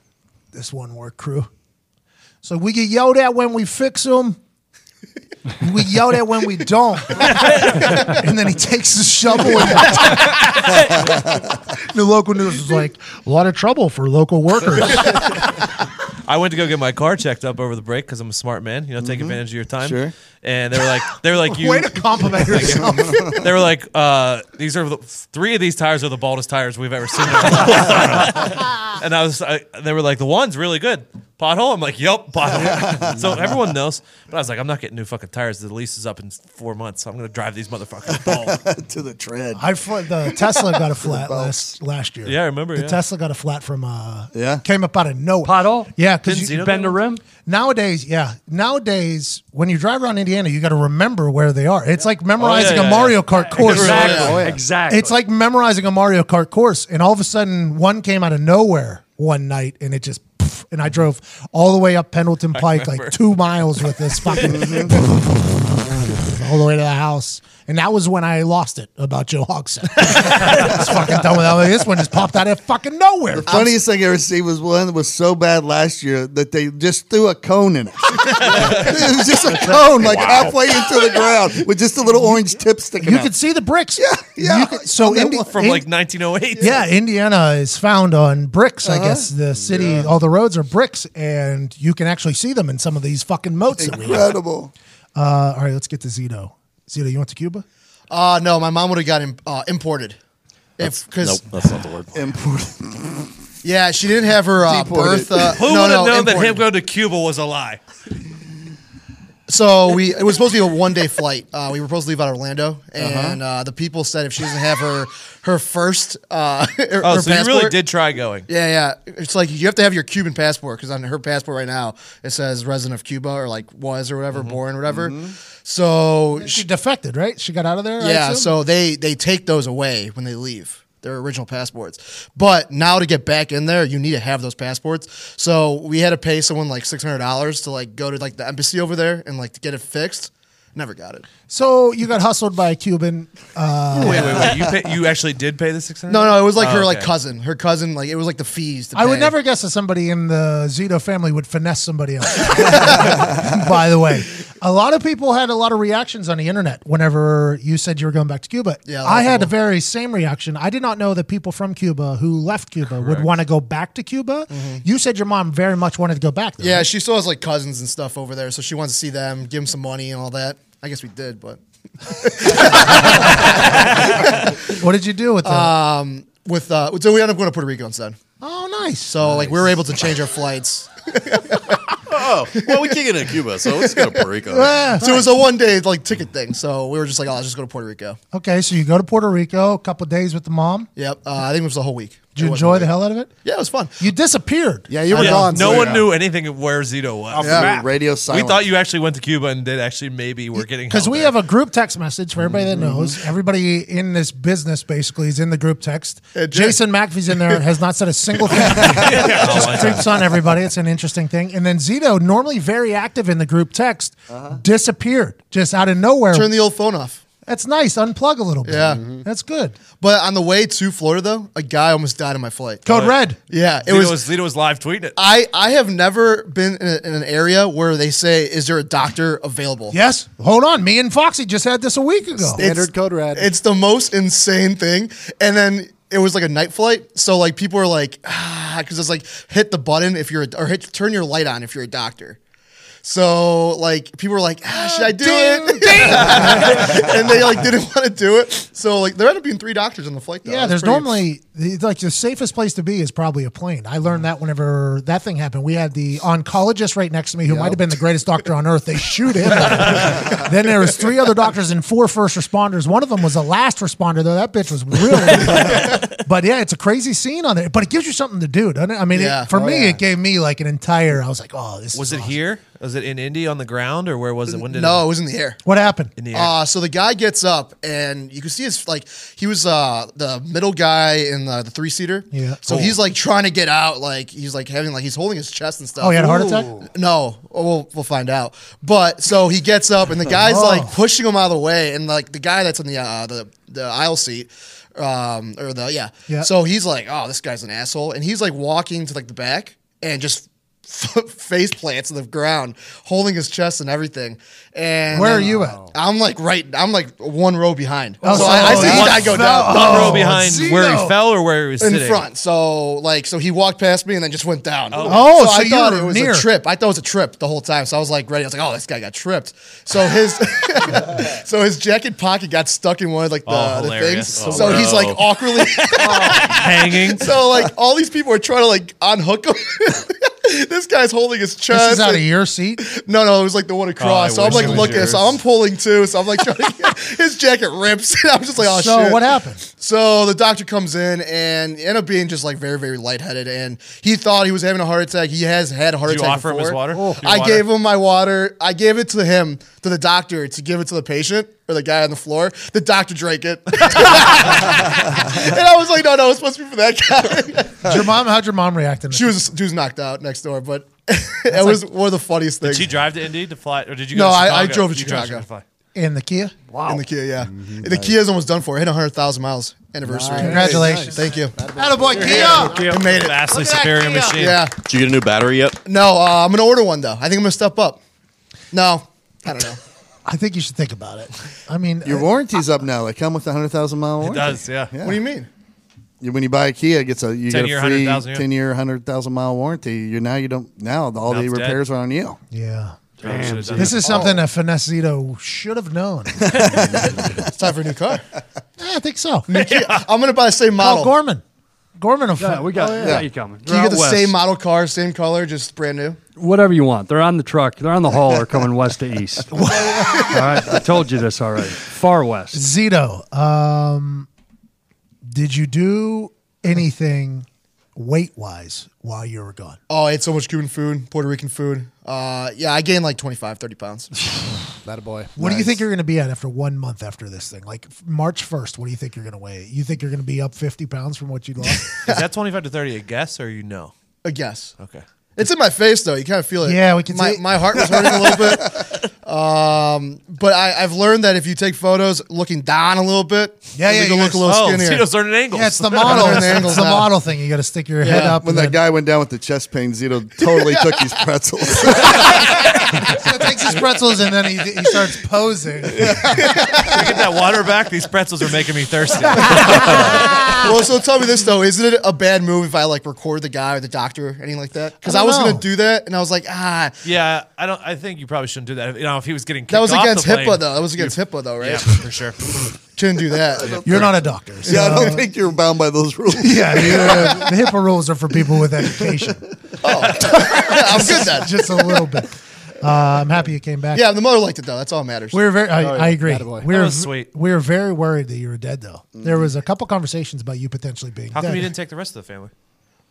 A: This one work crew. So we get yelled at when we fix them. We yelled at when we don't. and then he takes the shovel. And the local news is like, a lot of trouble for local workers.
H: I went to go get my car checked up over the break because I'm a smart man. You know, take advantage of your time.
I: Sure.
H: And they were like, they were like, you.
A: Way to compliment yourself.
H: they were like, uh, these are the, three of these tires are the baldest tires we've ever seen. and I was, I, they were like, the one's really good. Pothole. I'm like, yep, pothole. so everyone knows. But I was like, I'm not getting new fucking tires. The lease is up in four months. So I'm gonna drive these motherfuckers bald.
I: to the tread.
A: I fl- the Tesla got a flat last last year.
H: Yeah, I remember,
A: The
H: yeah.
A: Tesla got a flat from uh
I: Yeah.
A: came up out of nowhere.
F: Pothole?
A: Yeah, because
H: Didn't
A: you,
H: Zeno
F: Bend the rim.
A: Nowadays, yeah. Nowadays, when you drive around Indiana, you got to remember where they are. It's like memorizing
H: Oh, yeah,
A: a
H: yeah,
A: Mario Kart course.
F: Exactly.
H: Yeah.
C: Oh, yeah.
F: Exactly.
A: It's like memorizing a Mario Kart course, and all of a sudden, one came out of nowhere one night, and it just. poof, And I drove all the way up Pendleton Pike, like two miles with this fucking
H: Mm-hmm.
A: all the way to the house. And that was when I lost it about Joe Hogson. It's fucking done with that. Like, This one just popped out of fucking nowhere.
I: Funniest thing I ever seen was one that was so bad last year that they just threw a cone in it. it was just a cone, like halfway into the ground, with just a little orange tip sticking
A: You
I: out.
A: could see the bricks.
I: yeah.
A: You could- so
I: That
A: Indi-
I: one
H: From
A: Ind-
H: like 1908.
A: Yeah, Indiana is found on bricks. I guess the city, all the roads are bricks, and you can actually see them in some of these fucking moats. that we have.
I: Incredible.
A: Uh, all right, let's get to Zito. Zito, you went to Cuba?
C: Uh, no, my mom would have got im- uh, imported. If
D: Nope,
C: because
D: that's not the word.
I: Important.
C: yeah, she didn't have her uh,
I: Deported.
C: birth. Uh,
H: Who
C: no,
H: would have
C: no,
H: known that
C: imported.
H: him going to Cuba was a lie?
C: So we it was supposed to be a one day flight. Uh, we were supposed to leave out of Orlando,
H: Uh-huh.
C: and uh the people said if she doesn't have her her first uh, her,
H: Oh,
C: her
H: so you really
C: passport-
H: did try going.
C: Yeah, yeah. It's like you have to have your Cuban passport because on her passport right now it says resident of Cuba or like was or whatever,
H: Mm-hmm.
C: born or whatever. So
A: She defected, right? She got out of there. I
C: yeah,
A: assume?
C: so they they take those away when they leave their original passports. But now to get back in there, you need to have those passports. So we had to pay someone like six hundred dollars to like go to like the embassy over there and like to get it fixed. Never got it.
A: so you got hustled by a Cuban. Uh,
H: Wait, wait, wait. You pay, you actually did pay the 600?
C: No, no, it was like
H: Oh,
C: her like
H: okay.
C: cousin. Her cousin like it was like the fees. To
A: I would
C: pay.
A: never guess that somebody in the Zito family would finesse somebody else. By the way, a lot of people had a lot of reactions on the internet whenever you said you were going back to Cuba.
C: Yeah, a lot
A: I
C: of
A: had the
C: people-
A: very same reaction. I did not know that people from Cuba who left Cuba would want to go back to Cuba.
C: Mm-hmm.
A: You said your mom very much wanted to go back. Though,
C: Yeah,
A: right?
C: she still has like cousins and stuff over there, so she wants to see them, give them some money and all that. I guess we did, but
A: What did you do with uh, that?
C: with uh, so we ended up going to Puerto Rico instead.
A: oh, nice. So
C: So like we were able to change our flights.
D: Oh, well, we can't get into Cuba, so let's go to Puerto Rico.
A: Ah.
C: so it was a one day like ticket thing. So we were just like, oh, let's just go to Puerto Rico.
A: okay, so you go to Puerto Rico, a couple days with the mom.
C: Yep, uh, I think it was the whole week.
A: Did you
C: It wasn't
A: enjoy
C: a
A: the
C: week.
A: hell out of it?
C: Yeah, it was fun.
A: You disappeared.
E: Yeah, you were
H: Yeah,
E: gone.
H: no
E: so-
H: one knew anything of where Zito was.
G: Yeah. Map.
I: Radio silence.
H: We thought you actually went to Cuba and did actually maybe we're getting
A: Because
H: held
A: we
H: there.
A: have a group text message for everybody that knows. Everybody in this business basically is in the group text.
C: Uh,
A: Jason McAfee's in there has not said a single thing. Just creeps on everybody. It's an interesting thing. And then Zito, normally very active in the group text, disappeared just out of nowhere.
C: Turn the old phone off.
A: Uh-huh. That's nice. Unplug a little bit. Mm-hmm.
C: Yeah.
A: That's good.
C: But on the way to Florida though, a guy almost died in my flight.
A: Code red.
C: Oh, Yeah, it
H: Zito
C: was.
H: was, Zito was live tweeting it.
C: I, I have never been in, a, in an area where they say, "Is there a doctor available?"
A: Yes. Hold on. Me and Foxy just had this a week ago.
E: Standard code red.
C: It's the most insane thing. And then it was like a night flight, so like people are like, ah, because it's like hit the button if you're a, or hit turn your light on if you're a doctor. So like people were like, ah, should I do it? and they like didn't want to do it. So like there ended up being three doctors on the flight. Though.
A: yeah, there's
C: That's pretty-
A: normally it's like the safest place to be is probably a plane. I learned that whenever that thing happened. We had the oncologist right next to me who might have been the greatest doctor on earth. They shoot him. then there was three other doctors and four first responders. One of them was a last responder though. That bitch was really. but yeah, it's a crazy scene on there. But it gives you something to do, doesn't it? I mean, it-
H: Yeah.
A: for
H: Oh,
A: me,
H: yeah.
A: it gave me like an entire. I was like, oh, this.
H: Was
A: is
H: it here? Was it in Indy on the ground, or where was it? When did
C: No, it was in the air.
A: What happened?
H: In the air.
C: Uh, so the guy gets up, and you can see his like he was uh, the middle guy in the, the three seater.
A: Yeah.
C: So
A: Oh.
C: he's like trying to get out, like he's like having like he's holding his chest and stuff.
A: Oh, he had a heart attack?
C: No, Oh, we'll we'll find out. But so he gets up, and the guy's
A: Oh.
C: like pushing him out of the way, and like the guy that's in the uh, the the aisle seat. Um or the yeah.
A: Yeah.
C: So he's like, oh, this guy's an asshole, and he's like walking to like the back and just face plants in the ground, holding his chest and everything. And
A: Where are you at?
C: I'm like right. I'm like one row behind.
A: Oh,
C: so
A: so-
C: I, I see
A: oh,
C: the guy go
A: one
C: down.
A: fell. One row Oh, behind see, where he though. fell
H: or where he was
C: in
H: sitting?
C: front. So like, so he walked past me and then just went down.
A: Oh, so
C: I
A: you
C: thought
A: were
C: it was
A: near.
C: a trip. I thought it was a trip the whole time. So I was like ready. I was like, oh, this guy got tripped. So his, so his jacket pocket got stuck in one of like the,
H: Oh,
C: the
H: hilarious.
C: things.
H: Oh,
C: so he's
H: no.
C: like awkwardly
H: hanging.
C: So like all these people are trying to like unhook him. this guy's holding his chest.
A: This is out of
C: and-
A: your seat.
C: No, no, it was like the one across.
A: Oh, I
C: so I'm
A: wish
C: like
A: it was
C: looking, so
A: yours.
C: I'm pulling too. So I'm like trying to get, his jacket rips. And I'm just like, oh
A: So
C: shit.
A: what happened?
C: So the doctor comes in and ended up being just like very, very lightheaded. And he thought he was having a heart attack. He has had a heart
H: Did you
C: attack.
H: offer him
C: before.
H: his water? Oh. Your
C: I
H: water?
C: gave him my water. I gave it to him, to the doctor, to give it to the patient or the guy on the floor. The doctor drank it. and I was like, no, no, it's supposed to be for that guy.
A: Did your mom? How'd your mom react? In
C: She was she was knocked out next door, but it was one of the funniest
H: Did
C: things.
H: she drive to Indy to fly, or did you? Go
C: No,
H: to
C: I, I
H: Chicago?
C: drove to
H: You drove
C: Chicago.
A: In the Kia?
C: Wow. In the Kia, yeah. The Kia's almost done for. It hit 100,000 miles anniversary.
A: Nice. Congratulations.
C: Nice. Thank you.
A: Attaboy, Kia!
C: We made it.
H: Vastly
C: Look at that
H: superior
C: Kia.
H: machine.
C: Yeah.
D: Did you get a new battery yet?
C: No, uh, I'm going to order one, though. I think I'm going to step up. No. I don't know.
A: I think you should think about it. I mean, uh,
I: Your warranty's up now. They come with a hundred thousand mile warranty.
H: does, yeah.
C: What do you mean?
I: You- When you buy a Kia, it gets a you
H: 10
I: get
H: year,
I: a free
H: 100,000, yeah.
I: ten year, hundred thousand mile warranty. You now you don't now all
H: Now
I: the
H: it's dead.
I: repairs are on you.
A: Yeah.
H: Damn, should've done
A: This
H: that.
I: Oh.
A: is something that Finessito should have known.
C: It's time for a new car.
A: Yeah, I think so.
C: I'm going to buy the same model.
A: Call Gorman. Gorman will
F: Yeah,
A: fi-
F: we got,
A: Oh,
F: we
A: yeah.
F: got you coming.
C: Can you get the
F: They're out
C: same
F: west.
C: model car, same color, just brand new?
F: Whatever you want. They're on the truck. They're on the hauler coming west to east. All right. I told you this already. Far west.
A: Zito, um, did you do anything weight wise while you were gone?
C: Oh, I ate so much Cuban food, Puerto Rican food. Uh, yeah, I gained like 25, 30 pounds.
E: That a boy.
A: What do you think you're going to be at after one month after this thing? Like f- March 1st, what do you think you're going to weigh? You think you're going to be up 50 pounds from what you lost?
H: Is that twenty-five to thirty a guess, or you know?
C: A guess.
H: Okay.
C: It's in my face though. You kind of feel it.
A: Yeah, we can
C: My,
A: see it.
C: my heart was hurting a little bit. Um, but I, I've learned that if you take photos looking down a little bit,
A: Yeah, yeah, you
C: you look a
A: guys-
C: little
H: Oh,
C: skinnier.
H: Tito's learning angles.
A: yeah, it's the model.
C: Learn the
A: it's
C: angles
A: the
C: now.
A: model thing. You got to stick your head
C: Yeah,
A: up.
I: When
A: and
I: that
A: then-
I: guy went down with the chest pain, Zito totally took his pretzels.
A: So he takes his pretzels and then he, he starts posing.
H: Can I get that water back. These pretzels are making me thirsty.
C: well, so tell me this though: isn't it a bad move if I like record the guy or the doctor, or anything like that? Because
A: I
C: I,
A: don't
C: was
A: know.
C: gonna do that, and I was like, ah,
H: yeah, I don't. I think you probably shouldn't do that. You know, if he was getting kicked
C: that was
H: off
C: against
H: the
C: HIPAA
H: plane,
C: though. That was against HIPAA though, right?
H: Yeah, for sure.
C: Shouldn't do that.
A: You're not a doctor. So.
I: yeah, I don't think you're bound by those rules.
A: Yeah, you- the HIPAA rules are for people with education,
C: I'm good then.
A: just a little bit. Uh, I'm happy you came back.
C: Yeah, the mother liked it though. That's all that matters.
A: we were very.
G: Oh,
A: I, I agree.
E: attaboy.
A: We were
H: That was sweet.
A: We were very worried that you were dead, though.
C: Mm-hmm.
A: There was a couple conversations about you potentially being
H: How
A: dead.
H: come you didn't take the rest of the family?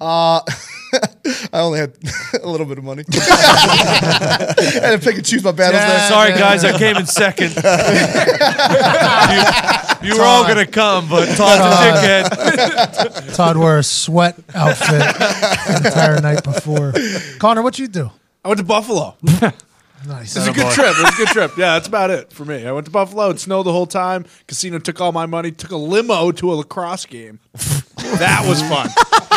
C: Uh, I only had a little bit of money. I had to pick and choose my battles
A: Yeah.
C: there.
H: Sorry, guys, I came in second. you you were all gonna come, but Todd's a dickhead.
A: Todd wore a sweat outfit the entire night before. Connor, what you do?
G: I went to Buffalo.
A: Nice.
G: It was a good trip. It was a good trip. Yeah, that's about it for me. I went to Buffalo. It snowed the whole time. Casino took all my money. Took a limo to a lacrosse game. that was fun.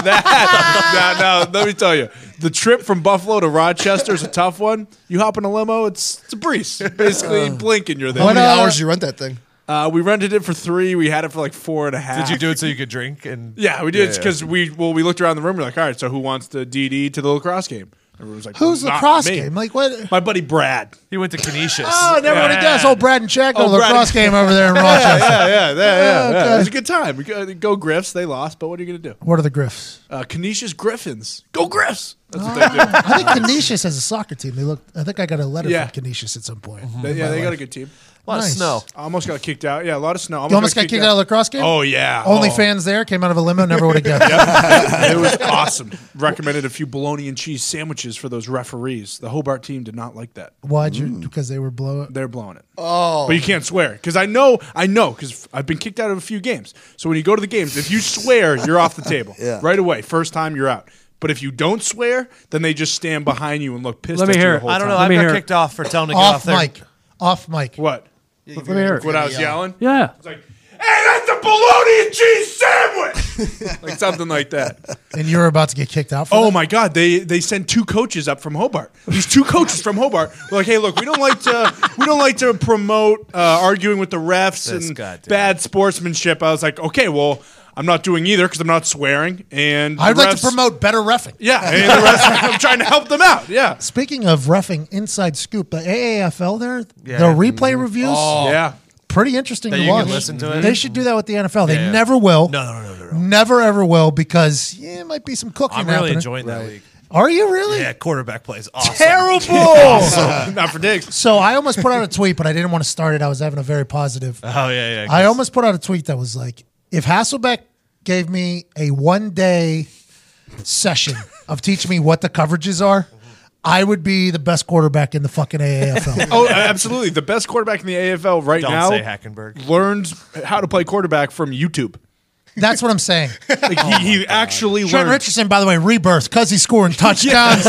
G: That now, now let me tell you, the trip from Buffalo to Rochester is a tough one. You hop in a limo, it's it's a breeze. Basically, blink and you're
C: How
G: there.
C: many
A: What, uh,
C: hours did you rent that thing?
G: Uh, we rented it for three. We had it for like four and a half.
H: Did you do it so you could drink? And
G: Yeah, we did because we well we looked around the room. We're like, all right, so who wants the DD to the lacrosse game? Everyone was like,
A: Who's
G: not
A: lacrosse
G: me.
A: game? Like what?
G: My buddy Brad.
H: He went to Canisius.
A: Oh, never would have guessed. Oh, Brad and Check
H: Oh,
A: on the
H: Brad and-
A: lacrosse game over there in
G: Yeah,
A: Rochester.
G: yeah, yeah, yeah, yeah,
A: Oh,
G: yeah.
A: okay.
G: It was a good time. We Go, go Griffs. They lost, but what are you going to do?
A: What are the Griffs?
G: Uh, Canisius Griffins. Go Griffs. That's what they do.
A: Uh, I think Canisius has a soccer team. They look. I think I got a letter
G: Yeah. Mm-hmm.
A: from Canisius at some point.
G: They- yeah, they got a good team.
A: lot of Nice. snow.
G: I almost got kicked out. Yeah, a lot of snow.
A: You almost got kicked out of the lacrosse game.
G: Oh yeah.
A: Only
G: Oh.
A: fans there came out of a limo. Never would have guessed.
G: Yep. it was awesome. Recommended a few bologna and cheese sandwiches for those referees. The Hobart team did not like that.
A: Why'd
E: Mm.
A: you? Because they were blow
G: They're blowing it.
C: Oh.
G: But you can't swear because I know, I know because I've been kicked out of a few games. So when you go to the games, if you swear, you're off the table
I: Yeah.
G: right away. First time, you're out. But if you don't swear, then they just stand behind you and look pissed.
F: Let me
G: at
F: hear
G: you
F: it.
G: the whole
H: I don't know.
F: Let
H: I
F: me hear
H: got
F: it.
H: kicked off for telling him to get
A: Off
H: off there.
A: mic. Off mic.
G: What?
F: Let me hear it.
G: What I was yelling?
F: Yeah.
G: Hey, that's a bologna and cheese sandwich, like something like that.
A: And you were about to get kicked out. For
G: Oh
A: that?
G: my God! They they send two coaches up from Hobart. These two coaches from Hobart were like, "Hey, look, we don't like to we don't like to promote uh, arguing with the refs
H: This
G: and
H: goddamn-
G: bad sportsmanship." I was like, "Okay, well, I'm not doing either because I'm not swearing." And the
A: I'd like
G: refs-
A: to promote better refing.
G: Yeah, and the refs, I'm trying to help them out. Yeah,
A: Speaking of refing, inside scoop the AAFL there.
H: Yeah. Oh.
A: The replay reviews.
G: Oh, yeah.
A: Pretty interesting
H: That
A: to
H: you can
A: watch.
H: listen to it?
A: They should do that with the NFL. They
H: Yeah.
A: never will.
H: No, no, no, no, no. no.
A: Never ever will because yeah, it might be some cooking.
H: I'm really
A: happening.
H: enjoying that league.
A: Are you really?
H: Yeah, quarterback plays awesome.
A: Terrible.
G: Not for digs.
A: So I almost put out a tweet, but I didn't want to start it. I was having a very positive.
H: Oh yeah, yeah.
A: I almost put out a tweet that was like, if Hasselbeck gave me a one day session of teaching me what the coverages are, I would be the best quarterback in the fucking AAFL.
G: Oh, absolutely. The best quarterback in the AFL right
H: Don't
G: now
H: say Hackenberg.
G: learned how to play quarterback from YouTube.
A: That's what I'm saying.
G: Like,
H: Oh
G: he he actually
A: Trent
G: learned.
A: Richardson, by the way, rebirth because he's scoring touchdowns,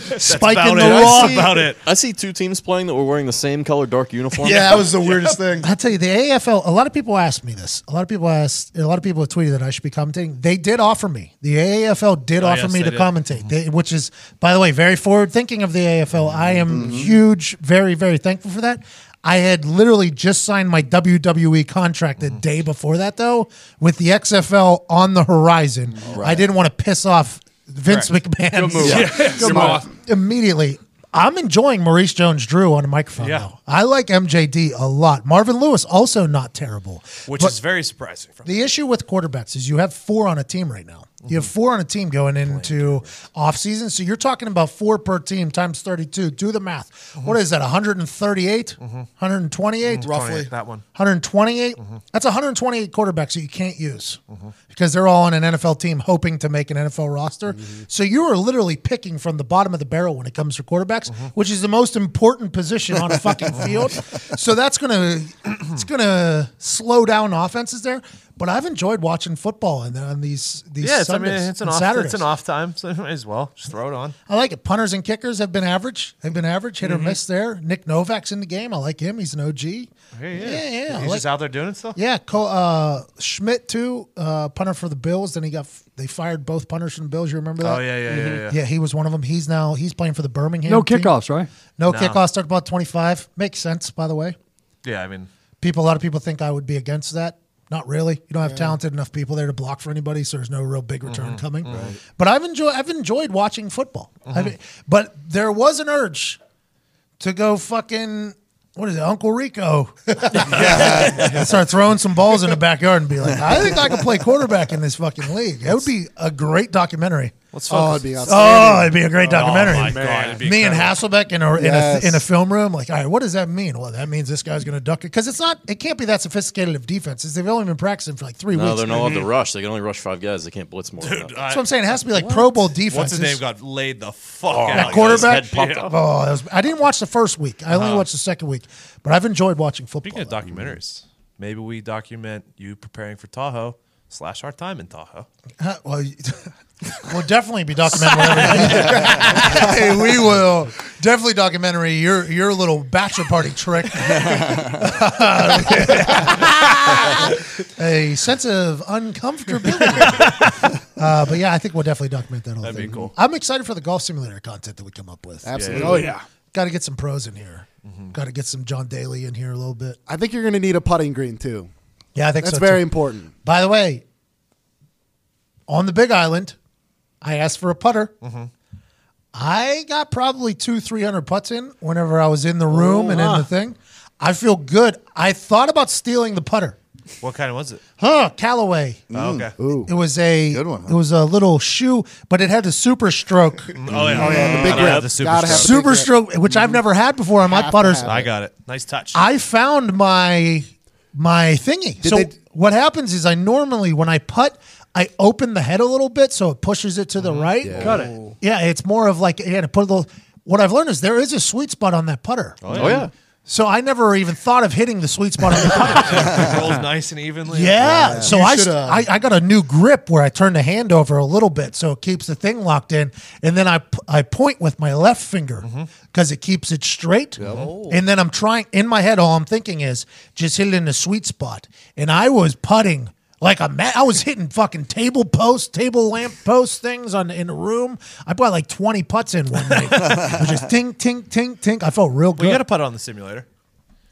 A: spiking
H: about
A: the
H: it.
A: law.
H: That's about it.
D: I see two teams playing that were wearing the same color dark uniform.
C: Yeah, that was the weirdest thing.
A: I tell you, the AFL. A lot of people asked me this. A lot of people asked. A lot of people have tweeted that I should be commentating. They did offer me. The AAFL did offer
H: Oh, yes,
A: me
H: they
A: to
H: did. Mm-hmm.
A: commentate, they, which is, by the way, very forward thinking of the AFL. I am
C: Mm-hmm.
A: huge, very, very thankful for that. I had literally just signed my WWE contract
H: Mm-hmm.
A: the day before that, though, with the XFL on the horizon. I didn't want to piss off Vince McMahon.
G: Your mouth.
A: immediately. I'm enjoying Maurice Jones-Drew on a microphone.
H: Yeah.
A: Though. I like MJD a lot. Marvin Lewis also not terrible.
H: which is very surprising. From
A: The issue with quarterbacks is you have four on a team right now. You have four on a team going into off season, so you're talking about four per team times 32. Do the math. What is that? 138,
H: Mm-hmm.
G: Mm-hmm.
A: 128,
C: Mm-hmm. Roughly.
H: that one.
A: 128. That's 128 quarterbacks that you can't use
C: Mm-hmm.
A: because they're all on an NFL team hoping to make an NFL roster.
H: Mm-hmm.
A: So you are literally picking from the bottom of the barrel when it comes to quarterbacks,
H: Mm-hmm.
A: which is the most important position on a fucking field. So that's gonna it's gonna slow down offenses there. But I've enjoyed watching football and on these these
H: Yeah, it's, I mean,
A: Sundays
H: it's an
A: and
H: off.
A: Saturdays.
H: It's an off time, so might as well just throw it on.
A: I like it. Punters and kickers have been average. They've been average,
H: Mm-hmm.
A: hit or miss there. Nick Novak's in the game. I like him. He's an OG. Yeah, yeah, I
H: He's
A: like
H: just out there doing it still.
A: yeah, Cole, uh, Schmidt too, uh, punter for the Bills. Then he got they fired both punters from the Bills. You remember that?
H: Oh yeah, yeah, yeah, yeah.
A: Yeah, he was one of them. He's now he's playing for the Birmingham.
F: No
A: team.
F: kickoffs, right?
A: No, kickoffs. Talked about twenty five. Makes sense, by the way.
H: Yeah, I mean,
A: People, a lot of people think I would be against that. Not really. You don't have talented enough people there to block for anybody, so there's no real big
H: Mm-hmm.
A: return coming.
D: Mm-hmm.
A: But I've enjoyed I've enjoyed watching football.
H: Mm-hmm.
A: I've, but there was an urge to go fucking. oh, What is it, Uncle Rico? and start throwing some balls in the backyard and be like, I think I could play quarterback in this fucking league. It would be a great documentary.
H: let's
E: Oh,
H: focus.
E: it'd be outstanding.
A: Oh, it'd be a great documentary.
H: my God, it'd be
A: Me and Hasselbeck in a, in,
E: Yes.
A: a, in a film room, like, all right, what does that mean? Well, that means this guy's going to duck it. Because it's not, it can't be that sophisticated of defenses. They've only been practicing for like three
D: No,
A: weeks.
D: they're not allowed
H: Mm-hmm.
D: to rush. They can only rush five guys. They can't blitz more. than that.
A: That's what I'm saying. It has to be like Pro Bowl defenses.
H: What's his name? Got laid the fuck
D: That
H: out.
A: quarterback?
D: Oh, His head popped up.
A: Oh, that was, I didn't watch the first week. I only watched the second week, but I've enjoyed watching
H: Speaking
A: football.
H: of documentaries, maybe we document you preparing for Tahoe slash our time in Tahoe.
A: Huh, well, you- we'll definitely be documentary. hey, we will definitely documentary your your little bachelor party trick. a sense of uncomfortability. uh, but yeah, I think we'll definitely document that. All That'd
H: be cool.
A: I'm excited for the golf simulator content that we come up with.
E: Absolutely.
G: Oh yeah.
A: Got to get some pros in here.
H: Mm-hmm.
A: Got to get some John Daly in here a little bit.
E: I think you're going to need a putting green too.
A: Yeah, I think
E: That's
A: so,
E: very
A: too.
E: important.
A: By the way,
H: Mm-hmm.
A: on the Big Island, I asked for a putter. I got probably two, three hundred putts in whenever I was in the room and in the thing. I feel good. I thought about stealing the putter.
H: What kind of was it?
A: Huh, Callaway.
H: Oh, okay.
A: It was a good one, it was a little shoe, but it had the super stroke.
H: Oh yeah,
E: the big
H: Gotta have
E: rip.
H: the super stroke.
E: Gotta have the big
A: super
E: rip.
A: stroke, which I've never had before on my
E: Have to
A: putters.
E: have
H: I got it. Nice touch.
A: I found my my thingy. so
E: they-
A: what happens is I normally when I putt, I open the head a little bit so it pushes it to the right. Yeah.
F: Cut it.
A: it's more of like yeah, to put a little. What I've learned is there is a sweet spot on that putter.
D: Oh yeah.
A: So I never even thought of hitting the sweet spot on the putter.
H: Rolls nice and evenly.
A: yeah. So
C: You
A: I,
C: should, uh,
A: I I got a new grip where I turn the hand over a little bit so it keeps the thing locked in, and then I p- I point with my left finger
D: Mm-hmm.
A: because it keeps it straight. And then I'm trying in my head. All I'm thinking is just hit it in the sweet spot, and I was putting. Like a ma- I was hitting fucking table posts, table lamp post things on in the room. I brought like twenty putts in one night. It was just tink, tink, tink, tink. I felt real good.
H: Well, you got to put it on the simulator.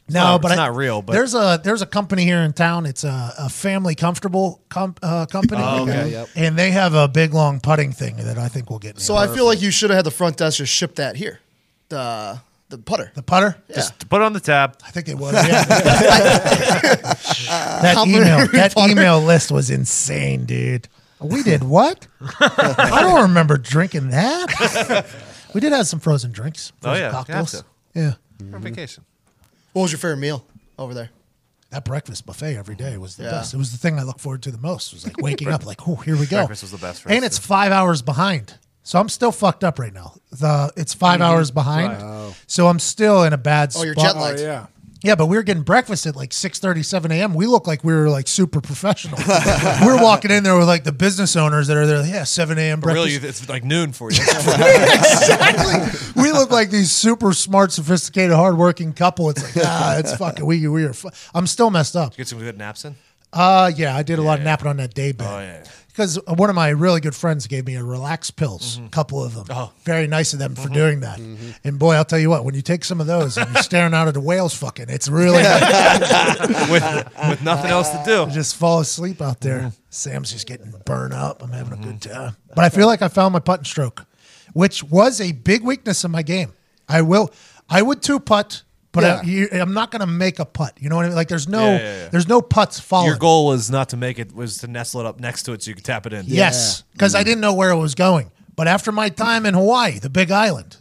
A: No,
H: not-
A: but
H: it's
A: I-
H: not real, but-
A: there's a there's a company here in town. It's a, a family comfortable com- uh, company.
H: Oh, okay.
A: And they have a big long putting thing that I think we'll get.
C: So I feel like you should have had the front desk just ship that here, the the putter.
A: the putter.
H: Just put it on the tab.
A: I think it was. Yeah.
C: Uh,
A: that email that email list was insane, dude. We did what? I don't remember drinking that. we did have some frozen drinks.
H: Oh,
A: frozen
H: yeah.
A: cocktails.
H: Gotcha.
A: Yeah,
H: For vacation.
C: What was your favorite meal over there?
A: that breakfast buffet every day was the
C: Yeah.
A: best. It was the thing I looked forward to the most. Was like waking up, like, oh, here we go.
H: Breakfast was the best for
A: and
H: us,
A: it's five hours behind. So I'm still fucked up right now. The it's 5
H: Mm-hmm.
E: Mm-hmm.
A: hours behind.
E: Oh.
A: So I'm still in a bad spot.
C: Oh, you're jet
G: Oh
C: lagged.
G: yeah.
A: Yeah, but we were getting breakfast at like 6:30, 7 a.m. We look like we were like super professional. we were walking in there with like the business owners that are there. Yeah, 7 a.m.
H: But
A: breakfast.
H: really, it's like noon for you.
A: exactly. We look like these super smart, sophisticated, hardworking couple. It's like ah, it's fucking. We we are. Fu- I'm still messed up.
H: Get some good naps in.
A: Uh, yeah, I did a lot of napping on that day bed.
H: Oh, yeah.
A: Because one of my really good friends gave me a relax pills, a couple of them.
H: Oh.
A: Very nice of them for doing that.
E: Mm-hmm.
A: And boy, I'll tell you what, when you take some of those and you're staring out at the whales fucking, it's really
H: with, with nothing else to
A: I
H: do.
A: just fall asleep out there. Sam's just getting burnt up. I'm having a good time. But I feel like I found my putt and stroke, which was a big weakness in my game. I will, I would two putt, but I,
E: Yeah.
A: you, I'm not going to make a putt. You know what I mean? Like there's no,
H: Yeah, yeah, yeah.
A: there's no putts following.
H: Your goal was not to make it, was to nestle it up next to it so you could tap it in.
A: Yes, because
H: Mm-hmm.
A: I didn't know where it was going. But after my time in Hawaii, the Big Island,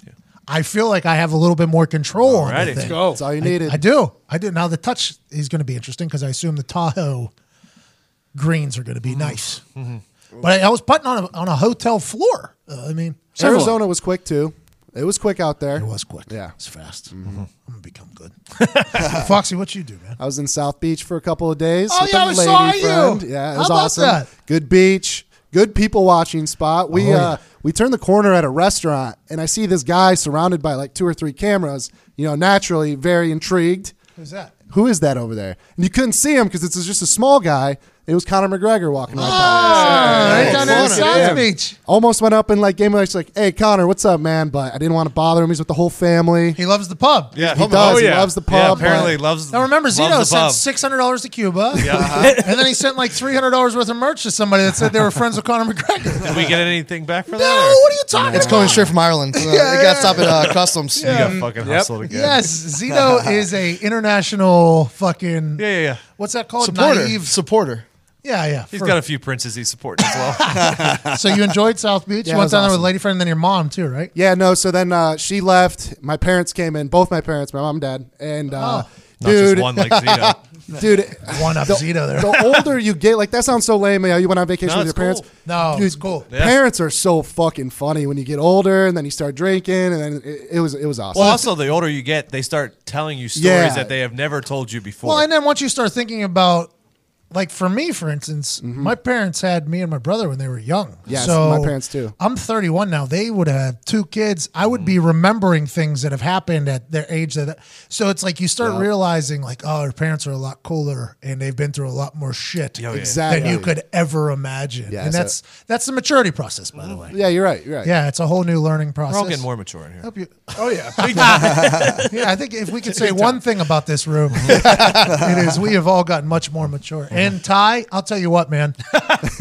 A: I feel like I have a little bit more control on
H: Alrighty,
A: the
H: let's
A: thing.
G: Go.
E: That's all you needed.
A: I do. I do. Now the touch is going to be interesting because I assume the Tahoe greens are going to
E: Mm-hmm.
A: be nice. But I, I was putting on a, on a hotel floor. Uh, I mean, several-
E: Arizona was quick too. It was quick out there.
A: It was quick.
E: Yeah. Mm-hmm.
A: it's fast. I'm gonna become good. Foxy, what you do, man?
E: I was in South Beach for a couple of days.
A: Oh,
E: with
A: yeah,
E: a
A: I
E: lady
A: saw you.
E: friend. Yeah, it
A: How
E: was
A: about
E: awesome.
A: that? Oh,
E: Good beach, good people watching spot. We uh, we turned the corner at a restaurant, and I see this guy surrounded by like two or three cameras. You know, naturally very intrigued.
A: Who's that?
E: Who is that over there? And you couldn't see him because it's just a small guy. It was Conor McGregor walking right by.
A: Oh, Right down there in
G: Florida.
A: South
G: Yeah.
A: Beach.
E: Almost went up and like gave me like, like, "Hey, Connor, what's up, man?" But I didn't want to bother him. He's with the whole family.
A: He loves the pub.
H: Yeah,
E: He does.
G: Oh,
E: He
G: yeah.
E: loves the pub.
H: Yeah,
E: but-
H: apparently loves.
A: Now remember,
H: loves
A: Zeno
H: the
A: sent
H: pub.
A: six hundred dollars to Cuba, and then he sent like three hundred dollars worth of merch to somebody that said they were friends with Conor McGregor.
H: Did we get anything back for
A: no,
H: that?
A: what are you talking
C: It's
A: about?
C: coming straight from Ireland. Uh, it got stopped at uh, customs.
H: or- You got fucking
G: Yep.
H: hustled again.
A: Um, Yes, Zeno is a international fucking.
H: Yeah, yeah, yeah.
A: What's that called?
C: Supporter.
A: Naive.
C: Supporter.
A: Yeah, yeah.
H: He's
A: for-
H: got a few princes he's supporting as well.
A: so you enjoyed South Beach?
E: Yeah,
A: you
E: it
A: went
E: was
A: down there with
E: awesome.
A: a lady friend and then your mom too, right?
E: Yeah, no. So then uh, she left. My parents came in. Both my parents, my mom and dad, and uh,
H: Not
E: dude,
H: just one like Zeno.
E: dude.
A: Oh. One up
E: The,
A: Zeno there.
E: the older you get, like that sounds so lame. You, know, you went on vacation
H: No,
E: with your
H: it's
E: parents.
H: cool.
A: No,
E: Dude,
A: it's cool.
E: Parents are so fucking funny when you get older, and then you start drinking, and then it, it was it was awesome.
H: Well, also the older you get, they start telling you stories
E: Yeah.
H: that they have never told you before.
A: Well, and then once you start thinking about, like for me, for instance,
C: Mm-hmm.
A: my parents had me and my brother when they were young.
E: Yes,
A: so
E: my parents too.
A: I'm 31 now. They would have two kids. I would
H: Mm-hmm.
A: be remembering things that have happened at their age. That so it's like you start realizing, like, oh, our parents are a lot cooler and they've been through a lot more shit
H: Oh, yeah.
A: than
E: Exactly.
A: you could ever imagine.
E: Yeah,
A: and
E: so-
A: that's that's the maturity process, by the way.
E: yeah, you're right. You're right.
A: Yeah, it's a whole new learning
H: Mm-hmm. We're
A: process.
H: all getting more mature in here.
A: Hope you-
G: Oh yeah. Big time.
A: yeah, I think if we could say one thing about this room, it is we have all gotten much more mature. And And Ty, I'll tell you what, man,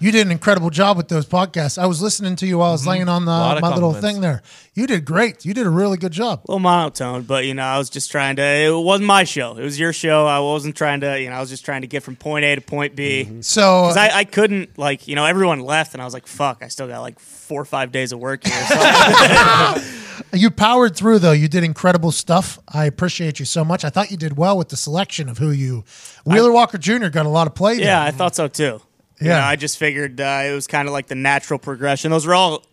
A: you did an incredible job with those podcasts. I was listening to you while I was laying on the,
B: Lot of
A: my little
B: compliments.
A: thing there. You did great. You did a really good job.
B: A little monotone, but you know, I was just trying to. It wasn't my show; it was your show. I wasn't trying to. You know, I was just trying to get from point A to point B.
D: Mm-hmm.
A: So- uh,
B: 'Cause I, I couldn't, like, you know, everyone left, and I was like, "Fuck!" I still got like four or five days of work here. So
A: You powered through though. You did incredible stuff. I appreciate you so much. I thought you did well with the selection of who you. Wheeler Walker Jr. got a lot of play. there.
B: yeah, I thought so too. You
A: Yeah.
B: know, I just figured uh, it was kind of like the natural progression. Those were all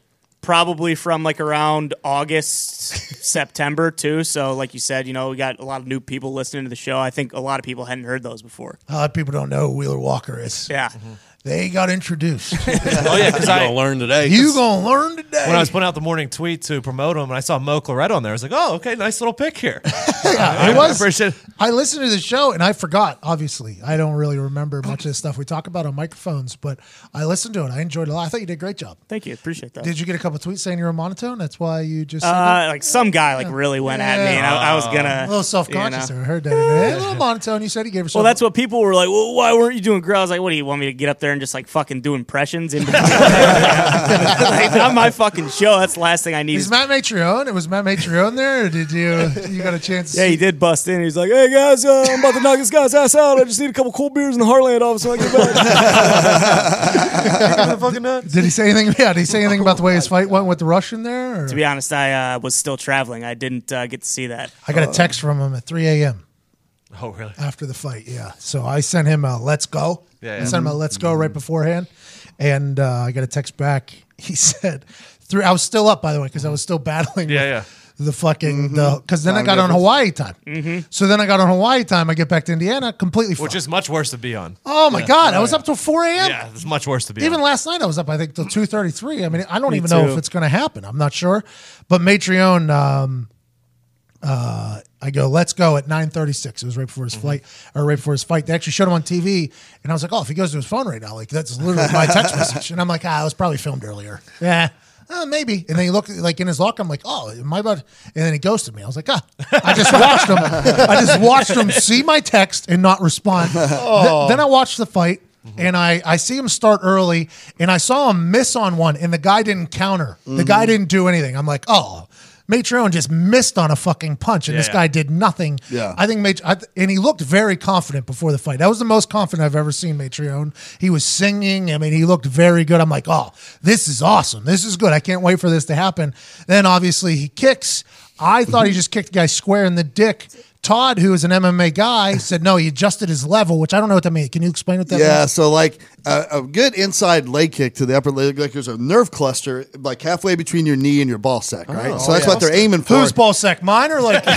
B: probably from like around August, September too. So, like you said, you know, we got a lot of new people listening to the show. I think a lot of people hadn't heard those before.
A: A lot of people don't know who Wheeler Walker is.
B: Yeah.
A: They got introduced.
H: Oh yeah, because
A: You
H: I
A: gonna
D: learn today.
A: You gonna learn today.
H: When I was putting out the morning tweet to promote him, and I saw Mo Claret on there, I was like, "Oh, okay, nice little pick here."
A: yeah,
H: I
A: I was.
H: appreciate it.
A: I listened to the show and I forgot. Obviously, I don't really remember much of the stuff we talk about on microphones, but I listened to it. I enjoyed it a lot. I thought you did a great job.
B: Thank you, appreciate that.
A: Did you get a couple tweets saying you're a monotone? That's why you just said
B: Uh,
A: that?
B: like some guy like really went at me, and I, I was gonna
A: a little self conscious.
B: you know.
A: there. I heard that. Hey, a little monotone. You said you gave yourself.
B: Well, that's what people were like. Well, why weren't you doing growl? I was like, what do you want me to get up there and just like fucking do impressions? In between? like, not my fucking show. That's the last thing I need.
A: Is Matt Matreon? It was Matt Matreon there. Or did you? You got a chance? to
B: yeah, he
A: see-
B: did bust in. He was like, "Hey guys, uh, I'm about to knock this guy's ass out. I just need a couple cool beers in the Heartland office when I get back."
A: Did he say anything? Yeah. Did he say anything about the way his fight went with the Russian there? or-
B: to be honest, I uh, was still traveling. I didn't uh, get to see that.
A: I got a text from him at 3 a.m.
H: Oh, really?
A: after the fight. Yeah. So I sent him a let's go.
H: Yeah,
A: I
H: yeah. Mm-hmm.
A: sent him a let's go right beforehand. And uh, I got a text back. He said, three, I was still up, by the way, because I was still battling.
H: Yeah, Mm-hmm.
A: with The fucking, because then I
H: Time
A: got on
H: difference.
A: Hawaii time.
H: Mhm.
A: So then I got on Hawaii time. I get back to Indiana completely fucked.
H: Which is much worse to be on.
A: Oh my
H: Yeah.
A: God. I was up till 4 a.m.
H: Yeah, it's much worse to be
A: Even
H: on.
A: last night, I was up. I think till two thirty three. I mean, I don't
H: Me
A: even know
H: too.
A: if it's going to happen. I'm not sure. But Matreon, um, uh, I go, let's go at nine thirty six. It was right
H: Mm-hmm.
A: before his flight, or right before his fight. They actually showed him on TV, and I was like, oh, if he goes to his phone right now, like that's literally my text message. And I'm like, ah, it was probably filmed earlier. Yeah. Uh, maybe, and then he looked like in his locker. I'm like, "Oh, am I about?" And then he ghosted me. I was like, "Ah, I just watched him. I just watched him see my text and not respond." Th-
J: Oh.
A: then I watched the fight, and I, I see him start early, and I saw him miss on one, and the guy didn't counter. The
J: Mhm.
A: guy didn't do anything. I'm like, oh, Matreon just missed on a fucking punch, and
J: Yeah,
A: this
J: yeah.
A: guy did nothing.
J: Yeah.
A: I think Mat- I th- and he looked very confident before the fight. That was the most confident I've ever seen Matreon. He was singing. I mean, he looked very good. I'm like, oh, this is awesome. This is good. I can't wait for this to happen. Then obviously he kicks. I thought he
I: Mhm.
A: just kicked the guy square in the dick. Todd, who is an MMA guy, said no. He adjusted his level, which I don't know what that means. Can you explain what that means?
I: Yeah, so like a, a good inside leg kick to the upper leg, like there's a nerve cluster like halfway between your knee and your ball sack, right?
A: Oh,
I: so that's what they're aiming for.
A: Who's ball sack? Mine or like?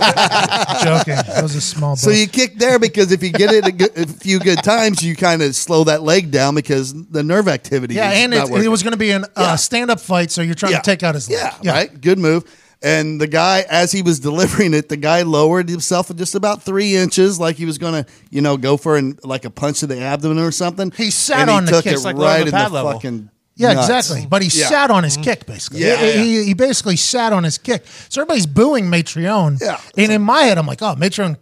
A: Joking. That was a small.
I: so
A: ball.
I: you kick there because if you get it a, good, a few good times, you kind of slow that leg down because the nerve activity.
A: yeah,
I: is
A: and
I: not
A: it,
I: working.
A: it was going to be an uh, stand-up fight, so you're trying
I: Yeah.
A: to take out his.
I: Yeah, right. Good move. And the guy, as he was delivering it, the guy lowered himself just about three inches, like he was going to, you know, go for an, like a punch to the abdomen or something. He
A: sat
I: and
A: on the
I: he took
A: kick.
I: it
A: It's like lowering
I: right
A: the
I: in the
A: pad level.
I: fucking.
A: Yeah,
I: nuts.
A: exactly. But he
I: Yeah.
A: sat on his kick basically.
I: Yeah.
A: He, he, he basically sat on his kick. So everybody's booing Matreon. Yeah. And in my head, I'm like, oh, Matreon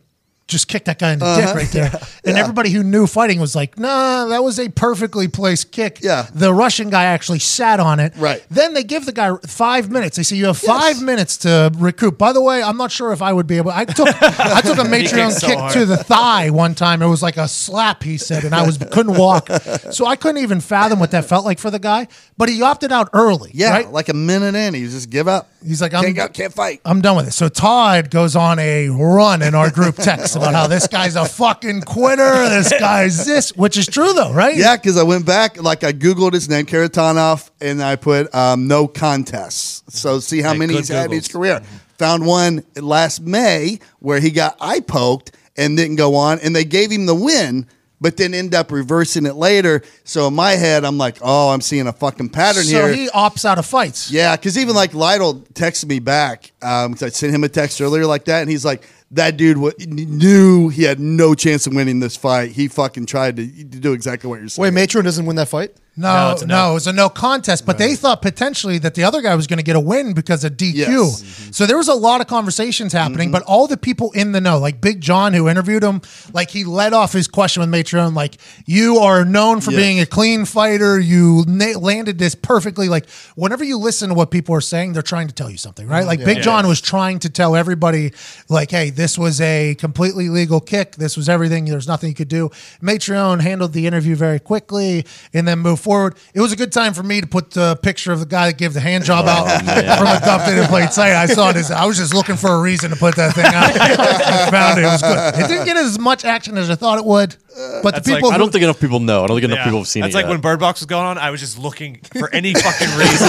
A: just kicked that guy in the
I: Uh-huh.
A: dick right there. And everybody who knew fighting was like, nah, that was a perfectly placed kick. Yeah. The Russian guy actually sat on it. Right. Then they give the guy five minutes. They say you have five minutes to recoup. By the way, I'm not sure if I would be able. I took I took a
J: He kicked
A: Matreon
J: so
A: kick
J: hard.
A: to the thigh one time. It was like a slap, he said, and I was couldn't walk. So I couldn't even fathom what that felt like for the guy. But he opted out early.
I: Yeah,
A: right?
I: like a minute in, he just give up.
A: He's like, I'm
I: Can't go, can't fight.
A: I'm done with it. So Todd goes on a run in our group text about how this guy's a fucking quitter. This guy's this, which is true though, right?
I: Yeah, because I went back, like I googled his name, Karatanov, and I put um, no contests. So see how
J: Hey,
I: many
J: good
I: he's had in his
J: Googles.
I: career. Found one last May where he got eye poked and didn't go on, and they gave him the win. But then end up reversing it later. So in my head, I'm like, oh, I'm seeing a fucking pattern
A: so
I: here.
A: he opts out of fights.
I: um, Yeah, because even like Lytle texted me back because I sent him a text earlier like that, and he's like, That dude w- knew he had no chance of winning this fight. He fucking tried to, to do exactly what you're saying.
C: Wait, Matron doesn't win that fight?
A: No, no, it was a no contest. But they thought potentially that the other guy was going to get a win because of DQ.
I: Yes.
A: So there was a lot of conversations happening, but all the people in the know, like Big John, who interviewed him, like he led off his question with Matron, like you are known for
I: Yes.
A: being a clean fighter. You na- landed this perfectly. Like whenever you listen to what people are saying, they're trying to tell you something, right? Like Big John was trying to tell everybody, like, hey, this was a completely legal kick. This was everything. There's nothing you could do. Matron handled the interview very quickly and then moved forward. It was a good time for me to put the picture of the guy that gave the hand job out from Adopted and Played Sight. I saw this. I was just looking for a reason to put that thing out. I found it. It was good. It didn't get as much action as I thought it would, but the
H: That's like-
A: people.
D: I
H: I
A: who-
D: don't think enough people know. I don't think enough
H: Yeah.
D: people have seen
H: That's
D: it
H: like
D: yet.
H: when Bird Box was going on. I was just looking for any fucking reason.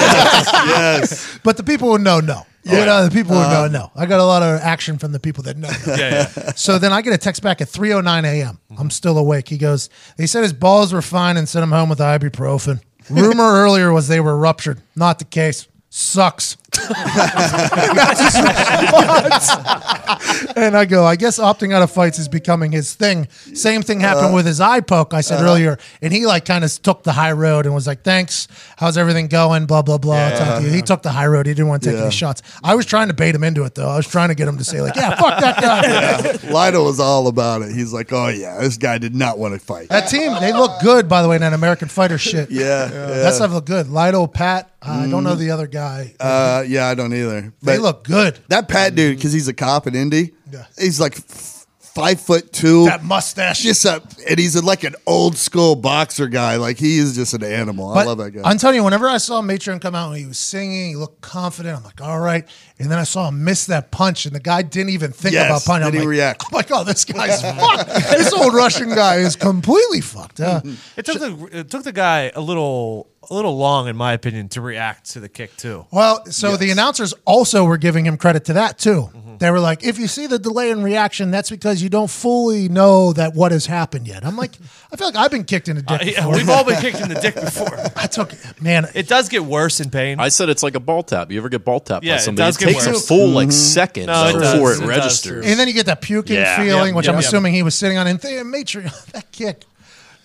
I: yes.
A: But the people who know know. You know, the people who know know. I got a lot of action from the people that know. know.
H: Uh-huh. yeah, yeah. Mm-hmm.
A: so then I get a text back at 3:09 a.m. I'm still awake. He goes, "They said his balls were fine and sent him home with ibuprofen. Rumor earlier was they were ruptured. Not the case. Sucks." That's his response. and I go, "I guess opting out of fights is becoming his thing." Same thing
H: Uh-huh.
A: happened with his eye poke. I said earlier, and he like kind of took the high road and was like, "Thanks. How's everything going?" Blah blah blah. I'll talk to you. He took the high road. He didn't want to take any shots. I was trying to bait him into it though. I was trying to get him to say like, "Yeah, fuck that guy."
I: Lido was all about it. He's like, oh, yeah, this guy did not want to fight.
A: That team, they look good, by the way, in that American Fighter shit.
I: yeah. Mm-hmm.
A: That stuff look good. Lido, Pat, uh, I don't know the other guy.
I: Uh, yeah, I don't either.
A: they
I: But-
A: look good.
I: That Pat dude, because he's a cop in Indy.
A: Yeah.
I: He's like f- five foot two.
A: That mustache.
I: just a, and he's like an old school boxer guy. Like he is just an animal. I
A: But
I: love that guy.
A: I'm telling you, whenever I saw Matron come out and he was singing, he looked confident. I'm like, all right. And then I saw him miss that punch, and the guy didn't even think
I: Yes,
A: about punch. I'm
I: didn't even
A: like,
I: react.
A: I'm like, oh, this guy's fucked. This old Russian guy is completely fucked. Uh,
H: It took the it took the guy a little a little long, in my opinion, to react to the kick too.
A: Well, so the announcers also were giving him credit to that too.
H: Mm-hmm.
A: They were like, if you see the delay in reaction, that's because you don't fully know that what has happened yet. I'm like, I feel like I've been kicked in the dick.
H: Uh, Yeah,
A: before.
H: we've all been kicked in the dick before.
A: I took man.
H: It does get worse in pain.
D: I said it's like a ball tap. You ever get ball tapped
H: Yeah,
D: by
H: it
D: somebody?
H: does
D: It,
H: get
D: takes a
H: worse.
D: full like second
H: No, it does.
D: before
H: It
D: it,
H: does.
D: registers.
A: Mm-hmm. and then you get that puking
D: Yeah.
A: feeling,
H: Yep,
A: which
H: yep,
A: I'm
H: yep.
A: assuming he was sitting on. And th- Matri, that kick,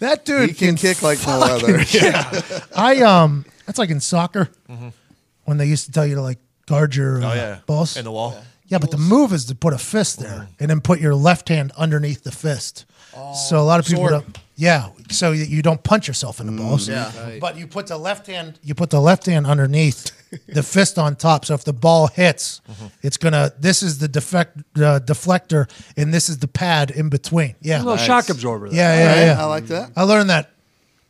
A: that dude
I: he can kick like no other.
A: I um, that's like in soccer when they used to tell you to like guard your uh,
H: Mm-hmm. oh yeah,
A: balls
H: in the wall.
A: Yeah, but the move is to put a fist there and then put your left hand underneath the fist. so a lot of people
C: sword. Mm-hmm.
A: don't. Yeah, so you- you don't punch yourself in the balls.
C: yeah.
A: But you put the left hand you put the left hand underneath the fist on top. So if the ball hits,
C: Mm-hmm.
A: it's going to this is the defect uh, deflector and this is the pad in between. Yeah.
F: A little shock absorber. There.
A: Yeah, yeah, yeah.
I: I like that.
A: I learned that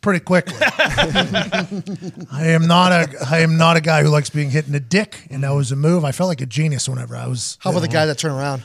A: pretty quickly. I am not a I am not a guy who likes being hit in the dick, and that was a move. I felt like a genius whenever I was. uh,
C: How about the guy that turned around?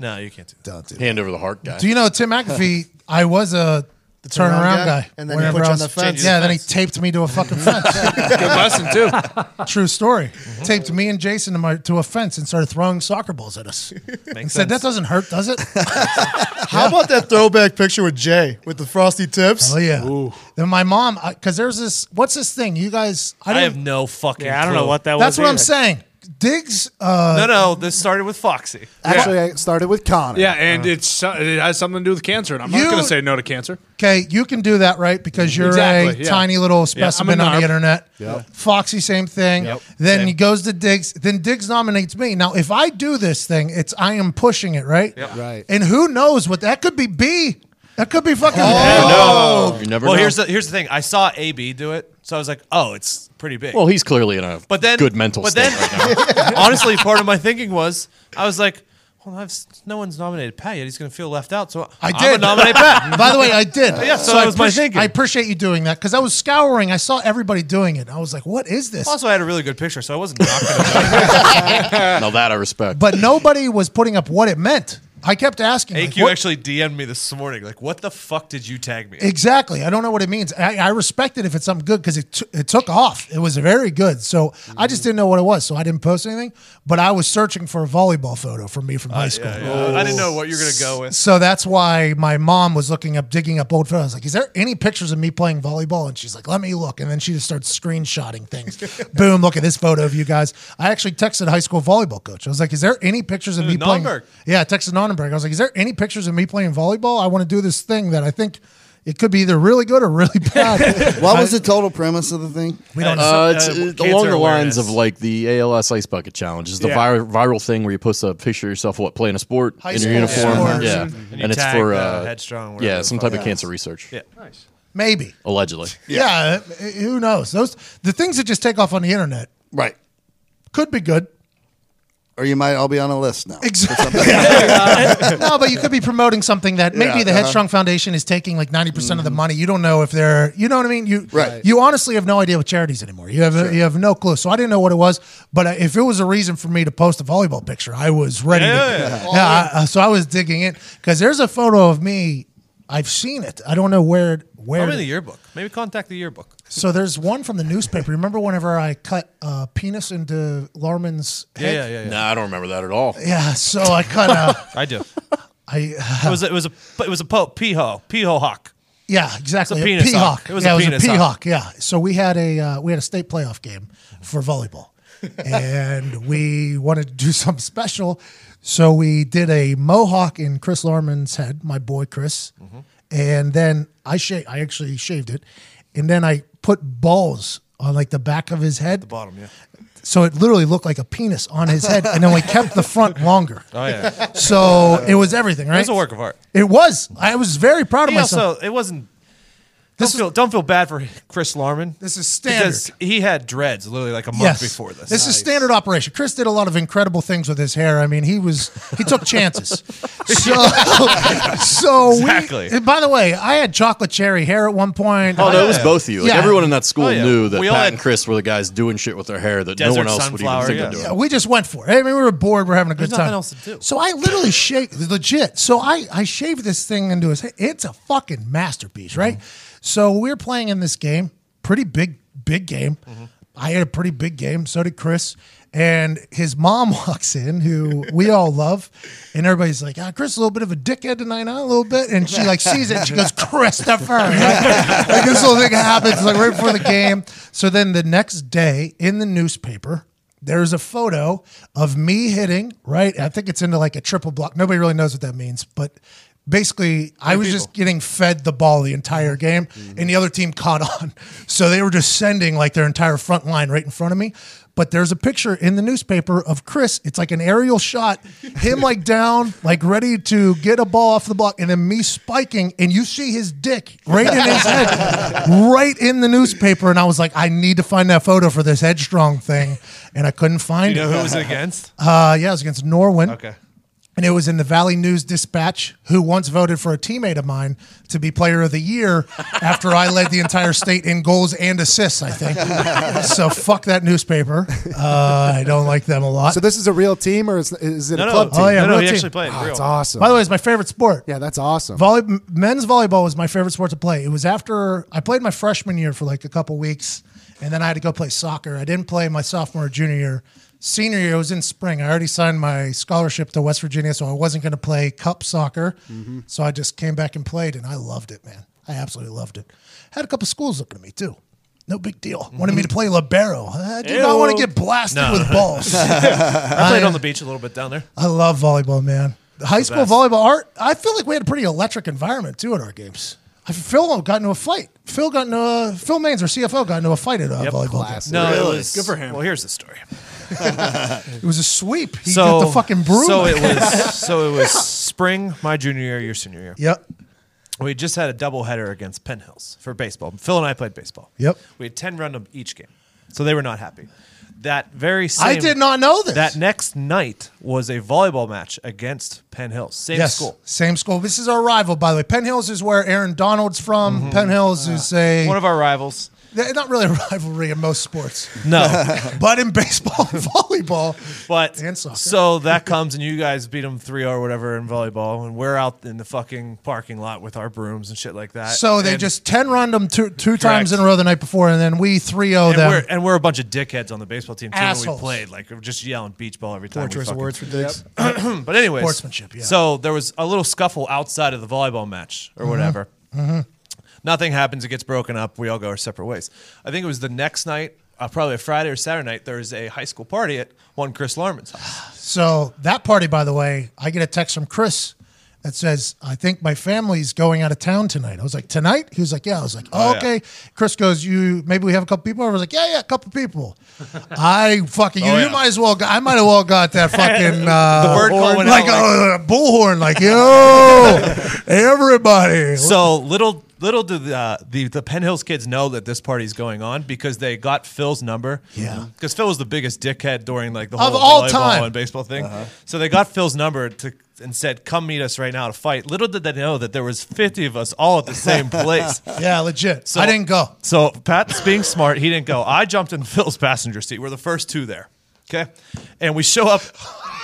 H: No, you can't do that.
D: Hand over the heart guy.
A: Do you know Tim McAfee? I was a turnaround,
C: turnaround
A: guy,
C: guy? And then
A: whenever
C: he put you
A: I
C: on
A: was-
C: the fence?
A: Yeah, then he taped me to a fucking fence.
G: Good lesson too.
A: True story.
C: Mm-hmm.
A: Taped me and Jason to, my, to a fence and started throwing soccer balls at us. and said, "That doesn't hurt, does it?"
C: How about that throwback picture with Jay with the frosty tips?
A: oh yeah. Then my mom, because there's this. What's this thing? You guys, I,
H: I
A: don't-
H: have no fucking.
B: Yeah, I don't
H: clue.
B: know what that was.
A: That's what I'm
B: either.
A: saying. Diggs. Uh,
H: No, no, this started with Foxy.
E: Actually, I started with Connor.
G: Yeah, and it's so- it has something to do with cancer, and I'm
A: Uh, You-
G: not going to say no to cancer.
A: Okay, you can do that, right? Because you're a
G: Exactly, yeah.
A: tiny little specimen on
G: narp.
A: the internet. Foxy, same thing. Then he goes to Diggs. Then Diggs nominates me. Now, if I do this thing, it's I am pushing it, right?
E: Right.
A: And who knows what that could be? B. That could be
H: Oh,
A: fucking.
D: you never
H: Well,
D: know.
H: here's the here's the thing. I saw AB do it, so I was like, oh, it's pretty big.
D: well, he's clearly in a
H: but then
D: good mental
H: But
D: state
H: then,
D: right now.
H: honestly, part of my thinking was, I was like, well, I've, no one's nominated Pat yet. He's going to feel left out, so
A: I
H: I'm
A: did.
H: gonna nominate Pat.
A: By the way, I did.
H: Yeah, so
A: I
H: that was my
A: appreci-
H: thinking.
A: I appreciate you doing that because I was scouring. I saw everybody doing it. I was like, "What is this?"
H: Also, I had a really good picture, so I wasn't not going to.
D: now that I respect.
A: But nobody was putting up what it meant. I kept asking. like,
H: AQ
A: what-
H: actually DM'd me this morning, like, what the fuck did you tag me? in?"
A: Exactly. I don't know what it means. I, I respect it if it's something good because it, t- it took off. It was very good. So I just didn't know what it was. So I didn't post anything, but I was searching for a volleyball photo for me from high school.
H: Uh, Yeah, yeah. I didn't know what you were going to go with.
A: So that's why my mom was looking up, digging up old photos. I was like, is there any pictures of me playing volleyball? And she's like, let me look. And then she just starts screenshotting things. Boom, look at this photo of you guys. I actually texted high school volleyball coach. I was like, is there any pictures of
H: This
A: me
H: is
A: playing?
H: Nonberg.
A: Yeah, I texted Sonnenberg. I was like, is there any pictures of me playing volleyball? I want to do this thing that I think it could be either really good or really bad.
I: What was the total premise of the thing?
A: We don't
D: Uh,
A: know.
D: it's,
H: uh,
D: it's
H: cancer
D: along the
H: awareness.
D: lines of like the ALS ice bucket challenge. It's the
G: Yeah.
D: vir- viral thing where you post a picture of yourself what playing a sport
A: High
D: in
A: school
D: your uniform.
A: sports.
D: Yeah,
A: Mhm.
D: and,
H: you
D: it's
H: tag
D: for
H: the
D: uh,
H: Headstrong, whatever
D: yeah
H: the
D: some
H: fuck.
D: type of cancer research. Yeah,
A: Maybe.
D: allegedly.
A: Yeah. uh, Who knows? Those the things that just take off on the internet
I: Right.
A: could be good.
I: Or you might all be on a list now.
A: Exactly. no, but you could be promoting something that maybe
I: Yeah,
A: the
I: uh-huh. Mm-hmm.
A: Headstrong Foundation is taking like ninety percent of the money. You don't know if they're, you know what I mean? You
I: Right.
A: You honestly have no idea what charities anymore. You have you have no clue. So I didn't know what it was, but uh, if it was a reason for me to post a volleyball picture, I was ready. to,
H: Yeah.
A: yeah. I- uh, so I was digging in because there's a photo of me. I've seen it. I don't know where it- where.
H: I'm in
A: it-
H: the yearbook. Maybe contact the yearbook.
A: so there's one from the newspaper. Remember whenever I cut uh, penis into Lorman's
H: Yeah,
A: head?
H: yeah, yeah. yeah.
D: Nah, I don't remember that at all.
A: Yeah, so I cut. Uh,
H: I do.
A: I uh,
H: It was a, it was a it was a po peeho peeho hawk.
A: yeah, exactly.
H: It's a penis hawk. It was
A: yeah,
H: a
A: it was
H: penis
A: a pea
H: hawk.
A: hawk. Yeah. So we had a uh, we had a state playoff game for volleyball, and we wanted to do something special, so we did a mohawk in Chris Larman's head, my boy Chris,
H: Mm-hmm.
A: and then I sha- I actually shaved it, and then I put balls on like the back of his head, the bottom, yeah. So it literally looked like a penis on his head, and then we kept the front longer.
H: Oh yeah, it
A: So it was everything, right?
H: was a work of art.
A: It was. I was very proud of
H: He
A: myself.
H: also it wasn't.
A: This
H: Don't
A: is-
H: feel, don't feel bad for Chris Larman.
A: This is standard.
H: Because he had dreads literally like a month
A: yes.
H: before this.
A: is standard operation. Chris did a lot of incredible things with his hair. I mean, he was he took chances. So, so
H: Exactly.
A: We, and by the way, I had chocolate cherry hair at one point.
D: Oh, no,
A: I-
D: it was both of you. Like
A: Yeah.
D: everyone in that school
H: Oh, yeah.
D: knew that
H: We all
D: Pat
H: had-
D: and Chris were the guys doing shit with their hair that no
H: Desert
D: one else
H: sunflower,
D: would even think
H: yeah.
D: of
A: Yeah,
D: doing.
A: we just went for it. I mean, we were bored. We're having a good
H: There's nothing
A: time.
H: else to do.
A: So I literally shaved, legit. So I, I shaved this thing into his head. It's a fucking masterpiece, right?
H: Mm-hmm.
A: So we we're playing in this game, pretty big, big game.
K: Mm-hmm.
A: I had a pretty big game. So did Chris. And his mom walks in, who we all love, and everybody's like, ah, "Chris, a little bit of a dickhead tonight, huh? A little bit." And she like sees it, and she goes, "Christopher!" Like, like, this little thing happens like right before the game. So then the next day, in the newspaper, there's a photo of me hitting right. I think it's into like a triple block. Nobody really knows what that means, but basically, I was just getting fed the ball the entire game, and the other team caught on. So they were just sending like their entire front line right in front of me. But there's a picture in the newspaper of Chris. It's like an aerial shot, him like down, like ready to get a ball off the block, and then me spiking, and you see his dick right in his head, right in the newspaper. And I was like, I need to find that photo for this headstrong thing, and I couldn't find
H: You know
A: it.
H: who it was against?
A: Uh, yeah, it was against Norwin.
H: Okay.
A: And it was in the Valley News Dispatch, who once voted for a teammate of mine to be player of the year after I led the entire state in goals and assists, I think. so fuck that newspaper. Uh, I don't like them a lot.
E: So this is a real team, or is, is it
H: No,
E: a
H: no,
E: club team?
A: Oh, yeah,
H: no, no,
A: real
H: he
A: team.
H: actually played.
E: Oh,
H: real.
E: that's awesome.
A: By the way, it's my favorite sport.
E: yeah, that's awesome.
A: Volley, men's volleyball was my favorite sport to play. It was after I played my freshman year for like a couple weeks, and then I had to go play soccer. I didn't play my sophomore, or junior year, senior year. It was in spring. I already signed my scholarship to West Virginia, so I wasn't going to play cup soccer.
E: Mm-hmm.
A: So I just came back and played, and I loved it, man. I absolutely loved it. Had a couple schools looking at me too. No big deal. Wanted me to play libero. I did not want to get blasted with balls. uh,
H: I played on the beach a little bit down there.
A: I love volleyball, man. The High school
H: best.
A: volleyball art. I feel like we had a pretty electric environment too at our games. I, Phil got into a fight. Phil got into a, Phil Maines, our CFO, got into a fight at a volleyball game.
H: No, it was good for him. Well, here's the story.
A: It was a sweep. He
H: so
A: got the fucking broom.
H: So it was so it was spring, my junior year, your senior year.
A: yep.
H: We just had a doubleheader against Penn Hills for baseball. Phil and I played baseball.
A: Yep.
H: We had ten run of each game, so they were not happy. That very same.
A: I did not know this.
H: That next night was a volleyball match against Penn Hills, same
A: yes,
H: school.
A: Same school. This is our rival, by the way. Penn Hills is where Aaron Donald's from. Penn Hills is a
H: Mm-hmm. Uh, One of our rivals.
A: they're not really a rivalry in most sports,
H: No,
A: but in baseball and volleyball,
H: but
A: And soccer.
H: so that comes and you guys beat them three oh or whatever in volleyball, and we're out in the fucking parking lot with our brooms and shit like that.
A: so they
H: And-
A: just ten run them two, two times
H: Correct.
A: in a row the night before, and then we 3-0
H: and
A: them.
H: we're, and we're a bunch of dickheads on the baseball team too. When
A: Assholes.
H: we played like we're just yelling beach ball every
C: Poor
H: time. we
C: choice of
H: fucking-
C: words for dicks.
H: But anyways,
A: Sportsmanship, yeah.
H: So there was a little scuffle outside of the volleyball match
A: Mm-hmm.
H: or whatever. Nothing happens. It gets broken up. We all go our separate ways. I think it was the next night uh, probably a Friday or Saturday night, there was a high school party at one Chris Larman's house.
A: So that party, by the way, I get a text from Chris that says, "I think my family's going out of town tonight." I was like, "Tonight?" He was like, "Yeah." I was like,
H: Oh,
A: oh,
H: yeah.
A: "Okay." Chris goes, "You maybe we have a couple people." I was like, "Yeah, yeah, a couple people." I fucking you,
H: Oh, yeah.
A: you might as well. Got, I might have well got that fucking uh,
H: The bird call went
A: like
H: out,
A: a bullhorn, like yo, everybody.
H: So little little did the, uh, the the Penn Hills kids know that this party's going on because they got Phil's number.
A: Yeah.
H: because Phil was the biggest dickhead during like the
A: Of
H: whole
A: all
H: volleyball
A: time. Uh-huh.
H: and baseball thing. So they got Phil's number to and said, "Come meet us right now to fight." Little did they know that there was fifty of us all at the same place.
A: yeah, legit. I didn't go.
H: So Pat's being smart. He didn't go. I jumped in Phil's passenger seat. We're the first two there. Okay. And we show up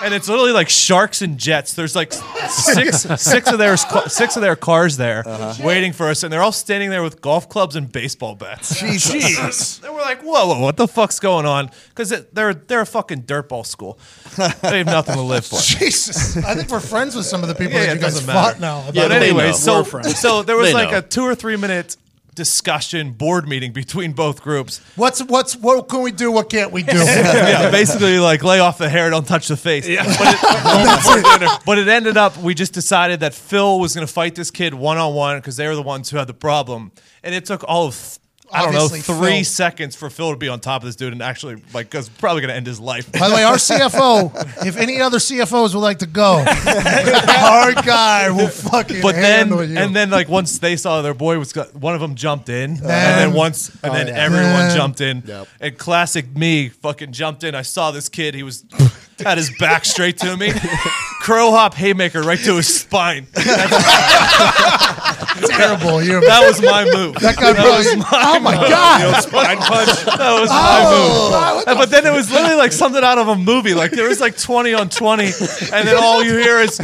H: and it's literally like sharks and jets. There's like six six of their six of their cars there
A: Uh-huh.
H: waiting for us and they're all standing there with golf clubs and baseball bats.
I: Jesus.
H: And we're like, whoa, whoa, what the fuck's going on? Because they're they're a fucking dirtball school. They have nothing to live for.
A: Jesus, I think we're friends with some of the people
H: Yeah,
A: that
H: it
A: you guys
H: doesn't matter.
A: fought now. about
H: but
D: they
H: anyway,
D: know.
H: so so there was
D: They
H: like
D: know.
H: a two or three minute discussion board meeting between both groups.
A: What's what's what can we do? What can't we do?
H: yeah, basically like lay off the hair, don't touch the face. Yeah. But, it, but it ended up we just decided that Phil was going to fight this kid one on one because they were the ones who had the problem, and it took all of. I don't know,
A: Obviously,
H: three
A: Phil-
H: seconds for Phil to be on top of this dude and actually, like, because probably going to end his life.
A: By the way, our CFO, if any other CFOs would like to go, our guy will fucking
H: But then,
A: handle you.
H: and then, like, once they saw their boy was, got, one of them jumped in, and
A: Then-
H: then once, and then
A: yeah.
H: everyone
A: Then-
H: jumped in. And classic me fucking jumped in. I saw this kid, he was had his back straight to me. Crow hop haymaker right to his spine.
A: terrible. You're
H: That was my move.
A: that guy probably. oh my god!
H: Spine punch.
A: Oh,
H: That was my move. But then it was literally like something out of a movie. Like there was like twenty on twenty, and then all you hear is,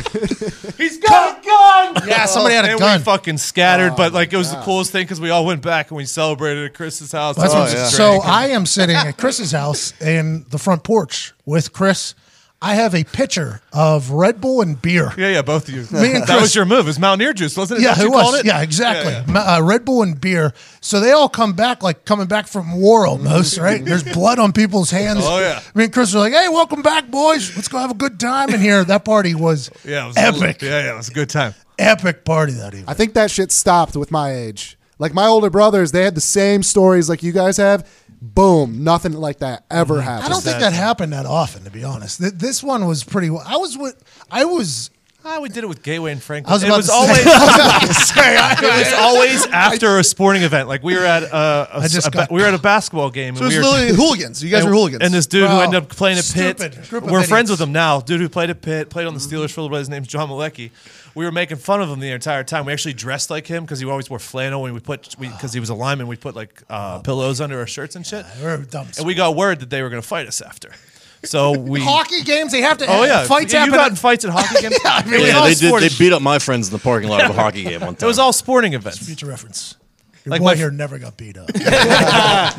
H: "He's got a gun."
A: Yeah, somebody had a
H: and
A: gun. Oh,
H: we fucking scattered. but like it was the coolest thing because we all went back and we celebrated at Chris's house.
A: That's
H: It
A: what
H: was
A: I'm
H: just
A: saying. So
H: great.
A: I am sitting at Chris's house in the front porch with Chris. I have a pitcher of Red Bull and beer.
H: yeah, yeah, both of you.
A: Me and
H: that
A: Chris-
H: was your move. It was Mountaineer juice, wasn't it?
A: Yeah,
H: That's
A: it
H: what you
A: was.
H: called it?
A: Yeah, exactly.
H: yeah.
A: Ma- Uh, Red Bull and beer. So they all come back like coming back from war almost, right? There's blood on people's hands.
H: Oh, yeah.
A: Me and Chris were like, "Hey, welcome back, boys. Let's go have a good time in here." That party was,
H: Yeah, it was
A: epic,
H: Yeah, yeah, it was a good time.
A: epic party that evening.
E: I think that shit stopped with my age. Like my older brothers, they had the same stories like you guys have. Boom, nothing like that ever happened.
A: I don't think that happened that often, to be honest. Th- this one was pretty. I was with. I was.
H: Ah, we did it with Gateway and Franklin.
A: I was
H: it
A: about
H: was
A: to
H: always.
A: say. I was about to say, I-
H: It was always after a sporting event. Like we were at a, a-
A: I just
H: a ba-
A: got-
H: we were at a basketball game.
C: So
H: and
C: it's
H: we were,
C: literally hooligans. You guys were
H: and,
C: hooligans.
H: and this dude
A: Bro,
H: who ended up playing at Pitt.
A: stupid
H: We're
A: group of idiots. Mm-hmm.
H: friends with him now. Dude who played at Pitt, played on the Steelers for a little bit. His name's John Malecki. We were making fun of him the entire time. We actually dressed like him because he always wore flannel. When we put because he was a lineman, we put like uh, pillows under our shirts and shit.
A: We're dumb.
H: And we got word that they were going to fight us after. So we.
A: hockey games. They have to.
H: Oh yeah,
A: fights
H: you
A: happen.
H: got in fights at hockey games.
A: Yeah, I mean,
H: It was
D: Yeah,
H: all
D: they did.
H: sporting-
D: They beat up my friends in the parking lot of a hockey game one time.
H: It was all sporting events.
A: future reference. Your
H: Like
A: boy
H: my-
A: here never got beat up.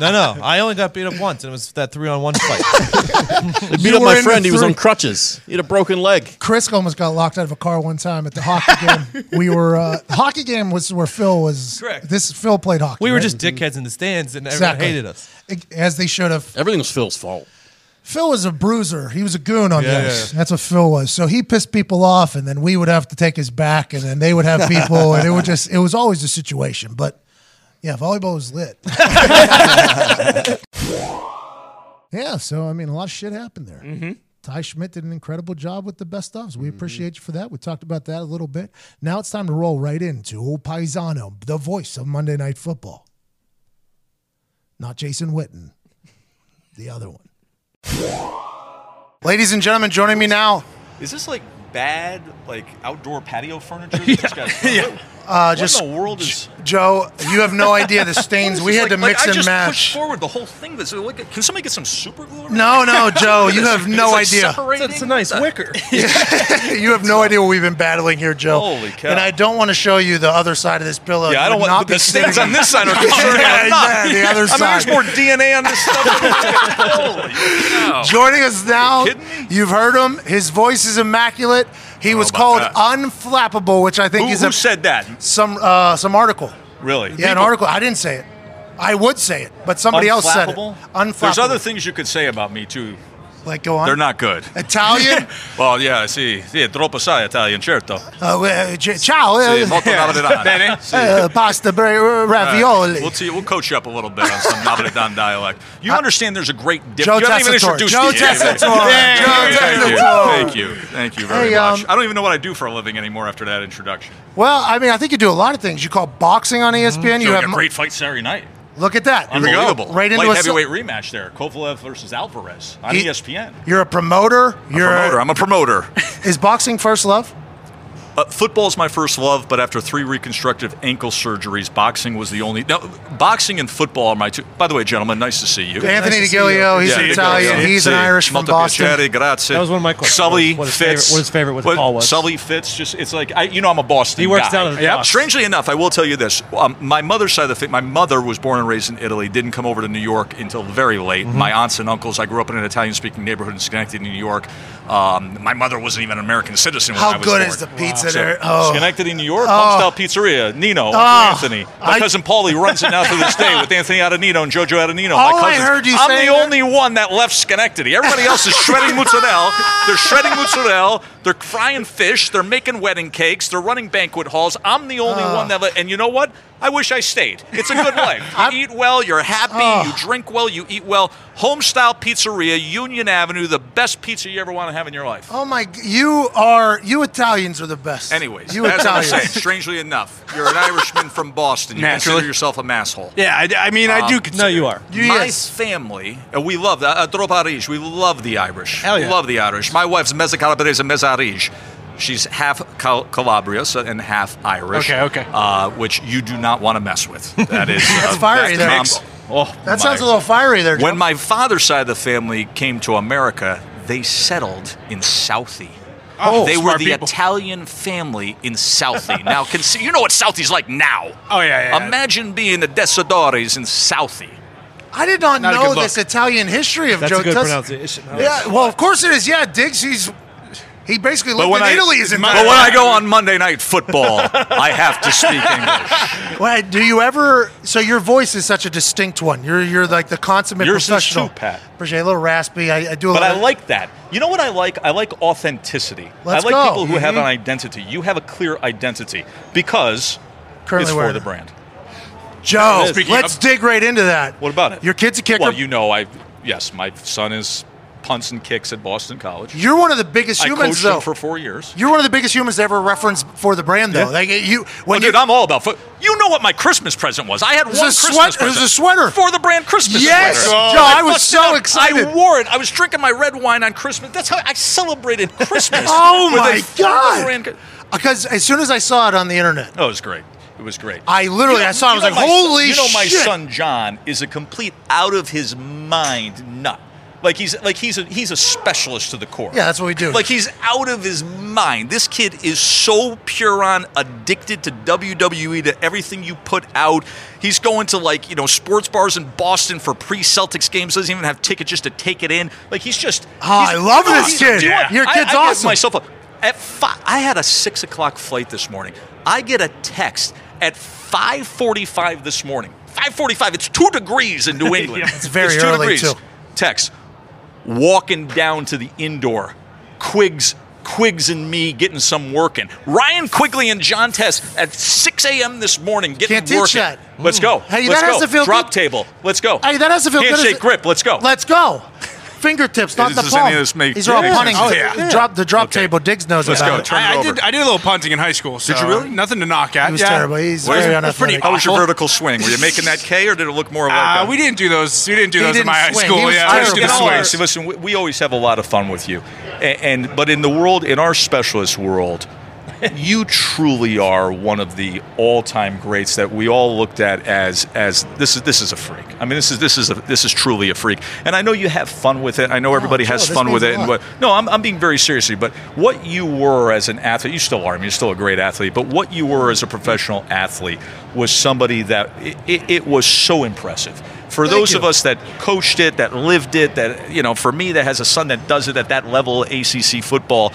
H: No, no, I only got beat up once, and it was that three on one fight.
D: They beat
A: You
D: up
A: were
D: my
A: in
D: friend.
A: the
D: He was
A: three.
D: on crutches. He had a broken leg.
A: Chris almost got locked out of a car one time at the hockey game. We were uh, hockey game was where Phil was.
H: Correct.
A: This Phil played hockey.
H: We were
A: right?
H: just dickheads in the stands, and everyone
A: Exactly.
H: hated us.
A: as they should have.
D: Everything was Phil's fault.
A: Phil was a bruiser. He was a goon on
H: Yeah,
A: the ice.
H: yeah, yeah.
A: That's what Phil was. So he pissed people off, and then we would have to take his back, and then they would have people, and it would just it was always a situation. But yeah, volleyball was lit. yeah. So I mean, a lot of shit happened there.
K: Mm-hmm.
A: Ty Schmidt did an incredible job with the best ofs. We appreciate you for that. We talked about that a little bit. Now it's time to roll right into old Paisano, the voice of Monday Night Football. Not Jason Witten, the other one. Ladies and gentlemen, joining me now,
K: Is this like bad, like outdoor patio furniture? yeah. yeah.
A: uh,
K: What
A: just
K: in the world is?
A: Joe. You have no idea the stains.
K: What
A: we
K: is
A: had
K: this?
A: to
K: Like-
A: mix
K: like, I
A: and
K: just
A: match.
K: Pushed forward the whole thing. This like, can somebody get some super glue?
A: No, no, Joe, you have no idea.
K: It's a nice wicker.
A: You have no idea what we've been battling here, Joe.
K: Holy cow.
A: And I don't want to show you the other side of this pillow. You
K: Yeah, I don't
A: would
K: want
A: not
K: the,
A: be
K: the stains
A: sitting-
K: on this side are covering
A: Yeah,
K: it up.
A: yeah, the other
K: I mean, there's
A: side.
K: more DNA on this stuff. Holy cow.
A: Joining us now,
K: kidding me?
A: you've heard him. His voice is immaculate. He was
K: about
A: called
K: that.
A: unflappable, which I think
K: Who,
A: is
K: who
A: a,
K: said that?
A: some uh, some article.
K: Really?
A: Yeah, an article. I didn't say it. I would say it, but somebody else said it.
K: Unflappable?
A: Unflappable.
K: There's other things you could say about me too.
A: Like go on.
K: They're not good.
A: Italian.
K: well, yeah, sì, sì, troppo sai Italian, certo.
A: uh, uh, c- ciao.
K: Sì,
A: Uh,
K: molto napoletano. Bene? Sì.
A: uh, pasta bre- uh, ravioli.
K: Uh, we'll, see, we'll coach you up a little bit on some Napolitan dialect. You understand there's a great difference.
A: Joe
K: you haven't even
A: Tessitore.
K: introduced
A: Joe
K: me. Yeah, yeah,
A: Tessitore.
K: yeah,
A: Joe
K: yeah, yeah,
A: Tessitore.
K: Thank you. Thank you. Thank you very
A: Hey, um,
K: much. I don't even know what I do for a living anymore after that introduction.
A: well, I mean, I think you do a lot of things. You call boxing on E ESPN. You have
K: Showing a Mm-hmm. great fight Saturday night.
A: look at that.
K: Unbelievable.
A: Right into
K: Light
A: a
K: heavyweight rematch there. Kovalev versus Alvarez on E
A: He-
K: ESPN.
A: You're a promoter. You're
K: promoter. I'm a promoter.
A: Is boxing first love?
K: Uh, football's my first love, but after three reconstructive ankle surgeries, boxing was the only. Now, boxing and football are my two. By the way, gentlemen, nice to see you.
A: Anthony Nice to see DiGilio, you. he's an
K: DiGilio.
A: Italian, he's an
K: Sì.
A: Irish from
K: Molto
A: Boston.
K: piacere, grazie.
A: That was one of my questions,
K: Sully
A: what his favorite-
K: Fitz.
A: what his favorite with
K: what-
A: Paul was.
K: Sully Fitz. Just it's like I, you know, I'm a Boston.
H: He works
K: guy.
H: down at the Yep. docks.
K: Strangely enough, I will tell you this: um, my mother's side of the family. My mother was born and raised in Italy. Didn't come over to New York until very late.
A: Mm-hmm.
K: My aunts and uncles. I grew up in an Italian-speaking neighborhood in Schenectady, New York. Um, my mother wasn't even an American citizen. when
A: How
K: I was
A: good
K: born.
A: is the pizza
K: So,
A: there? Oh.
K: Schenectady, New York,
A: Oh.
K: Homestyle Pizzeria. Nino, Uncle
A: Oh.
K: Anthony. My
A: I-
K: cousin Paulie runs it now to this day with Anthony Adanino and JoJo Adanino.
A: All
K: my
A: I
K: cousins.
A: heard you
K: I'm
A: say
K: the
A: there-
K: only one that left Schenectady. Everybody else is shredding mozzarella. They're shredding mozzarella. They're frying fish. They're making wedding cakes. They're running banquet halls. I'm the only
A: Oh.
K: one that left. And you know what? I wish I stayed. It's a good life. You eat well. You're happy.
A: Oh.
K: You drink well. You eat well. Homestyle Pizzeria, Union Avenue, the best pizza you ever want to have in your life.
A: Oh my! g- You are you Italians are the best.
K: Anyways,
A: you
K: as I was saying,
A: Italians.
K: strangely enough, you're an Irishman from Boston. You
B: Naturally.
K: consider yourself a masshole.
B: Yeah, I- I mean, I
D: Um,
B: do consider- No, you are.
K: My
B: Yes.
K: family, uh, we love the uh, Troparige. We love the Irish.
B: Hell yeah.
K: Love the Irish. My wife's Mezza Calabrese Mezzarige. She's half Cal- Calabria so- and half Irish.
B: Okay, okay.
K: Uh, which you do not want to mess with. That is uh,
A: That's fiery
K: that
A: there.
K: combo. Oh,
A: that sounds a
K: my.
A: little fiery there.
K: When my father's side of the family came to America, they settled in Southie.
A: Oh,
K: they were
A: smart
K: the
A: people.
K: Italian family in Southie. now, can see, you know what Southie's like now. Oh yeah, yeah. Imagine being the Desidores in Southie.
A: I did not,
K: Not a
A: know
K: good
A: this
K: look.
A: Italian history of
K: That's
A: Joe
K: a good
A: Tus-
K: pronunciation.
A: Yeah, well, of course it is. Yeah, Diggs, he's he basically lived in Italy. Is in
K: but when I go on Monday Night Football, I have to speak English.
A: Wait, do you ever? So your voice is such a distinct one. You're you're like the consummate
K: Yours is
A: professional.
K: too, Pat.
A: Appreciate it. a little raspy. I, I do. A
K: But I
A: little,
K: like that. You know what I like? I like authenticity.
A: Let's
K: I like
A: go.
K: people who have
A: Mhm.
K: an identity. You have a clear identity because
A: Currently
K: it's
A: wearing
K: for the
A: it.
K: brand.
A: Joe.
K: Speaking
A: let's
K: of-
A: dig right into that.
K: What about it?
A: Your kid's a kicker.
K: Well, you know, I yes, my son is punts and kicks at Boston College.
A: You're one of the biggest
K: I
A: humans,
K: coached
A: though.
K: him for four years.
A: You're one of the biggest humans to ever reference for the brand, though. Like you,
K: Well, dude, I'm all about foot. You know what my Christmas present was? I had
A: It was
K: one
A: a
K: Christmas
A: sweat- it was
K: present.
A: a sweater
K: for the brand Christmas.
A: Yes!
K: sweater.
A: Oh. Joe, I was
K: busted
A: so
K: out.
A: excited.
K: I wore it. I was drinking my red wine on Christmas. That's how I celebrated Christmas.
A: oh
K: with a
A: my
K: for the brand
A: god!
K: co-
A: Because Uh, as soon as I saw it on the internet,
K: Oh, it was great. It was great.
A: I literally
K: You know-
A: I saw it. I
K: you
A: was
K: know
A: like,
K: my son-
A: holy
K: You know, my
A: shit!
K: son John is a complete out of his mind nut. Like he's like he's a he's a specialist to the core.
A: Yeah, that's what we do.
K: Like he's out of his mind. This kid is so pure on addicted to WWE to everything you put out. He's going to like you know sports bars in Boston for pre Celtics games. Doesn't even have tickets just to take it in. Like he's just.
A: Ah,
K: he's-
A: I love
K: no,
A: this
K: he's-
A: kid.
K: do you know what?
A: Your
K: I-
A: kid's
K: I give
A: awesome.
K: Myself up. At five, I had a six o'clock flight this morning. I get a text at five forty-five this morning. Five forty-five. It's two degrees in New England.
A: it's very
K: two
A: early,
K: degrees.
A: too.
K: Text walking down to the indoor. Quigs, Quigs and me getting some work in. Ryan Quigley and John Tess at 6 a.m. this morning getting
A: Can't teach
K: work in.
A: that.
K: Let's go.
A: Hey,
K: Let's
A: that
K: go.
A: has to feel
K: Drop
A: good.
K: table. Let's go.
A: Hey, that has to feel good as
K: Handshake
A: a-
K: grip. Let's go.
A: let's go. Oh, Fingertips, not
K: Does-
A: the
K: does
A: palm.
K: any of this make-
A: These are all
K: make
A: punting.
K: sense?
A: Oh,
K: Yeah.
A: yeah. Drop the drop table. Diggs knows
K: Let's
A: about
K: go.
A: it.
K: Turn it
G: I, I
K: over.
G: did. I did a little punting in high school. So
K: you really?
G: Nothing to knock at.
A: He was
G: yeah.
A: terrible. He's
K: Where-
A: very
K: It's pretty
A: unathletic.
K: How was your vertical swing? Were you making that K or did it look more like
G: Uh,
K: a-
G: we didn't do those. We didn't do
A: He
G: those in
A: didn't
G: my high
A: swing.
G: school.
A: He was
G: yeah,
K: I
G: we just
K: just
G: did the
K: always,
G: swings.
K: listen, we, we always have a lot of fun with you, A- and, but in the world, in our specialist world, you truly are one of the all-time greats that we all looked at as as this is this is a freak. I mean, this is this is a, this is truly a freak, and I know you have fun with it. I know everybody has
A: Joe, Oh, this
K: fun with
A: means
K: it,
A: a
K: and
A: lot.
K: what, no, I'm, I'm being very seriously. But what you were as an athlete, you still are. I mean, you're still a great athlete. But what you were as a professional athlete was somebody that it, it, it was so impressive. For
A: Thank
K: those
A: you.
K: of us that coached it, that lived it, that you know, for me that has a son that does it at that level, ACC football,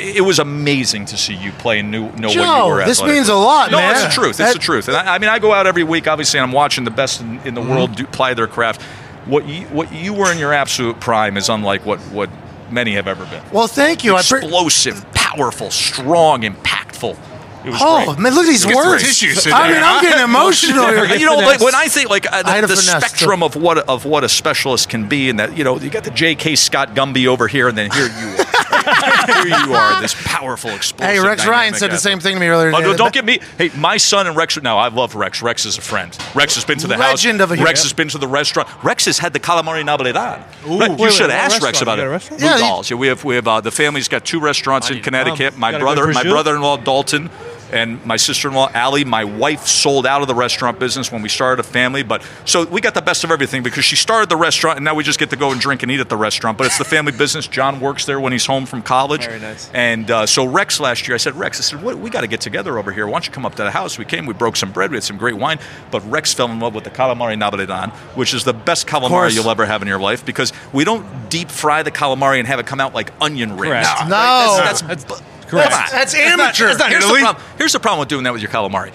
K: it was amazing to see you play and knew, know what
E: Joe,
K: you were
E: this
K: athletically.
E: means a lot,
K: No,
E: man.
K: it's the truth. It's the truth. And I, I mean, I go out every week, obviously, and I'm watching the best in, in the
E: Mm-hmm.
L: Mhm.
K: world do, apply their craft. What you what you were in your absolute prime is unlike what what many have ever been.
E: Well, thank you. I pre-
K: Explosive, powerful, strong, impactul. It was
E: Oh,
K: great.
E: man, look at these
K: Get some
E: words.
K: tissues in
E: I
K: there,
E: mean, I'm
K: huh?
E: getting emotional here.
K: you know, like
E: Finesse.
K: when I think like uh,
E: I had
K: the,
E: a
K: the
E: finesse, too.
K: spectrum of what of what a specialist can be, and that you know, you got the J.K. Scott Gumby over here, and then here you are. here you are, this powerful, explosive.
E: Hey, Rex Ryan
K: dynamic
E: said the
K: athlete.
E: same thing to me earlier.
K: Oh,
E: today.
K: no, don't get me. Hey, my son and Rex. No, I love Rex. Rex is a friend. Rex has been to the
E: Legend
K: house.
E: of a-
K: Rex
E: Yeah.
K: has been to the restaurant. Rex has had the calamari napolitan.
G: Ooh.
K: Rex-
G: Wait,
K: you
G: wait,
K: should
G: what
K: ask Rex
G: restaurant?
K: about
G: You
K: it.
G: got a restaurant?
K: Yeah,
G: Yeah, you-
K: yeah, we have we have uh, the family's got two restaurants in Connecticut.
G: come.
K: My
G: Got a good
K: brother, my
G: prosciutto?
K: brother-in-law Dalton, and my sister-in-law Allie. My wife sold out of the restaurant business when we started a family, but so we got the best of everything because she started the restaurant, and now we just get to go and drink and eat at the restaurant. But it's the family business. John works there when he's home from college.
L: Very nice.
K: And uh, so Rex last year, I said, Rex, I said, what, we got to get together over here. Why don't you come up to the house? We came, we broke some bread, we had some great wine, but Rex fell in love with the calamari napolitan, which is the best calamari
E: course.
K: you'll ever have in your life because we don't deep fry the calamari and have it come out like onion rings.
E: Correct.
K: Like,
E: No.
K: that's, that's,
E: Correct.
K: Come on.
E: That's
K: not-
E: amateur.
K: that's not- here's, the
E: Italy.
K: problem, here's the problem with doing that with your calamari.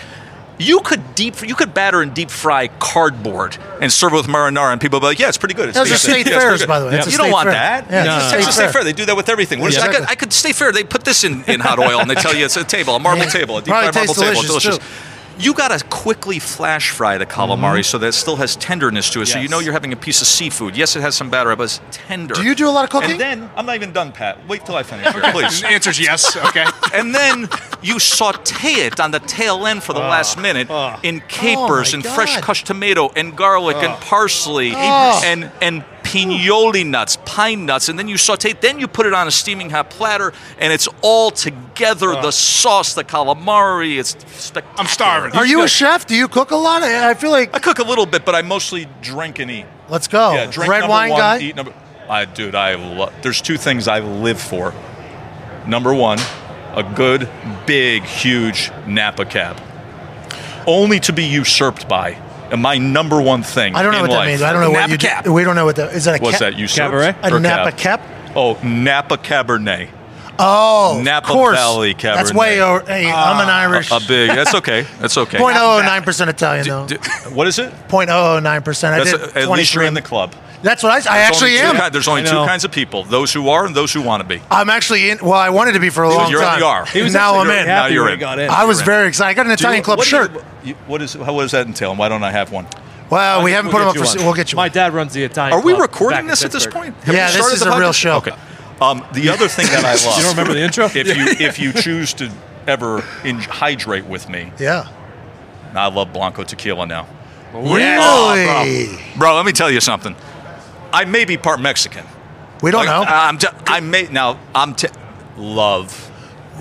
K: You could deep, you could batter and deep fry cardboard and serve it with marinara, and people will be like, "Yeah, it's pretty good." It's
E: Those are
K: decent.
E: state
K: Yeah, it's pretty
E: fairs,
K: good."
E: by the way. That's a
K: You don't
E: state
K: want
E: fair.
K: that.
E: Yeah, it's a
K: It's
E: state
K: Texas State
E: fair.
K: Fair. They do that with everything. What is
E: Yeah.
K: I, could, I could stay fair. They put this in, in hot oil and they tell you it's a table, a marble table, a deep
E: Probably
K: fried marble
E: tastes
K: table,
E: delicious,
K: delicious.
E: too.
K: You gotta quickly flash fry the calamari
E: Mhm.
K: so that it still has tenderness to it. So you
E: Yes.
K: know you're having a piece of seafood. Yes, it has some batter, but it's tender.
E: Do you do a lot of cooking?
K: And then I'm not even done, Pat. Wait till I finish. here,
E: Okay.
K: Please.
E: The answer's yes, okay.
K: And then you saute it on the tail end for the last minute in capers
E: Oh,
K: and
E: my
K: fresh
E: God.
K: crushed tomato and garlic and
E: Oh.
K: parsley
E: Oh.
K: and and pinoli nuts, pine nuts, and then you saute. Then you put it on a steaming hot platter, and it's all together. The sauce, the calamari, it's spectacular. I'm starving.
E: Are you a chef? Do you cook a lot? I I feel like
K: I cook a little bit, but I mostly drink and eat.
E: let's
A: Oh,
E: go.
K: Yeah, drink
E: Red
K: number
E: wine
K: one,
E: guy.
K: Eat number. I dude, I love. There's two things I live for. Number one, a good, big, huge Napa cab, only to be usurped by. And my number one thing.
A: I don't know
K: in
A: what that
K: life-
A: means. I don't know what
K: Napa
A: you do-
K: cab.
A: We don't know what that is. That a
K: What's
A: cap-
K: that you served?
A: A
K: Or
A: Napa cap.
K: Oh, Napa Cabernet.
A: Oh,
K: Napa
A: of course.
K: Valley Cabernet. Ah,
A: That's way over. Hey, I'm an Irish.
K: A, a big. That's okay. That's okay.
A: Point oh nine percent Italian though.
K: D- What is it?
A: Point oh oh nine percent. I
K: That's
A: did
K: a- at least you're
A: 23.
K: in the club.
A: That's what I. I
K: There's
A: actually
K: only two
A: am.
K: ki- there's only
A: I know.
K: two kinds of people: those who are and those who want to be.
A: I'm actually in. Well, I wanted to be for a
K: So
A: long
K: you're in
A: time.
K: the R. He was
A: now I'm
K: actually
A: in.
K: very happy Now you're when in. he got in.
A: I was
K: You're in.
A: very excited. I got an
K: Do you-
A: Italian club
K: what do
A: shirt.
K: You, what is? How does that entail? Why don't I have one?
A: well, we
H: I
A: haven't
H: think
A: put
H: we'll
A: them up
H: get
A: for.
H: you
A: sale.
H: one.
A: We'll get you.
H: My dad runs the Italian.
K: Are we
H: club back
K: recording
H: in
K: this at this
H: Pittsburgh.
K: point? Have
A: Yeah, this
K: we started
A: is
K: the
A: a
K: podcast?
A: real show.
K: Okay. Um, the other thing that I
H: You
K: love.
H: don't remember the intro?
K: If you if you choose to ever in- hydrate with me,
A: Yeah.
K: I love Blanco tequila now.
A: Really?
K: Oh, bro. Bro, let me tell you something. I may be part Mexican.
A: We don't know.
K: I'm t- I may now. I'm t- love.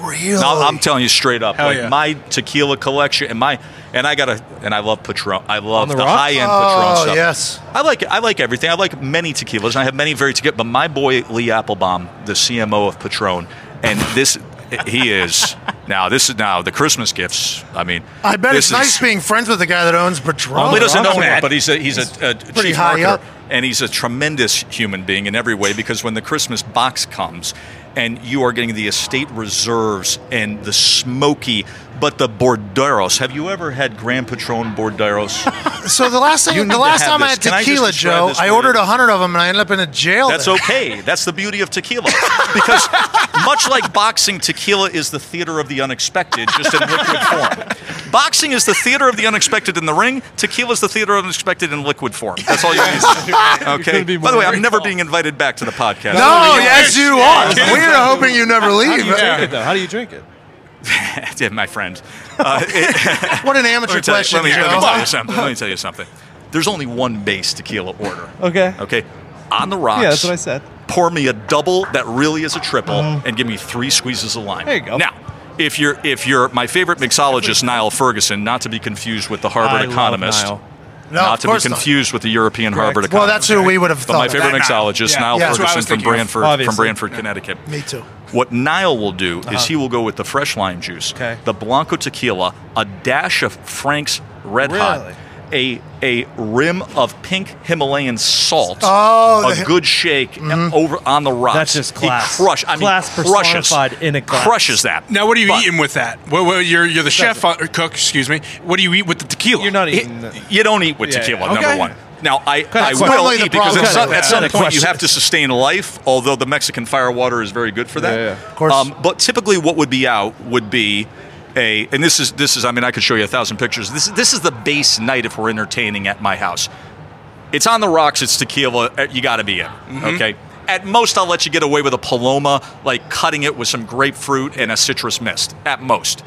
A: Really?
K: No, I'm telling you straight up.
A: Hell
K: like
A: yeah.
K: my tequila collection and my and I got to and I love Patron. I love
A: the
K: the,
A: rocks?
K: high end
A: Oh,
K: Patron stuff.
A: yes.
K: I like I like everything. I like many tequilas. and I have many very tequila. But my boy Lee Applebaum, the CMO of Patron, and this he is now. This is now the Christmas gifts. I mean,
A: I bet
K: this
A: it's
K: is-
A: nice being friends with the guy that owns Patron.
K: well, he doesn't know that, but he's a, he's a, a
A: pretty
K: chief
A: high
K: marketer,
A: up.
K: and he's a tremendous human being in every way. Because when the Christmas box comes, and you are getting the estate reserves and the smoky, but the Borderos. Have you ever had Grand Patron Borderos?
A: So the last
K: You
A: time,
K: need
A: the
K: to
A: last
K: have
A: time I
K: this.
A: had
K: Can I just
A: tequila,
K: describe
A: Joe,
K: this
A: I
K: for you?
A: ordered a hundred of them and I ended up in a jail.
K: That's
A: there.
K: okay. That's the beauty of tequila. Because much like boxing, tequila is the theater of the unexpected, just in liquid form. Boxing is the theater of the unexpected in the ring. Tequila is the theater of the unexpected in liquid form. That's all you need. Okay.
H: couldn't be
K: By the
H: more
K: way, I'm never being invited back to the podcast.
A: No, yes, you are. We are hoping you never leave.
K: How do you drink it? Did my friend. Uh, it-
A: What an
K: Let
A: amateur
K: me tell you-
A: question,
K: Let me, let me
A: Joe.
K: tell you something. Let me tell you something. There's only one base tequila order.
L: Okay.
K: Okay. On the rocks.
L: Yeah, that's what I said.
K: Pour me a double that really is a triple,
A: Uh-huh.
K: and give me three squeezes of lime.
L: There you go.
K: Now, if you're if you're my favorite mixologist, Niall Ferguson, not to be confused with the
A: I
K: Harvard
A: love
K: economist.
A: Niall. No,
K: not
A: of
K: to be
A: course not.
K: confused with the European Harvard economist.
A: Well, that's who we would have
K: But
A: thought
K: my
A: of.
K: favorite
A: That Niall.
K: mixologist,
A: Yeah.
K: Niall
A: Yeah. That's what I
K: Ferguson
A: was
K: from
A: thinking of.
K: Branford, from
A: Obviously.
K: Branford,
A: Yeah.
K: Connecticut.
A: Me too.
K: What Niall will do
A: Uh-huh.
K: is he will go with the fresh lime juice, the Blanco tequila, a dash of Frank's Red Hot, a a rim of pink Himalayan salt,
H: Oh,
K: a
H: the- Mm-hmm.
K: good shake over on the rocks.
H: That's just class.
K: He crush, I mean,
H: Class
K: crushes,
H: personified in a glass.
K: crushes that.
G: Now, what are you
K: But-
G: eating with that? Well, well, you're you're the chef uh, cook. Excuse me. What do you eat with the tequila? You're
H: not
K: You don't eat with
G: Yeah,
K: tequila.
G: yeah.
K: Number
G: Okay.
K: one. Now I, I
G: question.
K: will
G: Really the
K: eat because
G: problem.
K: at some,
G: Okay.
K: at some
G: Yeah.
K: point you
G: Question.
K: have to sustain life. Although the Mexican firewater is very good for that.
G: Yeah, yeah.
K: Of course. Um, but typically, what would be out would be a, and this is this is. I mean, I could show you a thousand pictures. This this is the base night if we're entertaining at my house. It's on the rocks. It's tequila. uh, You got to be in.
G: Mhm.
K: Okay. At most, I'll let you get away with a paloma, like cutting it with some grapefruit and a citrus mist. At most,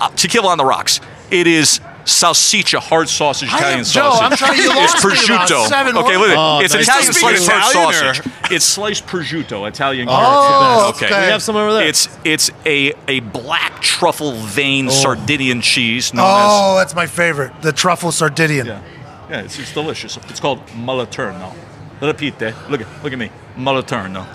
K: uh, tequila on the rocks. It is salsiccia, hard sausage,
G: I
K: Italian
G: am- Joe,
K: sausage.
G: I'm trying- you
K: it's
G: lost me about
K: prosciutto.
G: seven
K: okay,
G: words.
K: look,
G: Oh,
K: it's
G: nice.
K: Italian
G: Does he speak
K: sliced hard
G: Italian or-
K: sausage. It's sliced prosciutto, Italian.
G: Oh,
K: garlic.
G: okay. We have some over there.
K: It's it's a a black truffle vein
A: Oh.
K: Sardinian cheese known
A: Oh, that's my favorite. The truffle sardidian.
G: Oh.
K: as yeah, it's, it's delicious. It's called malaturno. Repeat that. Look at look at me, malaturno.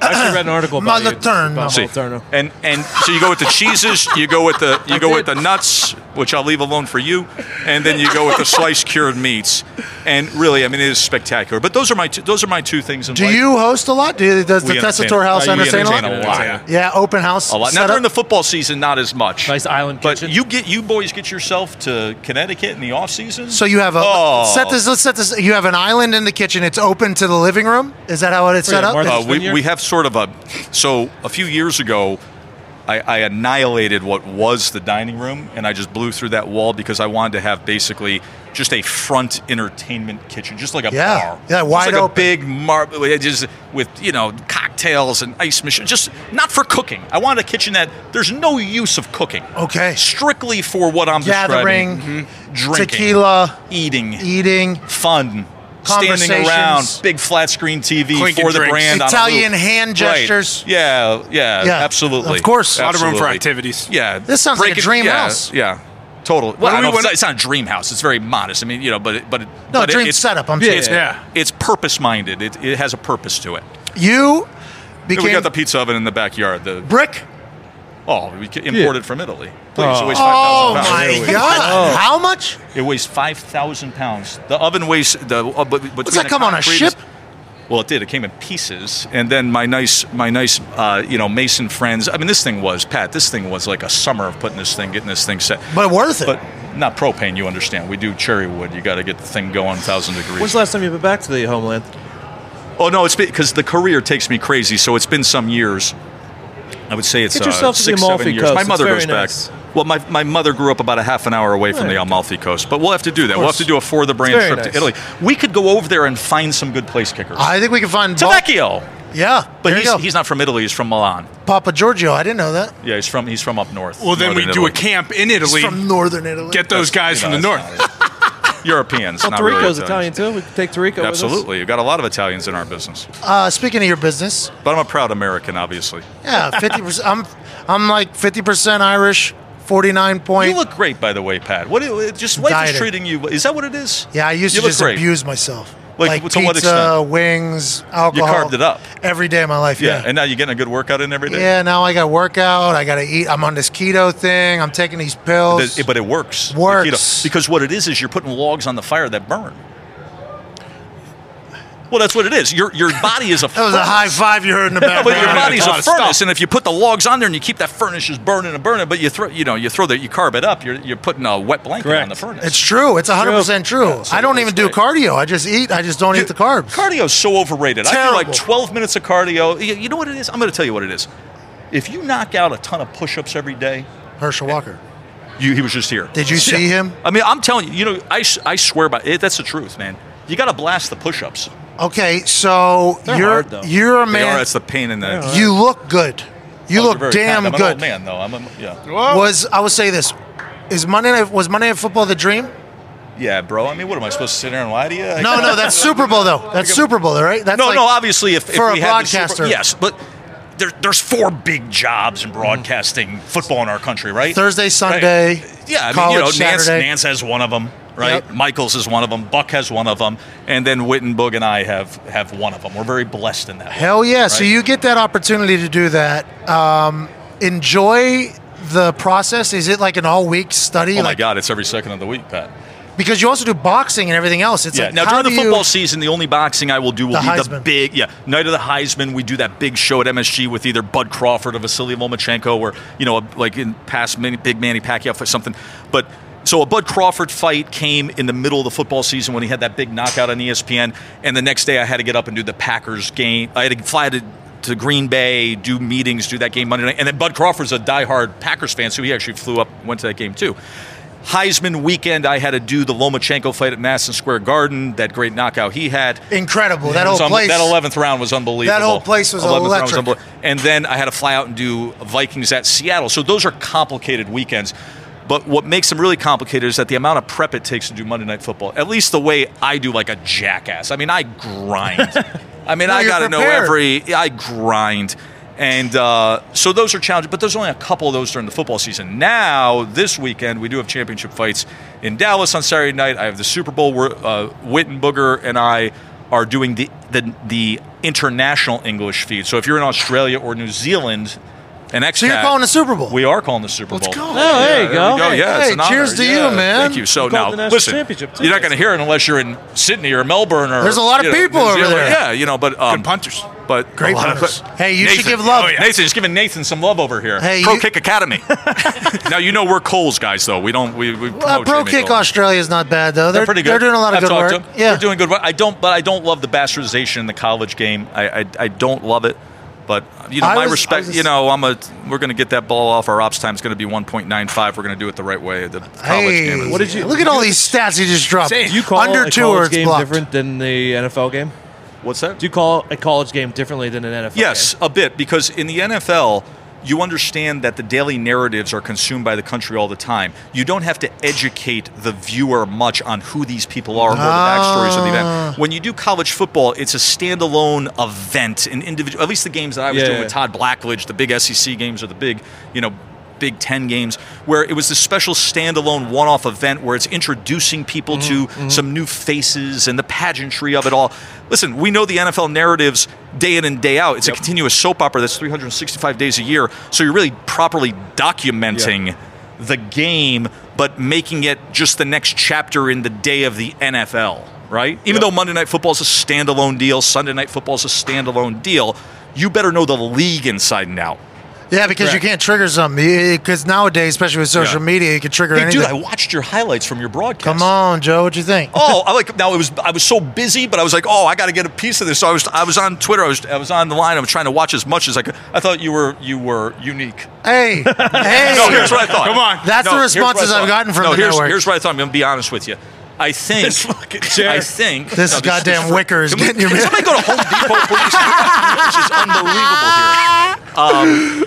H: I actually read an article about you.
A: Malaturno.
H: about
K: See,
H: Malaturno.
K: and and so you go with the cheeses, you go with the you
H: I
K: go with the
H: did.
K: nuts, which I'll leave alone for you, and then you go with the sliced cured meats, and really, I mean, it is spectacular. But those are my two, those are my two things in
A: Do
K: life.
A: you host a lot? Do you, does the
K: We entertain-
A: Tessitore House
K: uh, you
A: entertain a lot?
K: entertain a lot, yeah.
A: Yeah, open house.
K: a lot. Now
A: setup.
K: during the football season, not as much. Nice island but you get you boys get yourself to Connecticut in the off season.
A: So you have a
K: oh.
A: set this. Let's set this. You have an island in the kitchen. It's open to the living room. Is that how it's set up?
K: Uh, we, we have sort of a so a few years ago I, I annihilated what was the dining room and i just blew through that wall because i wanted to have basically just a front entertainment kitchen just like a
A: Yeah.
K: bar
A: Yeah, wide
K: just like
A: open.
K: a big marble just with you know cocktails and ice machine just not for cooking i wanted a kitchen that there's no use of cooking
A: okay
K: strictly for what i'm
A: Oh, gathering,
K: describing mm-hmm, drinking
A: tequila,
K: eating,
A: eating,
K: fun, standing
A: Conversations.
K: around, big flat screen TV
A: Clinking
K: for the
A: drinks.
K: brand, on a
A: Italian
K: loop.
A: hand
K: Right.
A: gestures.
K: Yeah, yeah,
A: Yeah,
K: absolutely.
A: of course.
G: A lot of room for
K: Absolutely.
G: activities.
K: Yeah,
A: This sounds like a
K: Breaking-
A: dream
K: yeah,
A: house.
K: Yeah, totally.
A: What
K: Well,
A: do
K: I
A: we
K: don't,
A: wanna-
K: it's not a dream house. It's very modest. I mean, you know, but it, but it,
A: No,
K: but it-
A: dream
K: it's,
A: setup, I'm
K: yeah,
A: saying.
K: it's,
A: Yeah.
K: it's purpose minded. It, it has a purpose to it.
A: You
K: And we
A: became
K: got the pizza oven in the backyard. The
A: brick.
K: oh, we ca- imported from Italy. Please, it
A: Oh,
K: weighs five thousand pounds.
A: my god! Oh. How much?
K: It weighs five thousand pounds. The oven weighs the. Uh, but, but
A: What's that
K: the
A: come on a
K: concrete
A: ship?
K: is- well, it did. It came in pieces, and then my nice, my nice, uh, you know, Mason friends. I mean, this thing was Pat. This thing was like a summer of putting this thing, getting this thing set.
A: But worth it.
K: But not propane, you understand. We do cherry wood. You got to get the thing going, thousand degrees.
H: When's the last time you've been back to the homeland?
K: Oh no, it's because the career takes me crazy. So it's been some years. I would say it's
H: Get
K: uh,
H: yourself to the
K: six,
H: Amalfi
K: seven years.
H: Coast.
K: My
H: It's
K: mother
H: very
K: goes
H: nice.
K: back. Well, my, my mother grew up about a half an hour away from the Amalfi Coast, but we'll have to do that. We'll have to do a for the brand
A: It's very
K: trip
A: nice.
K: to Italy. We could go over there and find some good place kickers.
A: I think we can find Bob-
K: Tavecchio,
A: Yeah,
K: but he's, he's not from Italy. He's from Milan.
A: Papa Giorgio. I didn't know that.
K: Yeah, he's from he's from up north.
G: Well, then we
K: northern
G: do a
K: Italy.
G: camp in Italy.
A: He's from northern Italy.
G: Get those guys
K: That's-
G: from the
K: you know,
G: north.
K: Europeans.
H: Puerto
K: not really
H: Rico's
K: Italians.
H: Italian too. We could take Tarico.
K: Absolutely, you've got a lot of Italians in our business,
A: Uh, speaking of your business,
K: but I'm a proud American, obviously.
A: yeah, fifty percent. I'm I'm like fifty percent Irish, forty nine point.
K: You look great, by the way, Pat. What it- just life
A: Dieted.
K: is treating you? Is that what it is?
A: Yeah, I used
K: You
A: to
K: look
A: just
K: great.
A: abuse myself. Like,
K: Like, to
A: pizza,
K: what extent?
A: wings, alcohol.
K: You carved it up.
A: every day of my life.
K: Yeah.
A: Yeah.
K: and now you're getting a good workout in every
A: Yeah.
K: day.
A: now I got to work out. I got to eat. I'm on this keto thing. I'm taking these
K: But
A: pills.
K: it, but it works. The
A: Works.
K: keto- because what it is is you're putting logs on the fire that burn. Well, that's what it is. Your your body is a.
A: that was a high five you heard in the background.
K: but your body's
A: That's
K: a furnace, and if you put the logs on there and you keep that furnace just burning and burning, but you throw you know you throw that you carb it up, you're you're putting a wet blanket on the furnace.
A: It's true. It's 100% true. I don't even do cardio. I just eat. I just don't eat the carbs.
K: Cardio's so overrated. I do
A: Terrible.
K: like 12 minutes of cardio. You, you know what it is? I'm going to tell you what it is. If you knock out a ton of push-ups every day, eh,
A: Herschel Walker.
K: You, he was just here.
A: Did you see him?
K: I mean, I'm telling you. You know, I, s- I swear by it. That's the truth, man. You got to blast the push-ups.
A: Okay, so you're you're a
K: They are.
A: man.
K: That's the pain in the.
A: You look good. You
K: Oh, you're
A: look
K: very
A: damn
K: kind. I'm
A: good.
K: An old man, though. I'm a, yeah.
A: Was I will say this. Is Monday night was Monday night football the dream?
K: Yeah, bro. I mean, what am I supposed to sit here and lie to you? I-
A: No, no, that's Super Bowl though. That's Super Bowl, though, right? That's
K: no,
A: like-
K: no. Obviously, if, if
A: for
K: we
A: a
K: had the Super-
A: broadcaster,
K: yes, but there, there's four big jobs in broadcasting football in our country, right?
A: Thursday, Sunday,
K: Yeah, I mean,
A: college,
K: you know, Nance,
A: Saturday.
K: Nance has one of them, right? Michaels is one of them. Buck has one of them, and then Wittenberg and I have have one of them. We're very blessed in that.
A: Hell yeah! So
K: Right.
A: you get that opportunity to do that. Um, enjoy the process. Is it like an all week study?
K: Oh my
A: like
K: God, it's every second of the week, Pat.
J: Because you also do boxing and everything else. It's
K: yeah.
J: like
K: now
J: how
K: during the
J: do you-
K: football season, the only boxing I will do will
J: The
K: be the
J: Heisman.
K: big yeah night of the Heisman. We do that big show at MSG with either Bud Crawford or Vasily Lomachenko, or you know, a- like in past many, big Manny Pacquiao or something. But so a Bud Crawford fight came in the middle of the football season when he had that big knockout on E ESPN, and the next day I had to get up and do the Packers game. I had to fly to. To Green Bay, do meetings, do that game Monday night, and then Bud Crawford's a diehard Packers fan, so he actually flew up, went to that game too. Heisman weekend, I had to do the Lomachenko fight at Madison Square Garden. That great knockout he had.
J: Incredible. That
K: It was
J: whole
K: un-
J: place-
K: That eleventh round was unbelievable.
J: That whole place was
K: 11th round
J: electric.
K: unbelievable. and then I had to fly out and do Vikings at Seattle. So those are complicated weekends. But what makes them really complicated is that the amount of prep it takes to do Monday Night Football. At least the way I do, like a jackass. I mean, I grind. I mean,
L: No,
K: I
L: you're
K: got to know
L: prepared.
K: every. I grind, and uh, so those are challenging. But there's only a couple of those during the football season. Now this weekend we do have championship fights in Dallas on Saturday night. I have the Super Bowl where uh, Wittenbooger and I are doing the, the the international English feed. So if you're in Australia or New Zealand. And
J: So you're calling the Super Bowl.
K: We are calling the Super Bowl.
J: go. Oh, there you
K: Yeah,
J: go.
K: we
J: Hey,
K: Yeah, it's
J: hey,
K: an honor.
J: cheers to you,
K: Yeah,
J: man.
K: Thank you. So
J: We called
K: now,
J: the national
K: listen,
J: championship, too.
K: you're not going to hear it unless you're in Sydney or Melbourne or.
J: There's a lot of
K: you know,
J: people
K: New
J: over
K: Zealand.
J: there.
K: Yeah, you know, but um, punters, but
J: Great
K: a lot of-
J: punters. Hey, you should
K: Nathan.
J: give love.
K: Oh, yeah. Nathan, just giving Nathan some love over here.
J: Hey,
K: Pro
J: you-
K: Kick Academy. now you know we're Coles guys, though. We don't. We, we
J: Well,
K: promote
J: Uh, Pro
K: Jamie
J: Kick
K: Cole.
J: Australia is not bad though. They're,
K: pretty good.
J: They're doing a lot of good
K: I've talked
J: work.
K: to 'em. They're doing good work. I don't, but I don't love the bastardization in the college game. I, I, I don't love it. But you know,
J: I
K: my
J: was- I
K: respect.
J: was-
K: you know, I'm a. We're going to get that ball off. Our ops time is going to be 1.95. We're going to do it the right way. The college game. Is,
J: What did you look at all these stats you just dropped?
H: Do you call
J: Under
H: a
J: two or
H: college
J: it's
H: game
J: blocked.
H: different than the NFL game?
K: What's that?
H: Do you call a college game differently than an NFL?
K: Yes, a bit because in the NFL, you understand that the daily narratives are consumed by the country all the time. You don't have to educate the viewer much on who these people are or the backstories of the
L: Ah.
K: event. When you do college football, it's a standalone event, an individual. At least the games that I was
L: Yeah,
K: doing
L: yeah.
K: with Todd Blackledge, the big SEC games or the big, you know. Big Ten games, where it was this special standalone one off event where it's introducing people to
L: Mhm, mhm.
K: some some new faces and the pageantry of it all. Listen, we know the NFL narratives day in and day out. It's a continuous soap opera that's 365 days a year. So you're really properly documenting the game, but making it just the next chapter in the day of the NFL, right? Even though Monday Night Football is a standalone deal, Sunday Night Football is a standalone deal, you better know the league inside and out.
J: Yeah, because you can't trigger something. Because nowadays, especially with social
K: Yeah.
J: media, you can trigger
K: Hey,
J: anything.
K: dude, I watched your highlights from your broadcast.
J: Come on, Joe. What you think?
K: oh, I like now it was I was so busy, but I was like, oh, I got to get a piece of this. So I was I was on Twitter, I was I was on the line, I was trying to watch as much as I could. I thought you were you were unique.
J: Hey, hey.
K: no, here's what I thought.
J: That's
K: No,
J: the
K: here's what I
J: responses I've
K: thought.
J: gotten from
K: no,
J: the
K: here's,
J: network.
K: Here's what I thought. I'm going to be honest with you. I think I think
J: This
K: no,
J: goddamn wicker is
K: can we-
J: getting your
K: can somebody go to Home Depot, please? this is unbelievable here. Um,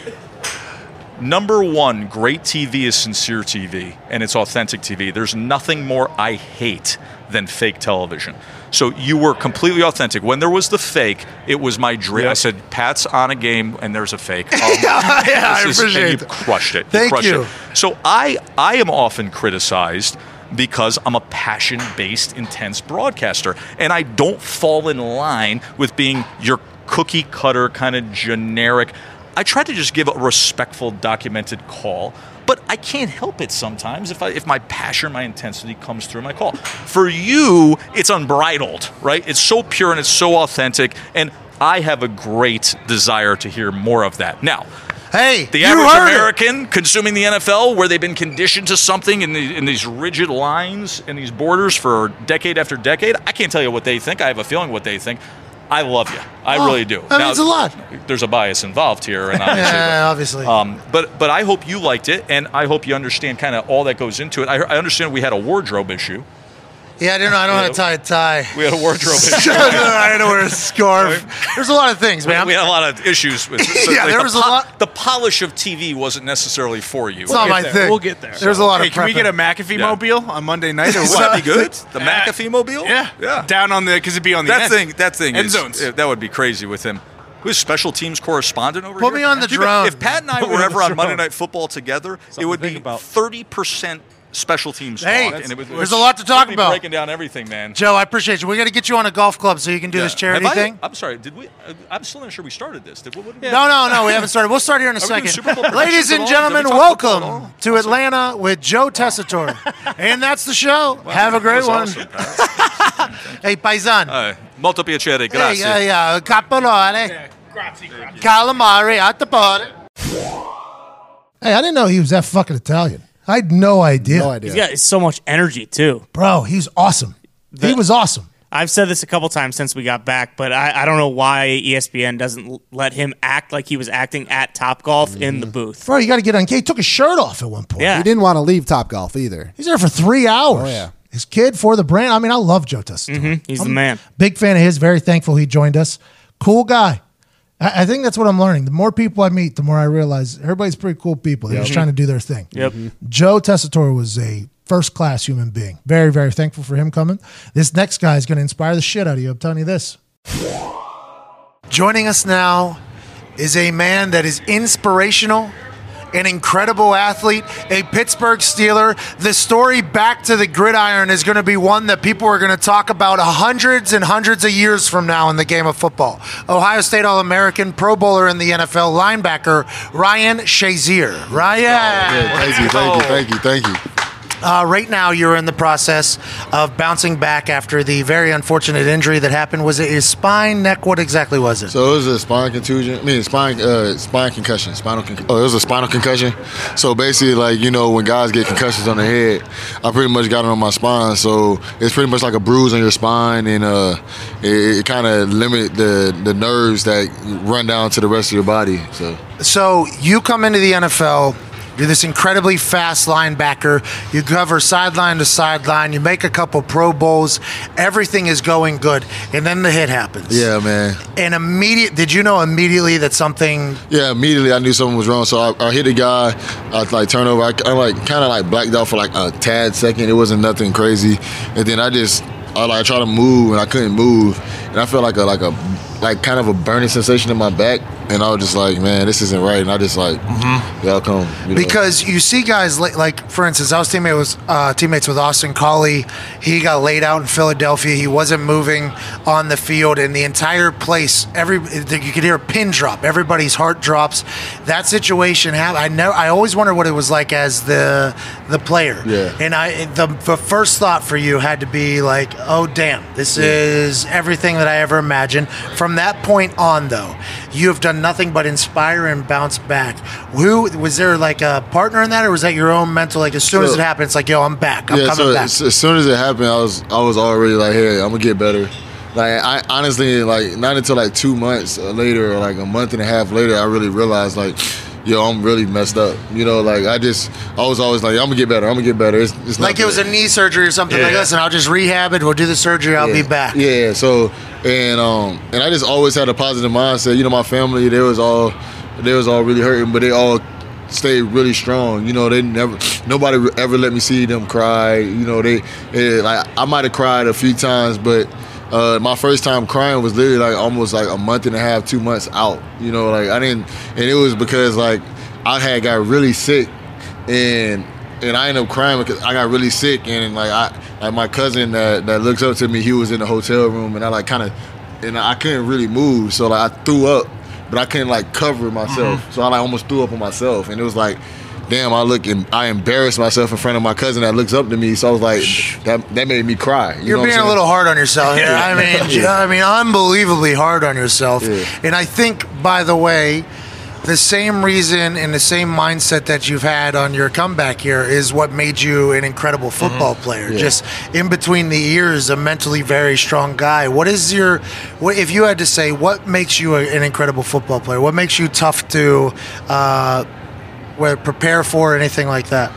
K: number one, great TV is sincere TV and it's authentic TV. There's nothing more I hate than fake television. So you were completely authentic. When there was the fake, it was my dream. I said, "Pat's on a game, and there's a fake." Oh,
J: Yeah, yeah, I
K: this
J: appreciate
K: and you
J: that.
K: crushed it.
J: Thank
K: crushed
J: you.
K: It. So I I am often criticized because I'm a passion-based intense broadcaster and I don't fall in line with being your cookie cutter kind of generic. I try to just give a respectful documented call, but I can't help it sometimes if I if my passion, my intensity comes through my call. For you, it's unbridled, right? It's so pure and it's so authentic and I have a great desire to hear more of that. Now,
J: hey,
K: the
J: you
K: average
J: heard it.
K: American consuming the NFL, where they've been conditioned to something in, the, in these rigid lines and these borders for decade after decade, I can't tell you what they think. I have a feeling what they think. I love you. I
J: Oh,
K: really do.
J: that means a lot.
K: There's a bias involved here, and obviously,
J: Yeah, obviously.
K: um, but but I hope you liked it, and I hope you understand kind of all that goes into it. I, I understand we had a wardrobe issue.
J: yeah, I don't know. I don't know how to tie a tie.
K: We had a wardrobe issue.
J: I don't know where to scarf. There's a lot of things, man.
K: We had a lot of issues with.
J: Yeah, there
K: the
J: was a lot-
K: The polish of TV wasn't necessarily for you.
J: It's not my thing.
G: We'll get there.
J: There's a lot
G: Hey,
J: of
G: can we
J: prepping.
G: get a McAfee
L: Yeah.
G: mobile on Monday night or
L: Would
G: what?
L: that be good?
K: The McAfee mobile?
G: Yeah,
K: Yeah.
G: Down on the because it'd be on the
K: that
G: end.
K: thing. That thing.
G: End
K: is,
G: zones.
K: uh, That would be crazy with him. Who's special teams correspondent over
J: Put
K: here?
J: me on the
K: Dude, but
J: drone.
K: If Pat and I
J: Put me
K: were
J: on
K: ever
J: the
K: on Monday
J: drone.
K: Night Football together, it would be thirty percent special teams
A: Hey,
K: talk, and it was
A: there's a lot to talk
K: be
A: about.
K: Breaking down everything, man.
A: Joe, I appreciate you. We got to get you on a golf club so you can do
K: Yeah.
A: this charity
K: Have I-
A: thing.
K: I'm sorry. Did we? uh, I'm still not sure we started this. Did, what, what did we-
A: No, no, no. We haven't started. We'll start here in a
K: Are we doing
A: second.
K: Super Bowl predictions
A: Ladies
K: at
A: and
K: all?
A: gentlemen,
K: Did we talk football at all?
A: welcome to Atlanta with Joe Tessitore. and that's the show. Have a
K: that
A: great
K: was
A: one.
K: awesome,
A: hey, paisan.
K: Uh, molto piacere.
A: Hey,
K: Grazie.
A: yeah, yeah. Capolare. Calamari at the party.
H: Hey, I didn't know he was that fucking Italian. I had no idea.
B: He's got so much energy too.
H: Bro, he was awesome. he was awesome.
B: I've said this a couple times since we got back, but I, I don't know why E ESPN doesn't l- let him act like he was acting at Top Golf in the booth.
H: Bro, you got to get on. He took his shirt off at one point.
B: Yeah.
E: He didn't want to leave Top Golf either.
H: He's there for three hours.
E: Oh, yeah.
H: His kid for the brand. I mean, I love Joe Tessitore.
B: Mm-hmm. He's
H: I'm
B: the man.
H: Big fan of his. Very thankful he joined us. Cool guy. I, I think that's what I'm learning. The more people I meet, the more I realize everybody's pretty cool people. They're just
B: Yep.
H: trying to do their thing.
B: Yep.
J: Mm-hmm.
H: Joe Tessitore was a first class human being. Very, very thankful for him coming. This next guy is going to inspire the shit out of you. I'm telling you this.
A: Joining us now is a man that is inspirational, an incredible athlete, a Pittsburgh Steeler. The story back to the gridiron is going to be one that people are going to talk about hundreds and hundreds of years from now in the game of football. Ohio State All American, Pro Bowler in the NFL, linebacker Ryan Shazier. Ryan.
M: Yeah, thank you, thank you, thank you, thank you.
A: Uh, right now, you're in the process of bouncing back after the very unfortunate injury that happened. Was it your spine, neck? What exactly was it?
M: So it was a spine contusion. I mean, spine, uh, spine concussion, spinal. Con- oh, it was a spinal concussion. So basically, like you know, when guys get concussions on the head, I pretty much got it on my spine. So it's pretty much like a bruise on your spine, and uh, it, it kind of limit the the nerves that run down to the rest of your body. So
A: So you come into the NFL. You're this incredibly fast linebacker. You cover sideline to sideline. You make a couple Pro Bowls. Everything is going good, and then the hit happens.
M: yeah, man.
A: And immediate, did you know immediately that something?
M: Yeah, immediately I knew something was wrong. So I, I hit a guy. I like turned over. I, I like kind of like blacked out for like a tad second. It wasn't nothing crazy, and then I just I like tried to move and I couldn't move, and I felt like a like a like kind of a burning sensation in my back, and I was just like, man, this isn't right. And I just like, y'all come you know.
A: Because you see guys like, like for instance, I was teammate was uh, teammates with Austin Collie. He got laid out in Philadelphia. He wasn't moving on the field, and the entire place, every you could hear a pin drop. Everybody's heart drops. That situation happened. I know. I always wonder what it was like as the the player.
M: Yeah.
A: And I the, the first thought for you had to be like, oh damn, this is everything that I ever imagined. From that point on, though, you have done nothing but inspire and bounce back. Who was there like a partner in that, or was that your own mental? Like as soon as
M: So-
A: it happened, it's like, yo, I'm back. I'm
M: yeah,
A: coming
M: so
A: back.
M: As, as soon as it happened, I was I was already like, hey, I'm gonna get better. Like I honestly like not until like two months later or like a month and a half later, I really realized like, yo, I'm really messed up. You know, like I just I was always like, I'm gonna get better. I'm gonna get better. It's, it's
A: like
M: nothing.
A: it was a knee surgery or something.
M: Yeah.
A: Like, listen, I'll just rehab it. We'll do the surgery. I'll
M: yeah.
A: be back.
M: Yeah. So and um and I just always had a positive mindset. You know, my family they was all they was all really hurting, but they all stayed really strong. You know, they never nobody ever let me see them cry. You know, they eh, like I might have cried a few times, but. Uh, my first time crying was literally like almost like a month and a half, two months out. You know, like I didn't, and it was because like I had got really sick and and I ended up crying because I got really sick and like I like my cousin that, that looks up to me, he was in the hotel room and I like kind of and I couldn't really move, so like I threw up, but I couldn't like cover myself,
A: Mm-hmm.
M: so I like almost threw up on myself, and it was like. Damn, I look and I embarrassed myself in front of my cousin that looks up to me. So I was like, that that made me cry. You
A: You're
M: know what I'm
A: being a
M: saying?
A: little hard on yourself here.
M: Yeah.
A: I mean,
M: Yeah.
A: yeah, I mean, unbelievably hard on yourself.
M: Yeah.
A: And I think, by the way, the same reason and the same mindset that you've had on your comeback here is what made you an incredible football player.
M: Yeah.
A: Just in between the years, a mentally very strong guy. What is your, what, if you had to say, what makes you a, an incredible football player? What makes you tough to, uh, where prepare for or anything like that?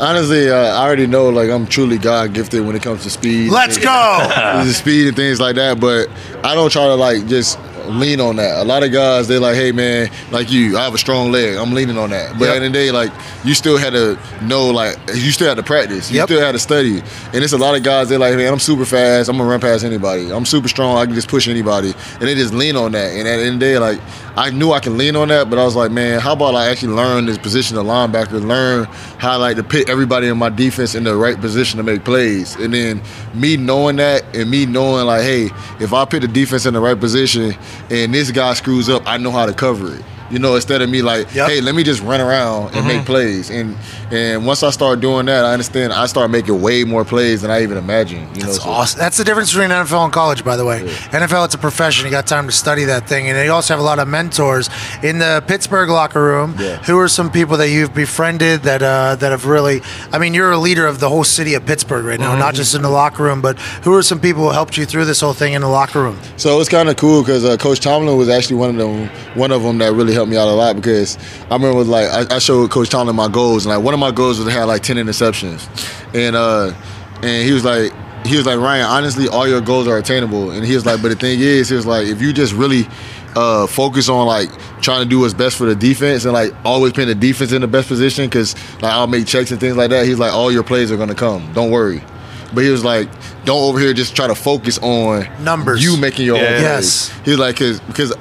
M: Honestly, uh, I already know like I'm truly God gifted when it comes to speed.
A: Let's go!
M: the speed and things like that, but I don't try to like just lean on that. A lot of guys, they like, hey man, like you, I have a strong leg. I'm leaning on that. But
H: Yep.
M: at the end of the day, like you still had to know, like you still had to practice. You
H: Yep.
M: still had to study. And it's a lot of guys, they're like, man, I'm super fast. I'm gonna run past anybody. I'm super strong. I can just push anybody. And they just lean on that. And at the end of the day, like I knew I can lean on that, but I was like, man, how about I actually learn this position of linebacker, learn how like to put everybody in my defense in the right position to make plays. And then me knowing that and me knowing like, hey, if I put the defense in the right position and this guy screws up, I know how to cover it. You know, instead of me like, hey, let me just run around and
A: Mm-hmm.
M: make plays. And and once I start doing that, I understand I start making way more plays than I even imagined. You know,
A: That's
M: so-
A: awesome. That's the difference between NFL and college, by the way. NFL, it's a profession. You got time to study that thing, and you also have a lot of mentors in the Pittsburgh locker room. Who are some people that you've befriended that uh, that have really? I mean, you're a leader of the whole city of Pittsburgh right
M: Mm-hmm.
A: now, not just in the locker room, but who are some people who helped you through this whole thing in the locker room?
M: So it's kind of cool because uh, Coach Tomlin was actually one of them, one of them that really helped me out a lot because I remember like I, I showed Coach Tomlin my goals and like one of my goals was to have like ten interceptions, and uh, and he was like. He was like Ryan. Honestly, all your goals are attainable, and he was like, but the thing is, he was like, if you just really uh, focus on like trying to do what's best for the defense and like always putting the defense in the best position, because like I'll make checks and things like that. He's like, all your plays are gonna come. Don't worry. But he was like, don't over here just try to focus on
A: numbers.
M: You making your own
A: Yeah.
M: plays.
A: Yes.
M: He's like, cause, cause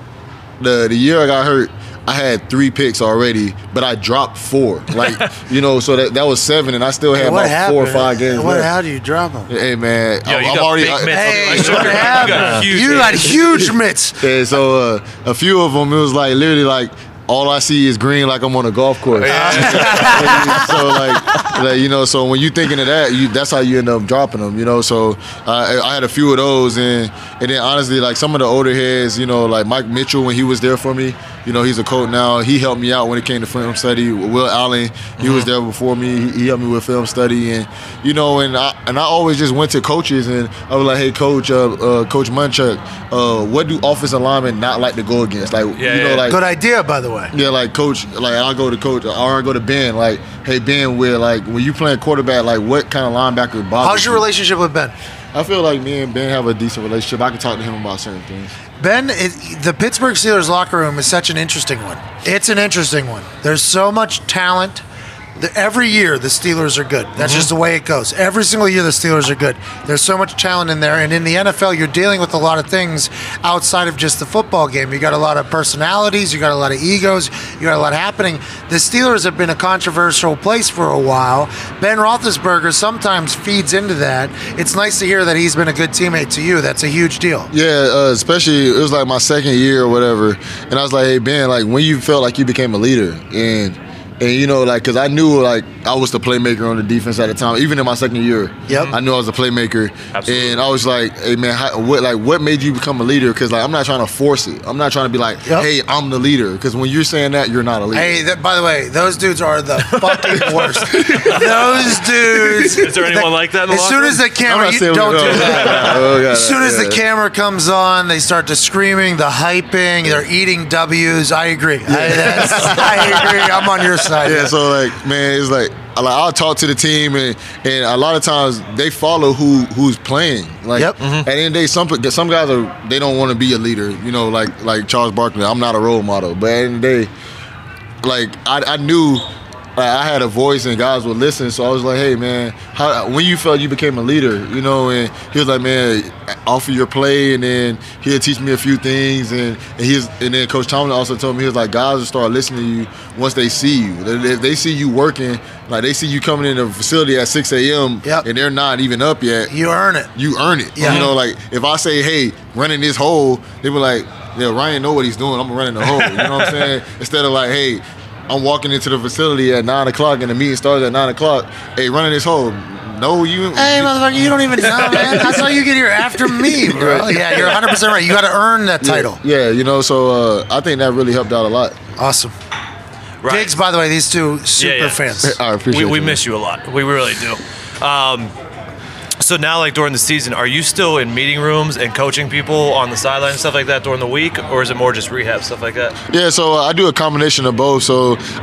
M: the the year I got hurt, I had three picks already, but I dropped four. Like, you know, so that, that was seven, and I still had
A: what
M: about
A: happened?
M: four or five games
A: What?
M: left.
A: How do you drop them?
M: Hey man,
A: Yo,
M: I'm,
A: you
M: I'm
A: got
M: already.
A: big
M: I-
A: mitts. Hey, You what got happened? huge You got mitts. huge mitts.
M: Yeah, so uh, a few of them, it was like literally like all I see is green, like I'm on a golf course. so like, like, you know, so when you thinking of that, you that's how you end up dropping them, you know. So I I had a few of those, and and then honestly, like some of the older heads, you know, like Mike Mitchell when he was there for me, you know, he's a coach now. He helped me out when it came to film study. Will Allen, he was there before me. He, he helped me with film study, and you know, and I and I always just went to coaches and I was like, hey, coach, uh, uh, coach Munchak, uh, what do offensive linemen not like to go against? Like, you know, like
A: good idea, by the way.
M: yeah, like coach, like I'll go to coach, or I'll go to Ben. Like, hey Ben, where like when you playing quarterback, like what kind of linebacker bothers?
A: How's your
M: you?
A: relationship with Ben?
M: I feel like me and Ben have a decent relationship. I can talk to him about certain things.
A: Ben, it, the Pittsburgh Steelers locker room is such an interesting one. It's an interesting one. There's so much talent. The, every year, the Steelers are good. That's just the way it goes. Every single year, the Steelers are good. There's so much talent in there. And in the NFL, you're dealing with a lot of things outside of just the football game. You got a lot of personalities, you got a lot of egos, you got a lot happening. The Steelers have been a controversial place for a while. Ben Roethlisberger sometimes feeds into that. It's nice to hear that he's been a good teammate to you. That's a huge deal.
M: Yeah, uh, especially it was like my second year or whatever, and I was like, "Hey Ben, like when you felt like you became a leader, and and you know, like, cause I knew like I was the playmaker on the defense at the time, even in my second year. Yep, I knew I was a playmaker, and I was like, "Hey man, how, what like what made you become a leader? Cause like I'm not trying to force it. I'm not trying to be like, hey, I'm the leader. Cause when you're saying that, you're not a leader.
A: Hey, th- by the way, those dudes are the fucking worst. those dudes.
M: Is there anyone
A: the-
M: like that in the
A: as soon
M: locker
A: as the
M: room? I'm
A: camera,
M: not
A: you
M: saying we
A: don't
M: don't.
A: do that.
M: Oh, God,
A: as soon as the
M: yeah.
A: camera comes on, they start to screaming, the hyping, they're eating W's. I agree. I, that's, I agree. I'm on your side.
M: Yeah, so like, man, it's like, I- like I'll talk to the team, and, and a lot of times they follow who who's playing. Like at the end of the day, some some guys are they don't want to be a leader. You know, like like Charles Barkley, I'm not a role model, but at the end of the day, like I, I knew like, I had a voice and guys would listen. So I was like, hey man, how when you felt you became a leader, you know? And he was like, man, offer your play, and then he'll teach me a few things. And, and he's and then Coach Tomlin also told me he was like, guys will start listening to you once they see you. They- If they see you working, like they see you coming in the facility at 6 a.m. and they're not even up yet,
A: you earn it.
M: You earn it.
A: Yeah.
M: You know, like if I say, hey, running this hole, they were like, yeah, Ryan know what he's doing. I'm running the hole. You know what I'm saying? Instead of like, hey, I'm walking into the facility at nine o'clock and the meeting starts at nine o'clock. Hey, running this hole. No, you.
A: Hey, motherfucker, you don't even know, man. That's how you get here after me, bro. Oh, Yeah, you're 100% right. You got to earn that
M: Yeah,
A: title.
M: Yeah, you know, so uh, I think that really helped out a lot.
A: Awesome. Diggs, by the way, these two super fans.
M: I appreciate
H: we, we
M: you, man.
H: miss you a lot. We really do. Um, so now, like during the season, are you still in meeting rooms and coaching people on the sideline and stuff like that during the week, or is it more just rehab stuff like that?
M: Yeah, so uh, I do a combination of both. So uh,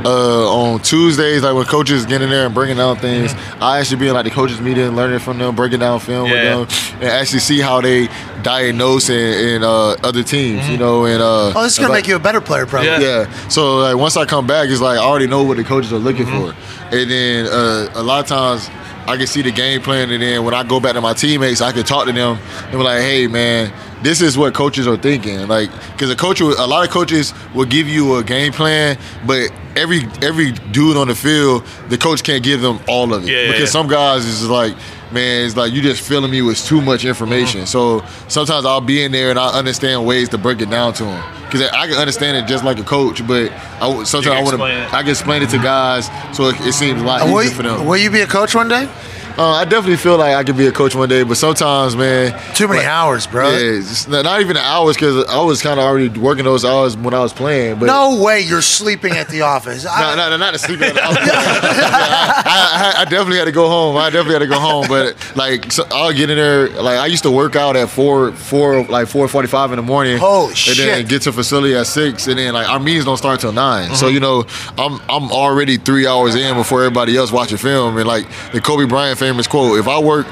M: on Tuesdays, like when coaches get in there and bringing down things, I actually be in like the coaches meeting, learning from them, breaking down film
H: Yeah,
M: with them, and actually see how they diagnose and, and uh, other teams. You know, and uh,
A: Oh, this is gonna
M: like-
A: make you a better player, probably.
M: yeah. So like once I come back, it's like I already know what the coaches are looking
A: Mm-hmm.
M: for, and then uh, a lot of times I can see the game plan, and then when I go back to my teammates, I can talk to them and be like, "Hey, man, this is what coaches are thinking." Like, because a coach, will- a lot of coaches will give you a game plan, but every every dude on the field, the coach can't give them all of it
K: Yeah, yeah,
M: because
K: yeah.
M: some some guys is just like, man, it's like you just filling me with too much information.
K: Mm-hmm.
M: So sometimes I'll be in there and I understand ways to break it down to them because I can understand it just like a coach, but I w sometimes I want to
A: explain it.
M: I can explain it to guys so it, it seems a lot
A: Uh, will
M: easier
A: you-
M: for them.
A: will you be a coach one day?
M: Uh, I definitely feel like I could be a coach one day, but sometimes, man,
A: too many hours, bro.
M: Yeah, it's not not even the hours because I was kind of already working those hours when I was playing. But
A: no way, you're sleeping at the office.
M: no, no, no, not a sleeping. I, I, I, I definitely had to go home. I definitely had to go home. But like, so I'll get in there. Like, I used to work out at four, four, like four forty-five in the morning.
A: Holy
M: and then
A: shit.
M: get to facility at six, and then like our meetings don't start till 9
A: Mm-hmm.
M: So you know, I'm I'm already three hours in before everybody else watching film. And like the Kobe Bryant famous quote: "If I work,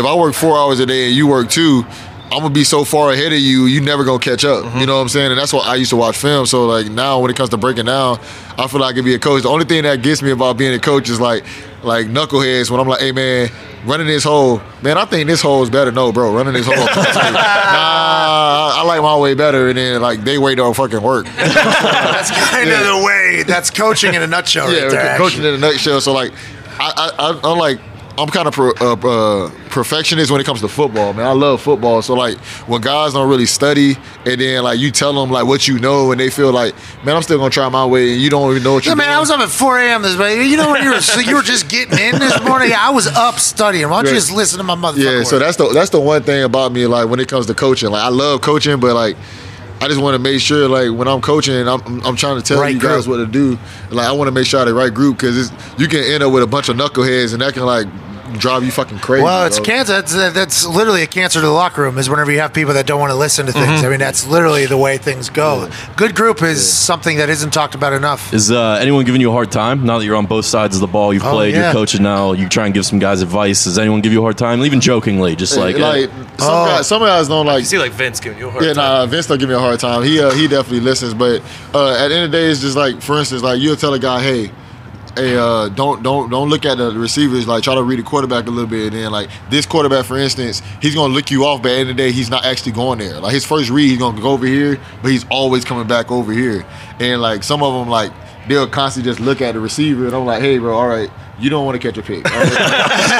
M: if I work four hours a day and you work two, I'm gonna be so far ahead of you, you never gonna catch up. You know what I'm saying? And that's why I used to watch film. So like now, when it comes to breaking down, I feel like I could be a coach. The only thing that gets me about being a coach is like, like knuckleheads. When I'm like, hey man, running this hole, man, I think this hole is better. No, bro, running this hole. nah, I, I like my way better. And then like they way don't fucking work.
A: that's kind of the way. That's coaching in a nutshell,
M: yeah,
A: right there.
M: coaching
A: actually.
M: in a nutshell. So like, I, I, I I'm like. I'm kind of pro, uh, uh, perfectionist when it comes to football, man. I love football, so like when guys don't really study, and then like you tell them like what you know, and they feel like, man, I'm still gonna try my way, and you don't even know what you.
A: Yeah, man, I was up at 4 a.m. this morning. You know when you were asleep- you were just getting in this morning? I was up studying. Why don't you
M: Right.
A: just listen to my motherfucker?
M: Yeah, so that's the that's the one thing about me. Like when it comes to coaching, like I love coaching, but like I just want to make sure like when I'm coaching, I'm I'm- I'm trying to tell
A: Right
M: you guys what to do. Like I want to make sure I the right group because you can end up with a bunch of knuckleheads and that can like drive you fucking crazy.
A: Well, it's
M: bro.
A: cancer. That's, that's literally a cancer to the locker room. Is whenever you have people that don't want to listen to things.
M: Mm-hmm.
D: Mhm.
A: I mean, that's literally the way things go. Good group is something that isn't talked about enough.
D: Is uh, anyone giving you a hard time now that you're on both sides of the ball? You've
A: Oh,
D: played,
A: yeah.
D: you're coaching now. You try and give some guys advice. Does anyone give you a hard time, even jokingly? Just like,
M: like
D: eh.
M: some, guys, some guys don't like.
H: You see, like Vince giving you a hard
M: yeah,
H: time.
M: nah, Vince don't give me a hard time. He uh, he definitely listens, but uh, at the end of the day, it's just like, for instance, like you'll tell a guy, hey, hey, uh, don't don't don't look at the receivers. Like try to read the quarterback a little bit, and then like this quarterback, for instance, he's gonna look you off, but at the end of the day, he's not actually going there. Like his first read, he's gonna go over here, but he's always coming back over here, and like some of them like. They'll constantly just look at the receiver, and I'm like, "Hey, bro, all right, you don't want to catch a pick." all right?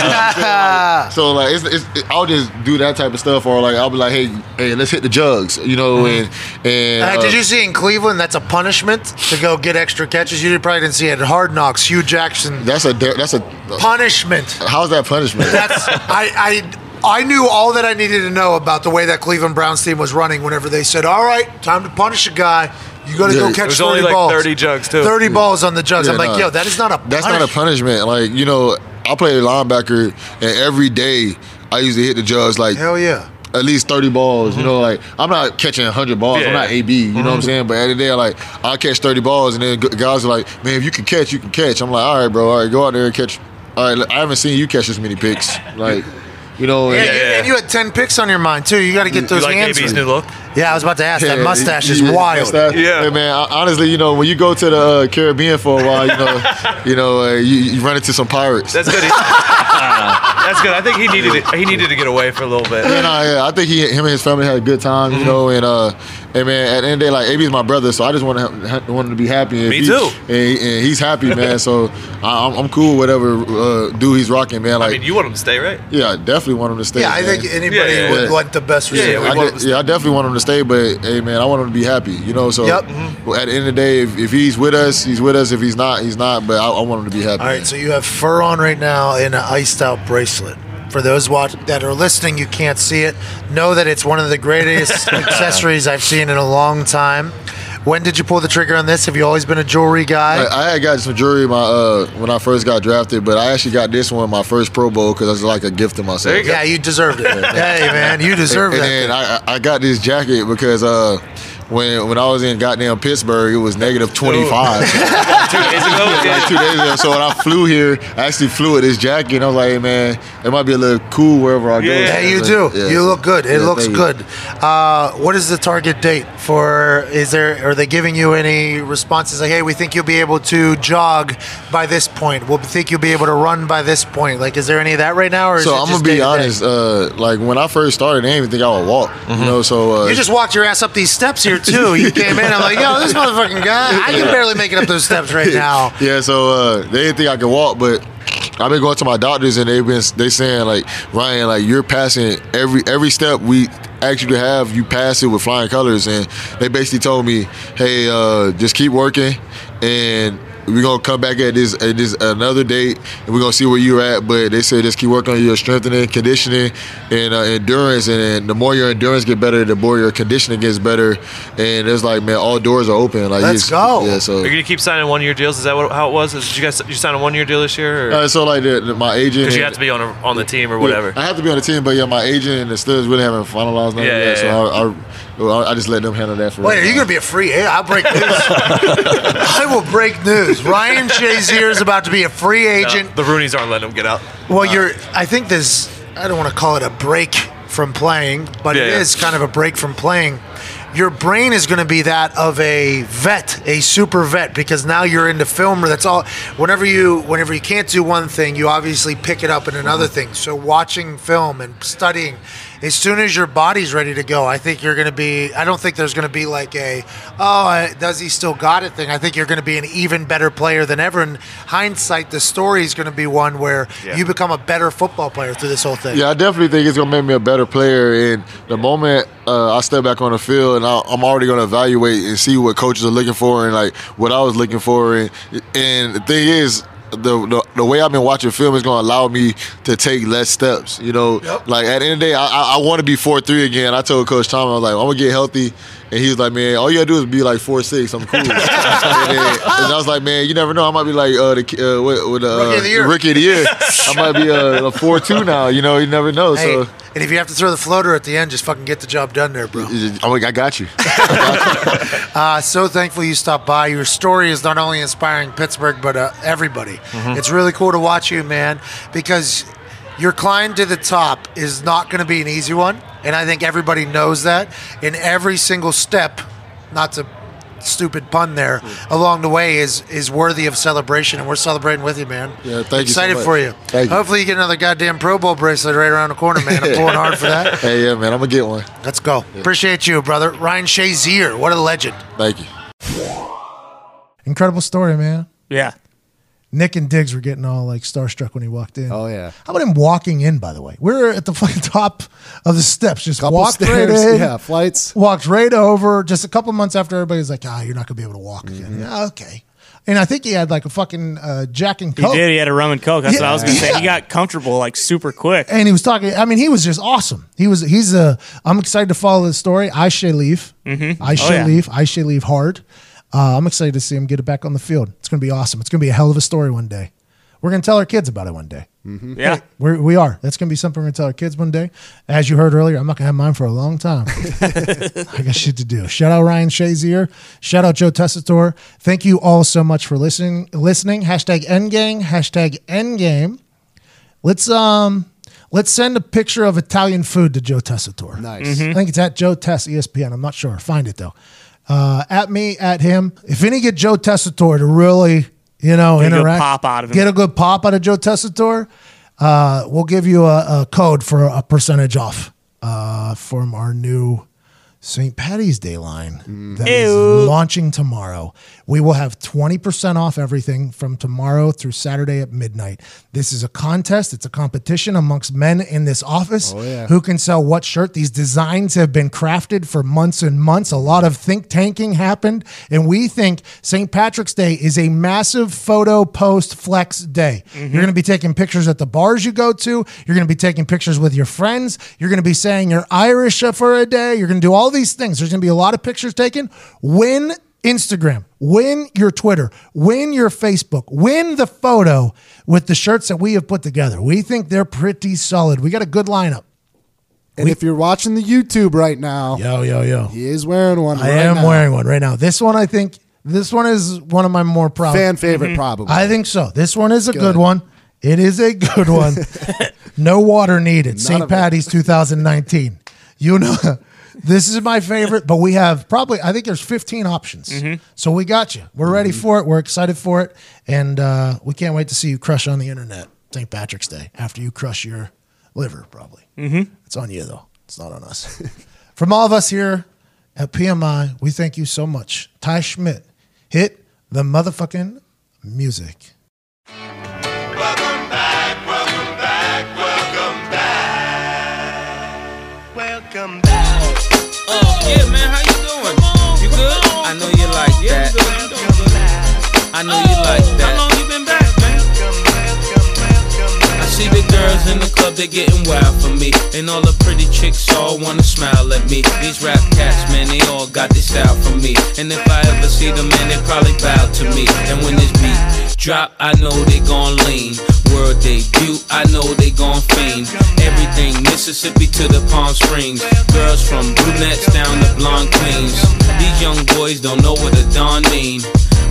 A: Ah.
M: So like, it's, it's, it- I'll just do that type of stuff, or like I'll be like, hey, hey, let's hit the jugs, you know, and and
A: Uh, did
M: uh,
A: you see in Cleveland that's a punishment to go get extra catches? You probably didn't see it. Hard Knocks, Hugh Jackson.
M: That's a that's a
A: punishment.
M: How's that punishment?
A: That's I I. I knew all that I needed to know about the way that Cleveland Browns team was running. Whenever they said, "All right, time to punish a guy," you got to
M: Yeah.
A: go
M: It
A: catch
M: was
A: thirty
M: only like
A: balls.
M: 30 jugs, too.
A: Thirty
M: Yeah.
A: balls on the jugs.
M: Yeah,
A: I'm like,
M: nah.
A: yo, that is not a.
M: that's not a punishment. Like you know, I played linebacker, and every day I used to hit the jugs like
A: hell yeah, Mm-hmm.
M: at least thirty balls. You know, like I'm not catching hundred balls.
A: Yeah.
M: I'm not AB. You know what I'm
A: Mhm.
M: saying? But at the end of the day, like I catch thirty balls, and then g- guys are like, man, if you can catch, you can catch. I'm like, all right, bro, all right, go out there and catch. All right, look, I haven't seen you catch this many picks, like. You know,
A: Yeah,
M: and-
A: you- and you had ten picks on your mind too. You got to get those hands. Yeah, I was about to ask. that
M: Yeah,
A: mustache
M: yeah,
A: is
M: yeah,
A: wild.
M: mustache. Hey, man. I- Honestly, you know, when you go to the uh, Caribbean for a while, you know, you know, uh, you, you run into some pirates.
H: That's good. He- Ah, that's good. I think he needed it. He needed to get away for a little bit.
M: Yeah, nah, yeah, I think he, him and his family had a good time,
H: Mm-hmm.
M: you know. And uh, hey, man, at the end of the day, like AB is my brother, so I just want to ha- want him to be happy. And
H: Me
M: he-
H: too.
M: And, and he's happy, man. so I, I'm, I'm cool, whatever uh, dude he's rocking, man. Like,
H: I mean, you want him to stay, right?
M: yeah, I definitely want him to stay.
A: Yeah, I
M: man.
A: think anybody
M: Yeah, yeah,
A: would
M: yeah.
A: want the best
M: Yeah,
A: receiver.
M: I, de- yeah, I definitely want him to stay, but hey, man, I want him to be happy. You know, so
A: Yep.
M: well, at the end of the day, if, if he's with us, he's with us. If he's not, he's not. But I, I want him to be happy.
A: All right, so you have fur on right now and an iced out bracelet. For those watch- that are listening, you can't see it. Know that it's one of the greatest accessories I've seen in a long time.
J: When did you pull the trigger on this? Have you always been a jewelry guy?
M: I, I had got some jewelry my uh, when I first got drafted, but I actually got this one my first Pro Bowl because it's like a gift to myself.
J: Yeah, you deserved it. hey, man, you deserved
M: and,
J: that.
M: And then I, I I got this jacket because uh, when when I was in goddamn Pittsburgh, it was negative twenty five. like two days ago. So when I flew here, I actually flew with this jacket, and I was like, hey, man, it might be a little cool wherever I go.
J: Yeah, you do. You look good. It looks good. Uh, what is the target date for? Is there? Are they giving you any responses like, "Hey, we think you'll be able to jog by this point. We think you'll be able to run by this point." Like, is there any of that right now? Or is
M: So
J: it
M: I'm
J: just
M: gonna be
J: day-to-day?
M: honest. Uh, like when I first started, I didn't even think I would walk. You know, so uh,
J: Mm-hmm. You just walked your ass up these steps here too. You came in. I'm like, yo, this motherfucking guy. I can barely make it up those steps right now.
M: yeah, so uh, they didn't think I could walk, but I've been going to my doctors and they've been they saying like Ryan, like you're passing every every step we ask you to have, you pass it with flying colors, and they basically told me, hey, uh, just keep working, and we're gonna come back at this at this another date, and we're gonna see where you're at. But they said just keep working on your strengthening, conditioning, and uh, endurance, and, and the more your endurance get better, the more your conditioning gets better, and it's like man, all doors are open. Like
H: Let's
M: it's-
H: go.
M: Yeah, so
H: You're gonna keep signing one year deals. Is that what, how it was? Is, did you guys you sign a one year deal this year? Or?
M: Uh, so like the, the- my agent,
H: Because you
M: and-
H: have to be on a, on the team or whatever.
M: Yeah, I have to be on the team, but yeah, my agent and the studs really haven't finalized nothing
H: Yeah,
M: yet,
H: yeah,
M: so
H: yeah.
M: I, I- well, I, I just let them handle that for
J: Wait,
M: right
J: are you
M: now.
J: going to be a free agent? I'll break news. I will break news. Ryan Shazier is about to be a free agent.
H: No, the Rooney's aren't letting him get out.
J: Well,
M: Uh,
J: you're. I think this. I don't want to call it a break from playing, but it
H: Yeah, yeah.
J: is kind of a break from playing. Your brain is going to be that of a vet, a super vet, because now you're into film. That's all. Whenever you, whenever you can't do one thing, you obviously pick it up in another thing. So watching film and studying. As soon as your body's ready to go, I think you're going to be. I don't think there's going to be like a, oh, I- does he still got it thing. I think you're going to be an even better player than ever. In hindsight, the story is going to be one where
M: Yeah.
J: you become a better football player through this whole thing.
M: Yeah, I definitely think it's gonna make me a better player. And the moment uh, I step back on the field, and I, I'm already gonna evaluate and see what coaches are looking for, and like what I was looking for. And and the thing is. The, the, the way I've been watching film is going to allow me to take less steps. You know, like at the end of the day, I, I, I want to be four three again. I told Coach Tom, I was like, I'm gonna get healthy, and he was like, man, all you gotta do is be like four six. I'm cool. and, then- and I was like, man, you never know. I might be like uh, the ki- uh, what, what, uh,
J: Rookie of the year.
M: Rookie of the year. I might be uh, a, a four two now. You know, you never know.
J: Hey,
M: So
J: and if you have to throw the floater at the end, just fucking get the job done there, bro.
M: Oh, I got you.
J: Uh, so thankful you stopped by. Your story is not only inspiring Pittsburgh, but uh, everybody.
M: Mm-hmm.
N: Mhm.
J: It's really cool to watch you, man, because your climb to the top is not going to be an easy one. And I think everybody knows that. In every single step, not to stupid pun there
M: Mm.
J: along the way is is worthy of celebration and we're celebrating with you man
M: Yeah, thank you so
J: excited
M: much.
J: for you
M: Thank you.
J: hopefully you get another goddamn pro bowl bracelet right around the corner man i'm pulling hard for that
M: Hey, yeah, man, I'm gonna get one.
J: let's go
M: Yeah.
J: appreciate you brother ryan shazier what a legend
M: Thank you.
A: Incredible story, man.
B: Yeah.
A: Nick and Diggs were getting all like starstruck when he walked in. Oh
E: yeah.
A: How about him walking in? By the way, we we're at the fucking top of the steps. Just walked
E: stairs,
A: right in.
E: yeah, flights.
A: Walked right over. Just a couple months after everybody's like, ah, you're not gonna be able to walk
K: Mm-hmm.
A: again. Yeah, okay. And I think he had like a fucking uh, Jack and
B: He
A: Coke.
B: did. He had a rum and coke. That's what I was gonna say.
A: Yeah.
B: He got comfortable like super quick.
A: and he was talking. I mean, he was just awesome. He was. He's a. I'm excited to follow this story. I should leave.
B: Mm-hmm.
A: I should leave. I should leave hard. Uh, I'm excited to see him get it back on the field. It's going to be awesome. It's going to be a hell of a story one day. We're going to tell our kids about it one day.
M: mm-hmm.
B: Yeah.
A: We're, we are. That's going to be something we're going to tell our kids one day. As you heard earlier, I'm not going to have mine for a long time. I got shit to do. Shout out Ryan Shazier. Shout out Joe Tessitore. Thank you all so much for listening. Listening. Hashtag Endgang. Hashtag Endgame. Let's um. Let's send a picture of Italian food to Joe Tessitore.
E: Nice.
B: Mm-hmm.
A: I think it's at Joe Tess E ESPN. I'm not sure. Find it though. Uh, at me, at him. If any get Joe Tessitore to really, you know,
B: Get a good
A: interact,
B: pop out of him.
A: get a good pop out of Joe Tessitore, uh, we'll give you a, a code for a percentage off uh, from our new St. Patty's Day line that is
B: Ew.
A: launching tomorrow. We will have 20% off everything from tomorrow through Saturday at midnight. This is a contest, it's a competition amongst men in this office
E: Oh, yeah.
A: who can sell what shirt. These designs have been crafted for months and months. A lot of think tanking happened, and we think St. Patrick's Day is a massive photo post flex day. You're going to be taking pictures at the bars you go to. You're going to be taking pictures with your friends. You're going to be saying you're Irish for a day. You're going to do all these things. There's going to be a lot of pictures taken. Win Instagram, win your Twitter, win your Facebook, win the photo with the shirts that we have put together. We think they're pretty solid. We got a good lineup.
E: And if you're watching the YouTube right now,
A: yo, yo, yo,
E: he is wearing one.
A: I am wearing one right now. This one, I think, this one is one of my more proud
E: Fan favorite, Mhm. probably.
A: I think so. This one is a good,
E: Good.
A: one. It is a good one. no water needed. St. Patty's 2019. You know, this is my favorite, but we have probably I think there's 15 options. So we got you. We're
E: Mm-hmm.
A: ready for it. We're excited for it, and uh, we can't wait to see you crush on the internet St. Patrick's Day after you crush your liver, probably. Mm-hmm. It's on you though. It's not on us. From all of us here at PMI, we thank you so much. Ty Schmidt, hit the motherfucking music.
N: Welcome back. Oh, yeah, man, how you doing? You good? I know you like that. I know you like that. How long you been back, man? I see the girls in the club, they're getting wild for me. And all the pretty chicks all wanna smile at me. These rap cats, man, they all got this style for me. And if I ever see them, man, they probably bow to me. And when this beat drop, I know they gon' lean. World debut, I know they gon' fiend. Everything Mississippi to the Palm Springs. Girls from brunettes down to blonde queens. These young boys don't know what a don mean.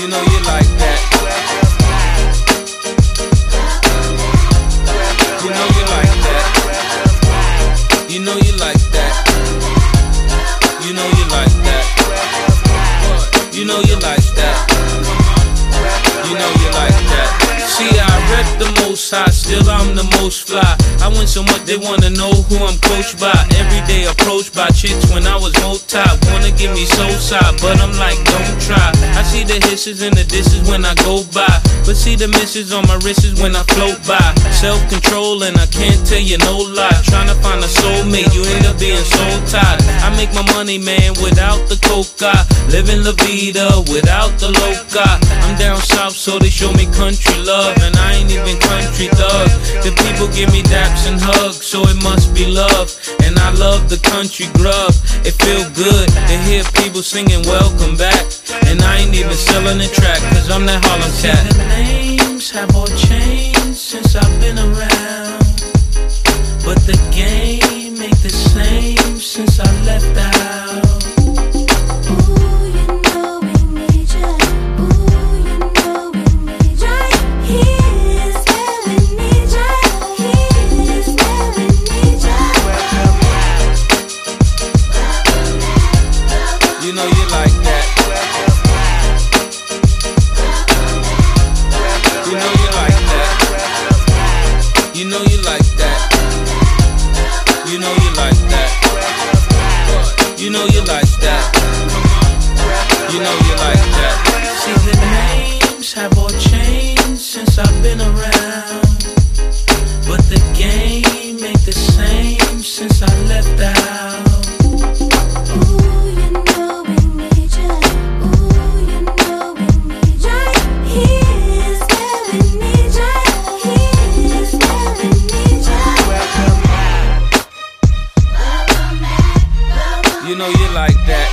N: You know you like that. You know you like that. You know you like that. You know you like that. You know you like that. You know you like that. See, I rep the most high, still I'm the most fly. I win so much they wanna know who I'm coached by. Every day approached by chicks when I was multi. Wanna give me so side, but I'm like, don't try. I see the hisses and the disses when I go by. But see the misses on my wrists is when I float by. Self control and I can't tell you no lie. Trying to find a soulmate, you end up being soul tied. I make my money, man, without the coca. Living La Vida without the loca. I'm down south, so they show me country love. And I ain't even country thug. The people give me daps and hugs, so it must be love. And I love the country grub. It feel good to hear people singing welcome back. And I ain't even selling the track, cause I'm that Harlem cat. names have all changed since I've been around. But the game ain't the same since I left out. You know you like that. You know you like that. You know you like that. You know you like that. You know you like that. You know you like that. See the names have all changed since I've been around, but the game ain't the same since I left out. You know you like that.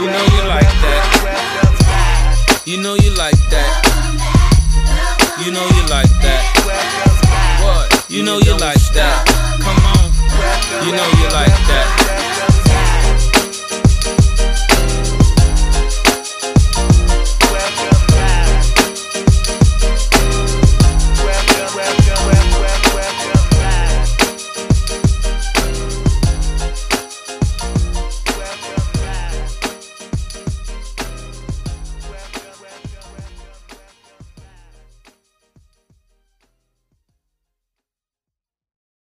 N: You know you like that. You know you like that. You know you like that. What? You know you like that. Come on. You know you like that.